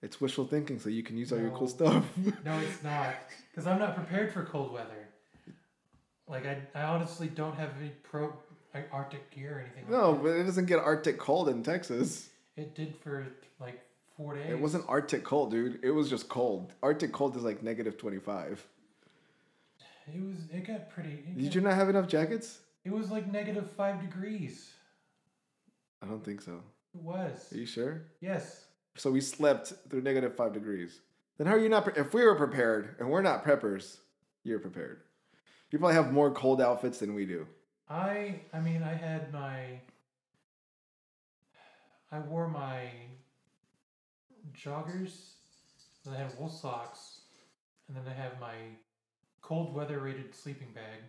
S2: It's wishful thinking, so you can use all your
S1: No.
S2: cool stuff.
S1: No, it's not because I'm not prepared for cold weather. Like I, I honestly don't have any pro like, Arctic gear or anything.
S2: no,
S1: like that.
S2: but it doesn't get Arctic cold in Texas.
S1: it did for like four days.
S2: It wasn't Arctic cold, dude. It was just cold. Arctic cold is like negative 25.
S1: It was. It got pretty. It
S2: Did
S1: got-
S2: you not have enough jackets?
S1: It was like negative five degrees.
S2: I don't think so.
S1: It was.
S2: Are you sure?
S1: Yes.
S2: So we slept through negative 5 degrees. Then how are you not pre- if we were prepared and we're not preppers, you're prepared. You probably have more cold outfits than we do.
S1: I I mean I had my I wore my joggers, then I had wool socks, and then I have my cold weather rated sleeping bag.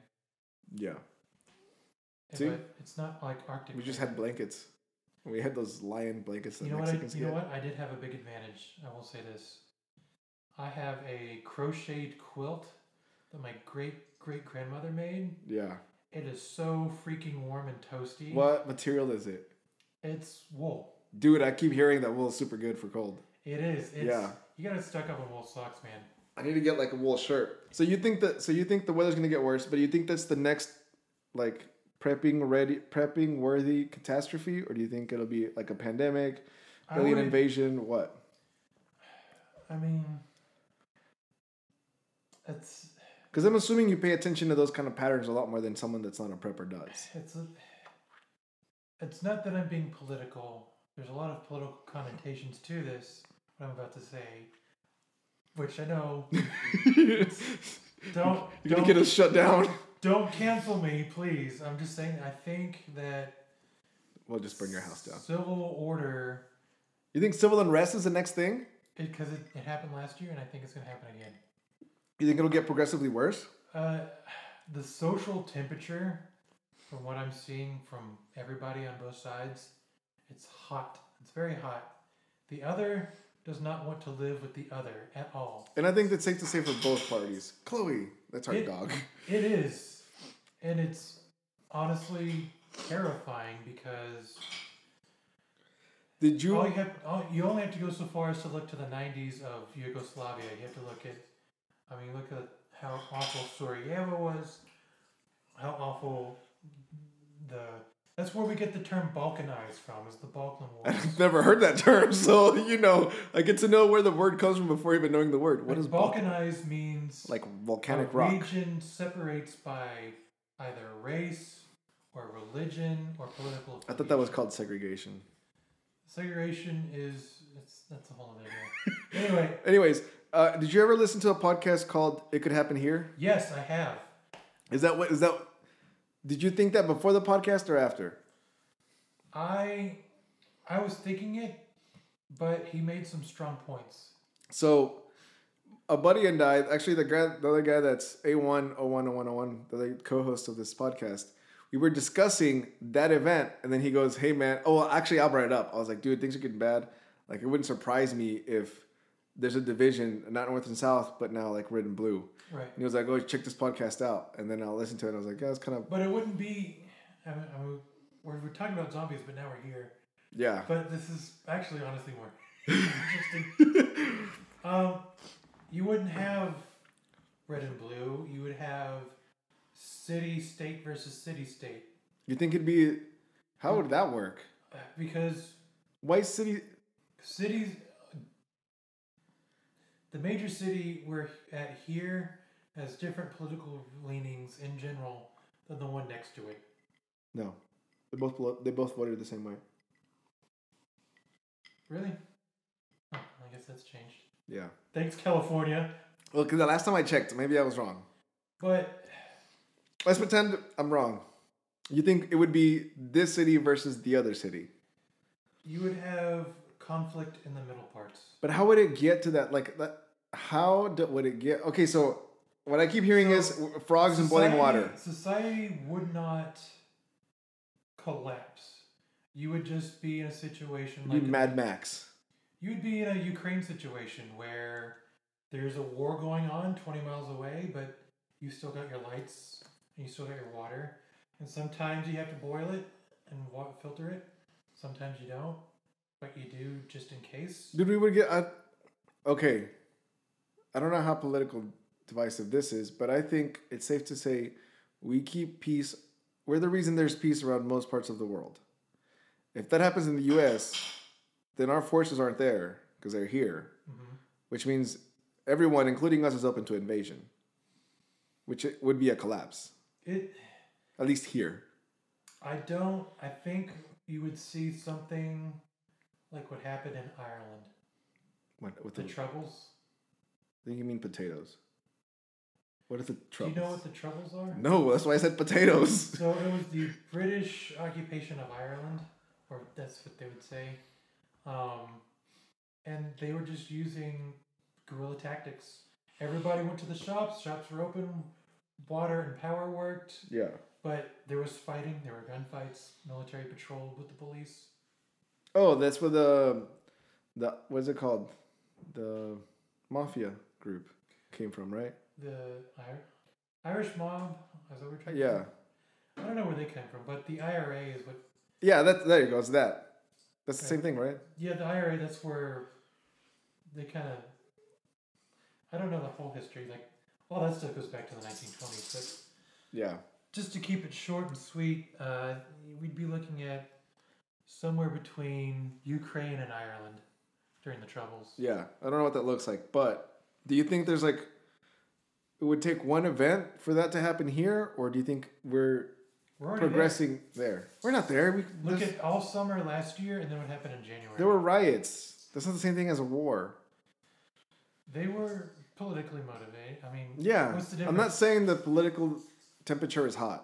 S2: Yeah.
S1: And-
S2: See?
S1: But it's not like Arctic.
S2: We just
S1: weather.
S2: had blankets. We had those lion blankets that
S1: you know what? I,
S2: Mexicans
S1: you know
S2: get.
S1: what? I did have a big advantage. I will say this. I have a crocheted quilt that my great great grandmother made.
S2: Yeah.
S1: It is so freaking warm and toasty.
S2: What material is it?
S1: It's wool.
S2: Dude, I keep hearing that wool's super good for cold.
S1: It is. It's,
S2: Yeah.
S1: You got to stuck up on wool socks, man.
S2: I need to get like a wool shirt. So you think that so you think the weather's gonna get worse, but you think that's the next like prepping ready prepping worthy catastrophe, or do you think it'll be like a pandemic,
S1: I
S2: alien
S1: would-
S2: invasion, what?
S1: I mean, It's
S2: Because I'm assuming you pay attention to those kind of patterns a lot more than someone that's not a prepper does.
S1: it's it's not that I'm being political. There's a lot of political connotations to this. What I'm about to say, which I know, don't
S2: You're
S1: don't
S2: gonna get us shut down.
S1: don't cancel me, please. I'm just saying. I think that
S2: We'll just burn your house down.
S1: civil order
S2: You think civil unrest is the next thing?
S1: because it, it happened last year, and I think it's gonna happen again.
S2: You think it'll get progressively worse?
S1: Uh, the social temperature, from what I'm seeing from everybody on both sides, it's hot. It's very hot. The other does not want to live with the other at all.
S2: And I think that's safe to say for both parties. Chloe, that's our
S1: It-
S2: dog.
S1: It is, and it's honestly terrifying because
S2: Did you?
S1: all Oh, you have, all, you only have to go so far as to look to the '90s of Yugoslavia. You have to look at, I mean, look at how awful Sarajevo was, how awful the. That's where we get the term Balkanized from, is the Balkan Wars.
S2: I've never heard that term, so you know I get to know where the word comes from before even knowing the word. What is Balkan?
S1: Balkanized means
S2: Like volcanic
S1: a
S2: rock.
S1: Uh, region separates by either race or religion or political.
S2: I thought that was
S1: affiliation.
S2: called segregation.
S1: segregation. Is it's that's a whole other game. anyway,
S2: Anyways, uh, did you ever listen to a podcast called "It Could Happen Here"?
S1: yes, I have.
S2: Is that what? Is that? Did you think that before the podcast or after?
S1: I I was thinking it, but he made some strong points.
S2: So, a buddy and I, actually the guy, the other guy that's A1010101, the other co-host of this podcast, we were discussing that event, and then he goes, "Hey man, oh, well, actually, I'll bring it up." I was like, "Dude, things are getting bad. Like, it wouldn't surprise me if there's a division, not north and south, but now like red and blue."
S1: Right.
S2: And he was like, "Oh, check this podcast out," and then I'll listen to it. And I was like, "Yeah, it's kind of
S1: But it wouldn't be I mean, I mean, we're, we're talking about zombies, but now we're here.
S2: yeah."
S1: But this is actually honestly more interesting. um, you wouldn't have red and blue. You would have city state versus city state
S2: You think it'd be? How would that work?
S1: Uh, because
S2: White city.
S1: cities the major city we're at here has different political leanings in general than the one next to it
S2: No, they both blo- they both voted the same way.
S1: really oh, i guess that's changed
S2: Yeah.
S1: thanks california
S2: Well, 'cause the last time I checked, maybe I was wrong.
S1: but
S2: Let's pretend I'm wrong. You think it would be this city versus the other city.
S1: you would have conflict in the middle parts
S2: But how would it get to that? Like, that, how do, would it get? Okay, so what I keep hearing is
S1: So,
S2: w- frogs and boiling water.
S1: society would not collapse you would just be in a situation
S2: It'd
S1: like
S2: be Mad Max.
S1: You'd be in a Ukraine situation where there's a war going on 20 miles away, but you still got your lights and you still got your water. And sometimes you have to boil it and wa- filter it. Sometimes you don't, but you do just in case.
S2: Dude, we would get. I, okay, I don't know how political divisive this is, but I think it's safe to say we keep peace. We're the reason there's peace around most parts of the world. If that happens in the U.S., then our forces aren't there because they're here,
S1: Mm-hmm.
S2: which means everyone, including us, is open to invasion, which it would be a collapse,
S1: It.
S2: at least here.
S1: I don't. I think you would see something like what happened in Ireland,
S2: What, with
S1: the
S2: the,
S1: Troubles.
S2: I think you mean potatoes. What is the trouble?
S1: Do you know what the Troubles are?
S2: no, that's why I said potatoes.
S1: So it was the British occupation of Ireland, or that's what they would say. Um, and they were just using guerrilla tactics. Everybody went to the shops, shops were open, water and power worked,
S2: yeah.
S1: but there was fighting, there were gunfights, military patrol with the police.
S2: Oh, that's where the the what's it called? The mafia group came from, right?
S1: The Ir- Irish mob, is that what we're trying
S2: Yeah.
S1: I don't know where they came from, but the IRA is what.
S2: Yeah, that there you go. It's that. That's the same thing, right?
S1: Yeah, the IRA, that's where they kind of. I don't know the whole history. Like, all that stuff goes back to the 1920s. But
S2: Yeah.
S1: just to keep it short and sweet, uh, we'd be looking at somewhere between Ukraine and Ireland during the Troubles.
S2: Yeah. I don't know what that looks like, but do you think there's like it would take one event for that to happen here, or do you think we're
S1: We're already there.
S2: progressing there? We're not there. We,
S1: Look
S2: there's-
S1: at all summer last year, and then what happened in January?
S2: there were riots. That's not the same thing as a war.
S1: they were politically motivated. I mean,
S2: Yeah.
S1: What's the
S2: I'm
S1: difference?
S2: not saying the political temperature is hot.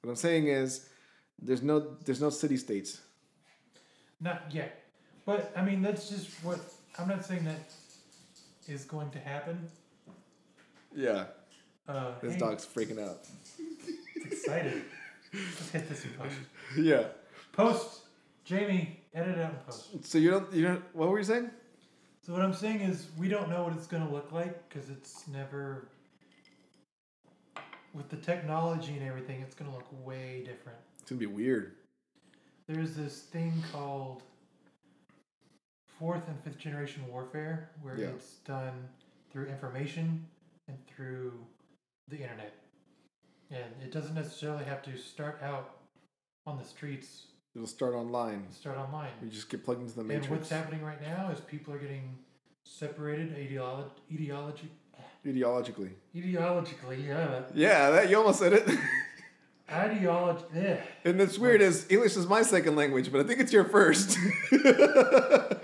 S2: What I'm saying is there's no there's no city states.
S1: Not yet. But I mean, that's just what I'm not saying that is going to happen.
S2: Yeah.
S1: Uh,
S2: This
S1: hey,
S2: dog's freaking out.
S1: excited. Let's hit this in post.
S2: yeah.
S1: Post, Jamie, edit it out in post.
S2: So you don't you don't what were you saying?
S1: So what I'm saying is we don't know what it's going to look like because it's never. With the technology and everything, it's going to look way different.
S2: It's gonna be weird.
S1: There's this thing called fourth and fifth generation warfare where
S2: Yeah.
S1: it's done through information and through the internet. And it doesn't necessarily have to start out on the streets,
S2: It'll start online.
S1: start online.
S2: You just get plugged into the
S1: And what's
S2: matrix.
S1: happening right now is people are getting separated ideolo- ideology-
S2: Ideologically.
S1: ideologically. Yeah,
S2: Yeah, that you almost said it.
S1: ideology. Yeah.
S2: and it's weird is English is my second language, but I think it's your first.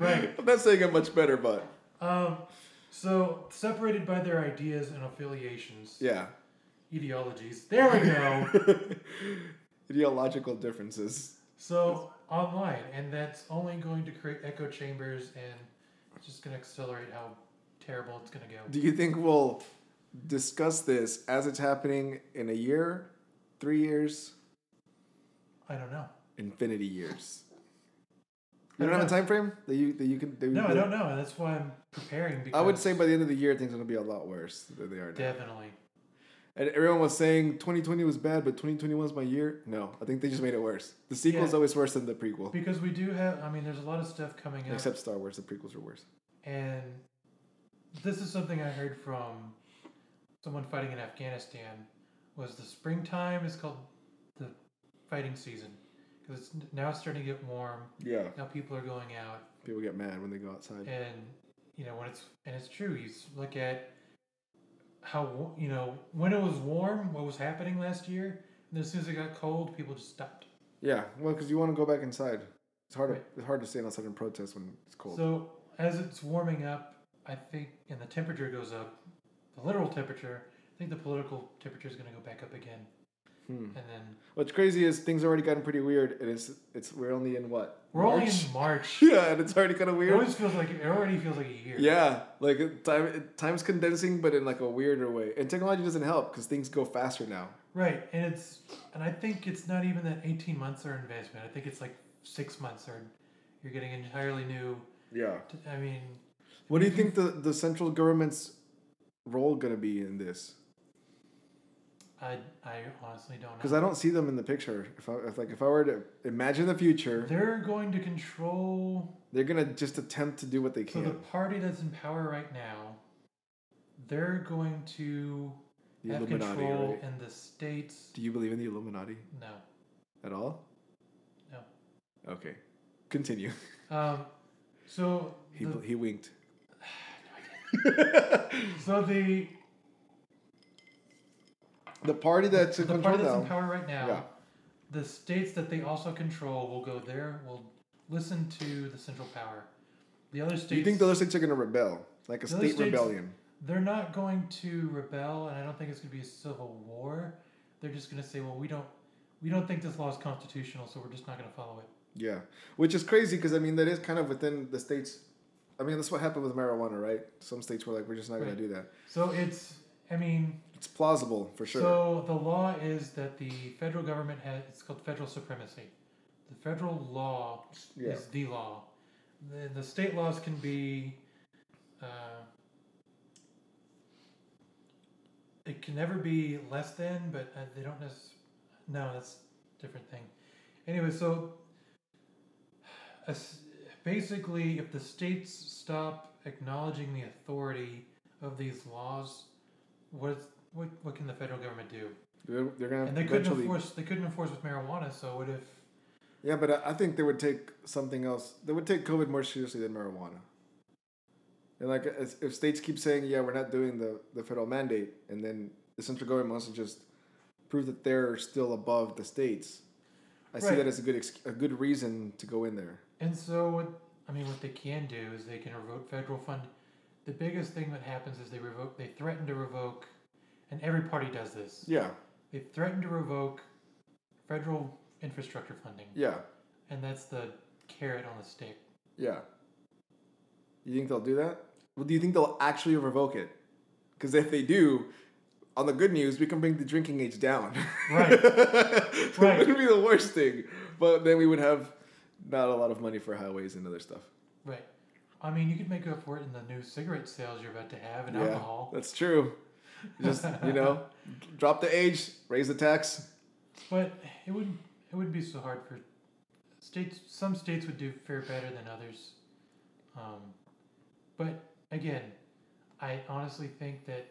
S1: Right.
S2: I'm not saying I'm much better, but
S1: Um, so separated by their ideas and affiliations,
S2: yeah.
S1: ideologies. There we go.
S2: Ideological differences.
S1: so online, and that's only going to create echo chambers, and it's just going to accelerate how terrible it's going to go.
S2: Do you think we'll discuss this as it's happening in a year, three years,
S1: I don't know.
S2: infinity years?
S1: I
S2: You don't
S1: don't
S2: have a time frame that you that you can. That we
S1: No, I
S2: can-
S1: don't know. and That's why I'm preparing. Because
S2: I would say by the end of the year things are gonna be a lot worse than they are now.
S1: definitely.
S2: And everyone was saying 2020 was bad, but 2021 is my year. No, I think they just made it worse. The sequel is
S1: Yeah.
S2: always worse than the prequel,
S1: Because we do have, I mean, there's a lot of stuff coming up.
S2: except Star Wars. The prequels are worse.
S1: And this is something I heard from someone fighting in Afghanistan was the springtime is called the fighting season because it's n- now it's starting to get warm.
S2: Yeah,
S1: Now people are going out
S2: people get mad when they go outside.
S1: and you know when it's and it's true. You s- look at how wa- you know when it was warm, what was happening last year, and then as soon as it got cold, people just stopped.
S2: Yeah, well, because you want to go back inside. It's hard. To,
S1: Right.
S2: it's hard to stand outside and protest when it's cold.
S1: So as it's warming up, I think, and the temperature goes up, the literal temperature. I think the political temperature is going to go back up again,
S2: Hmm.
S1: and then
S2: What's crazy is things already gotten pretty weird, and it's it's we're only in what?
S1: we're
S2: March?
S1: only in March.
S2: yeah, and it's already kind of
S1: It
S2: weird.
S1: always feels like it already feels like a year.
S2: yeah, like it- time it- time's condensing, but in like a weirder way. And technology doesn't help because things go faster now.
S1: Right, and it's and I think it's not even that eighteen months are investment. I think it's like six months or you're getting entirely new.
S2: Yeah.
S1: t- I mean,
S2: What do you think the the central government's role gonna be in this?
S1: I I honestly don't
S2: Because
S1: know.
S2: I don't see them in the picture. If I if like if I were to imagine the future,
S1: They're going to control
S2: they're gonna just attempt to do what they
S1: So
S2: can.
S1: the party that's in power right now, they're going to
S2: The
S1: have
S2: Illuminati,
S1: control
S2: right?
S1: in the states.
S2: Do you believe in the Illuminati
S1: No,
S2: at all?
S1: no.
S2: Okay, continue.
S1: Um, so
S2: He
S1: the,
S2: bl- he winked.
S1: so the
S2: The party that's in
S1: the
S2: control
S1: party that's
S2: now.
S1: in power right now,
S2: Yeah.
S1: the states that they also control will go there. Will listen to the central power. The other states,
S2: Do you think the other states are going to rebel? Like a
S1: The other
S2: state
S1: states-
S2: rebellion?
S1: they're not going to rebel, and I don't think it's going to be a civil war. They're just going to say, "Well, we don't, we don't think this law is constitutional, so we're just not going to follow it."
S2: Yeah. Which is crazy because, I mean, that is kind of within the states. I mean, that's what happened with marijuana, right? Some states were like, we're just not going
S1: Right.
S2: to do that.
S1: So it's, I mean,
S2: It's plausible for sure.
S1: So the law is that the federal government has it's called federal supremacy. The federal law
S2: Yeah.
S1: is the law. The, the state laws can be. Uh, it can never be less than, but uh, they don't necessarily. No, that's a different thing. Anyway, so a s- basically, if the states stop acknowledging the authority of these laws, what is, what what can the federal government do?
S2: they're they're going
S1: And
S2: to
S1: they couldn't
S2: eventually.
S1: enforce they couldn't enforce with marijuana. So what if?
S2: yeah, but I, I think they would take something else. They would take COVID more seriously than marijuana. And like, as- if states keep saying, "Yeah, we're not doing the, the federal mandate," and then the central government wants to just prove that they're still above the states, I see
S1: Right.
S2: that as a good ex- a good reason to go in there.
S1: And so, what, I mean, what they can do is they can revoke federal fund. The biggest thing that happens is they revoke. They threaten to revoke, and every party does this.
S2: Yeah,
S1: They threaten to revoke federal infrastructure funding,
S2: yeah,
S1: and that's the carrot on the stick.
S2: yeah. You think they'll do that? Well, do you think they'll actually revoke it? Because if they do, on the good news, we can bring the drinking age down.
S1: Right.
S2: that
S1: Right.
S2: wouldn't be the worst thing, but then we would have not a lot of money for highways and other stuff.
S1: Right. I mean, you could make up for it in the new cigarette sales you're about to have and alcohol.
S2: that's true. Just you know, drop the age, raise the tax.
S1: But it wouldn't it wouldn't be so hard for states. Some states would do fare better than others. Um, but again, I honestly think that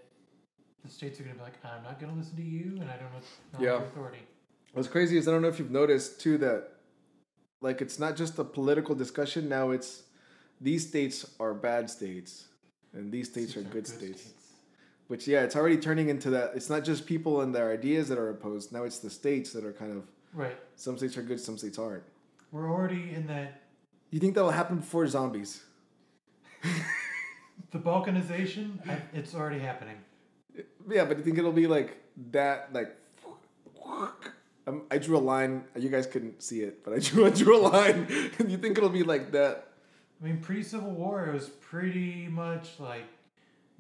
S1: the states are going to be like, I'm not going to listen to you, and I don't know not
S2: Yeah.
S1: your authority.
S2: What's crazy is I don't know if you've noticed too that, like, it's not just a political discussion now. It's these states are bad states, and these states are good states. Which yeah, it's already turning into that. It's not just people and their ideas that are opposed. Now it's the states that are kind of
S1: Right.
S2: some states are good, some states aren't.
S1: We're already in that
S2: You think that will happen before zombies?
S1: the Balkanization. I, it's already happening.
S2: Yeah, but you think it'll be like that? Like, um, I drew a line. You guys couldn't see it, but I drew I drew a line. you think it'll be like that?
S1: I mean, pre Civil War, it was pretty much like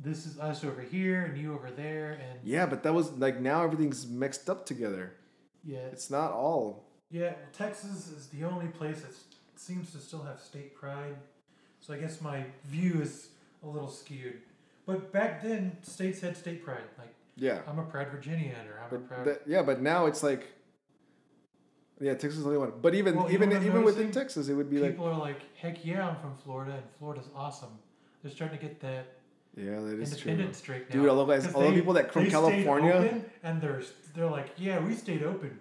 S1: this is us over here and you over there, and
S2: Yeah, but that was like now everything's mixed up together.
S1: yeah,
S2: It's not all.
S1: yeah. Texas is the only place that s- seems to still have state pride, so I guess my view is a little skewed. But back then, states had state pride. Like
S2: Yeah,
S1: I'm a proud Virginian, or I'm a
S2: but
S1: proud.
S2: that, yeah, but now it's like. Yeah, Texas is the only one. But even
S1: Well, you
S2: even
S1: know what I'm
S2: even within
S1: noticing?
S2: Texas, it would be like
S1: people are like, heck yeah, I'm from Florida, and Florida's awesome. They're starting to get that
S2: yeah, that is true.
S1: independence streak now.
S2: Dude, all the guys-
S1: 'Cause
S2: all the
S1: they-
S2: people that from
S1: they stayed
S2: California-
S1: open, and they're they're like, yeah, we stayed open.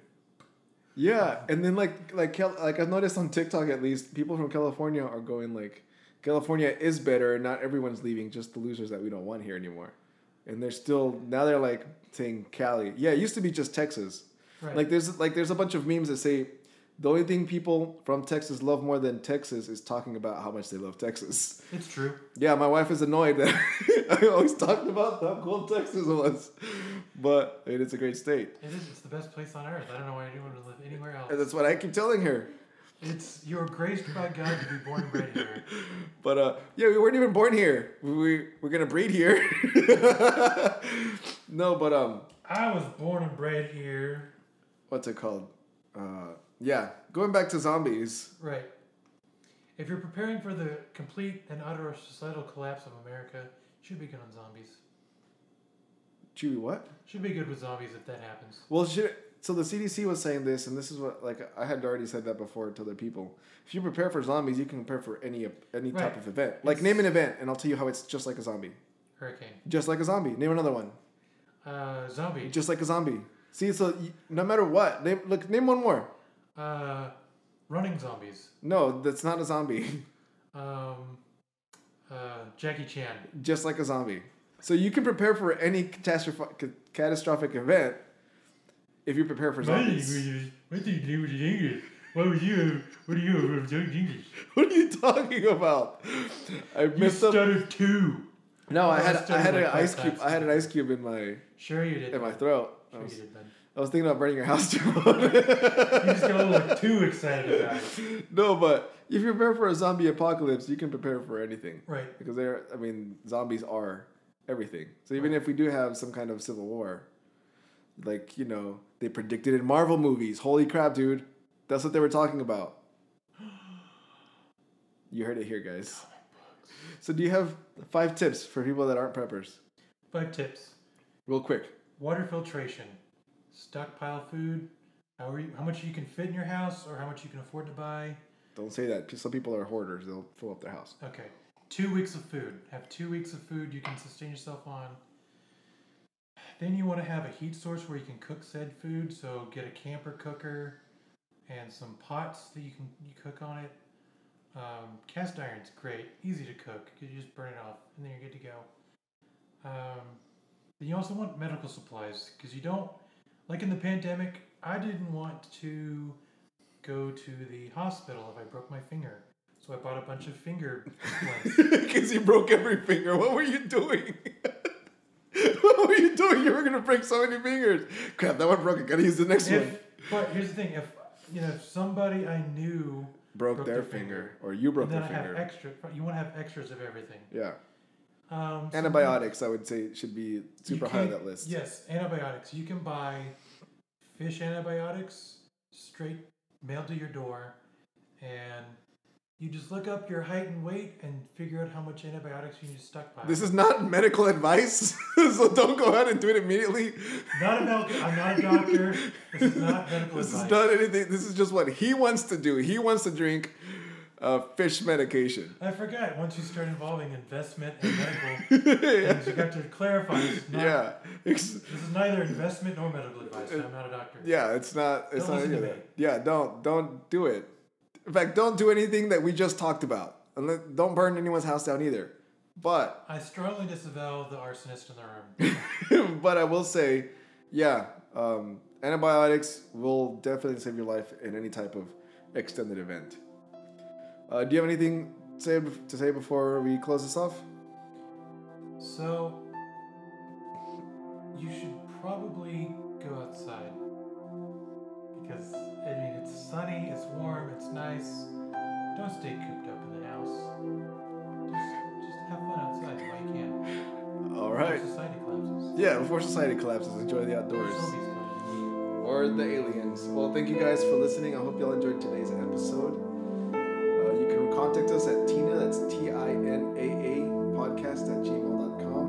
S2: Yeah, and then like like Cal- like I've noticed on TikTok at least, people from California are going like, California is better, and not everyone's leaving, just the losers that we don't want here anymore. And they're still now they're like saying Cali. Yeah, it used to be just Texas.
S1: Right.
S2: Like there's like there's a bunch of memes that say the only thing people from Texas love more than Texas is talking about how much they love Texas.
S1: it's true.
S2: Yeah, my wife is annoyed that I always talked about how cool Texas was, but it is a great state.
S1: It is. It's the best place on earth. I don't know why anyone would live anywhere
S2: And
S1: else.
S2: that's what I keep telling her.
S1: It's you're graced by God to be born and bred here.
S2: But uh, yeah, we weren't even born here. We, we we're gonna breed here. no, but um,
S1: I was born and bred here.
S2: what's it called? Uh, yeah, going back to zombies.
S1: Right. If you're preparing for the complete and utter societal collapse of America, should be good on zombies.
S2: Chewy, what?
S1: Should be good with zombies if that happens.
S2: Well, should, so the CDC was saying this, and this is what like I had already said that before to other people. If you prepare for zombies, you can prepare for any any type
S1: Right.
S2: of event. Like name an event, and I'll tell you how it's just like a zombie,
S1: Hurricane.
S2: just like a zombie. Name another one,
S1: Uh, zombie.
S2: just like a zombie. See, so you, no matter what, name look name one more.
S1: Uh, running zombies.
S2: No, that's not a zombie.
S1: Um, uh, Jackie Chan.
S2: just like a zombie. So you can prepare for any catastrophic catastrophic event if you prepare for zombies.
S1: What do you do with English? What would you? What do you have with English?
S2: what are you talking about? I
S1: You
S2: messed up.
S1: stuttered too.
S2: No, I
S1: I
S2: had I
S1: stuttered
S2: had an
S1: like
S2: ice
S1: five
S2: cube.
S1: times.
S2: I had an ice cube in my
S1: Sure you did.
S2: in my
S1: Ben.
S2: throat. I
S1: Sure you
S2: was,
S1: did, Ben.
S2: I was thinking about burning your house down.
S1: You just got a little too excited about it.
S2: no, but if you prepare for a zombie apocalypse, you can prepare for anything
S1: Right.
S2: because they're. I mean, zombies are everything. So even if we do have some kind of civil war, like you know, they predicted in Marvel movies. Holy crap, dude! That's what they were talking about. You heard it here, guys. So do you have five tips for people that aren't preppers,
S1: Five tips:
S2: real quick?
S1: water filtration, stockpile food. How, are you, how much you can fit in your house, or how much you can afford to buy.
S2: Don't say that. Some people are hoarders. They'll fill up their house.
S1: Okay, two weeks of food. Have two weeks of food you can sustain yourself on. Then you want to have a heat source where you can cook said food. So get a camper cooker and some pots that you can you cook on it. Um, cast iron's great, easy to cook. You just burn it off, and then you're good to go. Um, then you also want medical supplies because you don't like in the pandemic. I didn't want to go to the hospital if I broke my finger, so I bought a bunch of finger blunts.
S2: Because you broke every finger. What were you doing? what were you doing? You were gonna break so many fingers. Crap, that one broke. I gotta use the next one.
S1: if, but here's the thing: if you know if somebody I knew
S2: Broke, their finger, or you broke
S1: and then
S2: their
S1: I have
S2: finger.
S1: extra. You want to have extras of everything.
S2: yeah,
S1: Um, so
S2: antibiotics. I would say should be
S1: you
S2: super high on
S1: can-
S2: that list.
S1: Yes, antibiotics. You can buy fish antibiotics straight mailed to your door, and you just look up your height and weight and figure out how much antibiotics you need to stockpile.
S2: This is not medical advice, so don't go out and do it immediately.
S1: not a medical. I'm not a doctor. this is not medical
S2: This
S1: advice.
S2: is not anything. This is just what he wants to do. He wants to drink uh, fish medication.
S1: I forgot. Once you start involving investment and medical things, you have to clarify. This is, not,
S2: Yeah, It's-
S1: this is neither investment nor medical advice. and I'm not a doctor.
S2: Uh, yeah. It's not. It's
S1: Don't
S2: not
S1: listen
S2: any of
S1: to
S2: that.
S1: me.
S2: Yeah. Don't don't do it. In fact, don't do anything that we just talked about. Unless, don't burn anyone's house down either. But
S1: I strongly disavow the arsonist in the room.
S2: but I will say, yeah, um, antibiotics will definitely save your life in any type of extended event. Uh, do you have anything say, to say before we close this off?
S1: so, you should probably go outside. Because, I mean, it's sunny, it's warm, it's nice. Don't stay cooped up in the house. Just, just have fun outside while you can.
S2: All right.
S1: Society collapses.
S2: Yeah, before society collapses, enjoy the outdoors.
S1: Zombies come.
S2: Or the aliens. Well, thank you guys for listening. I hope y'all enjoyed today's episode. Uh, you can contact us at Tina, that's T I N A A, podcast at gmail.com.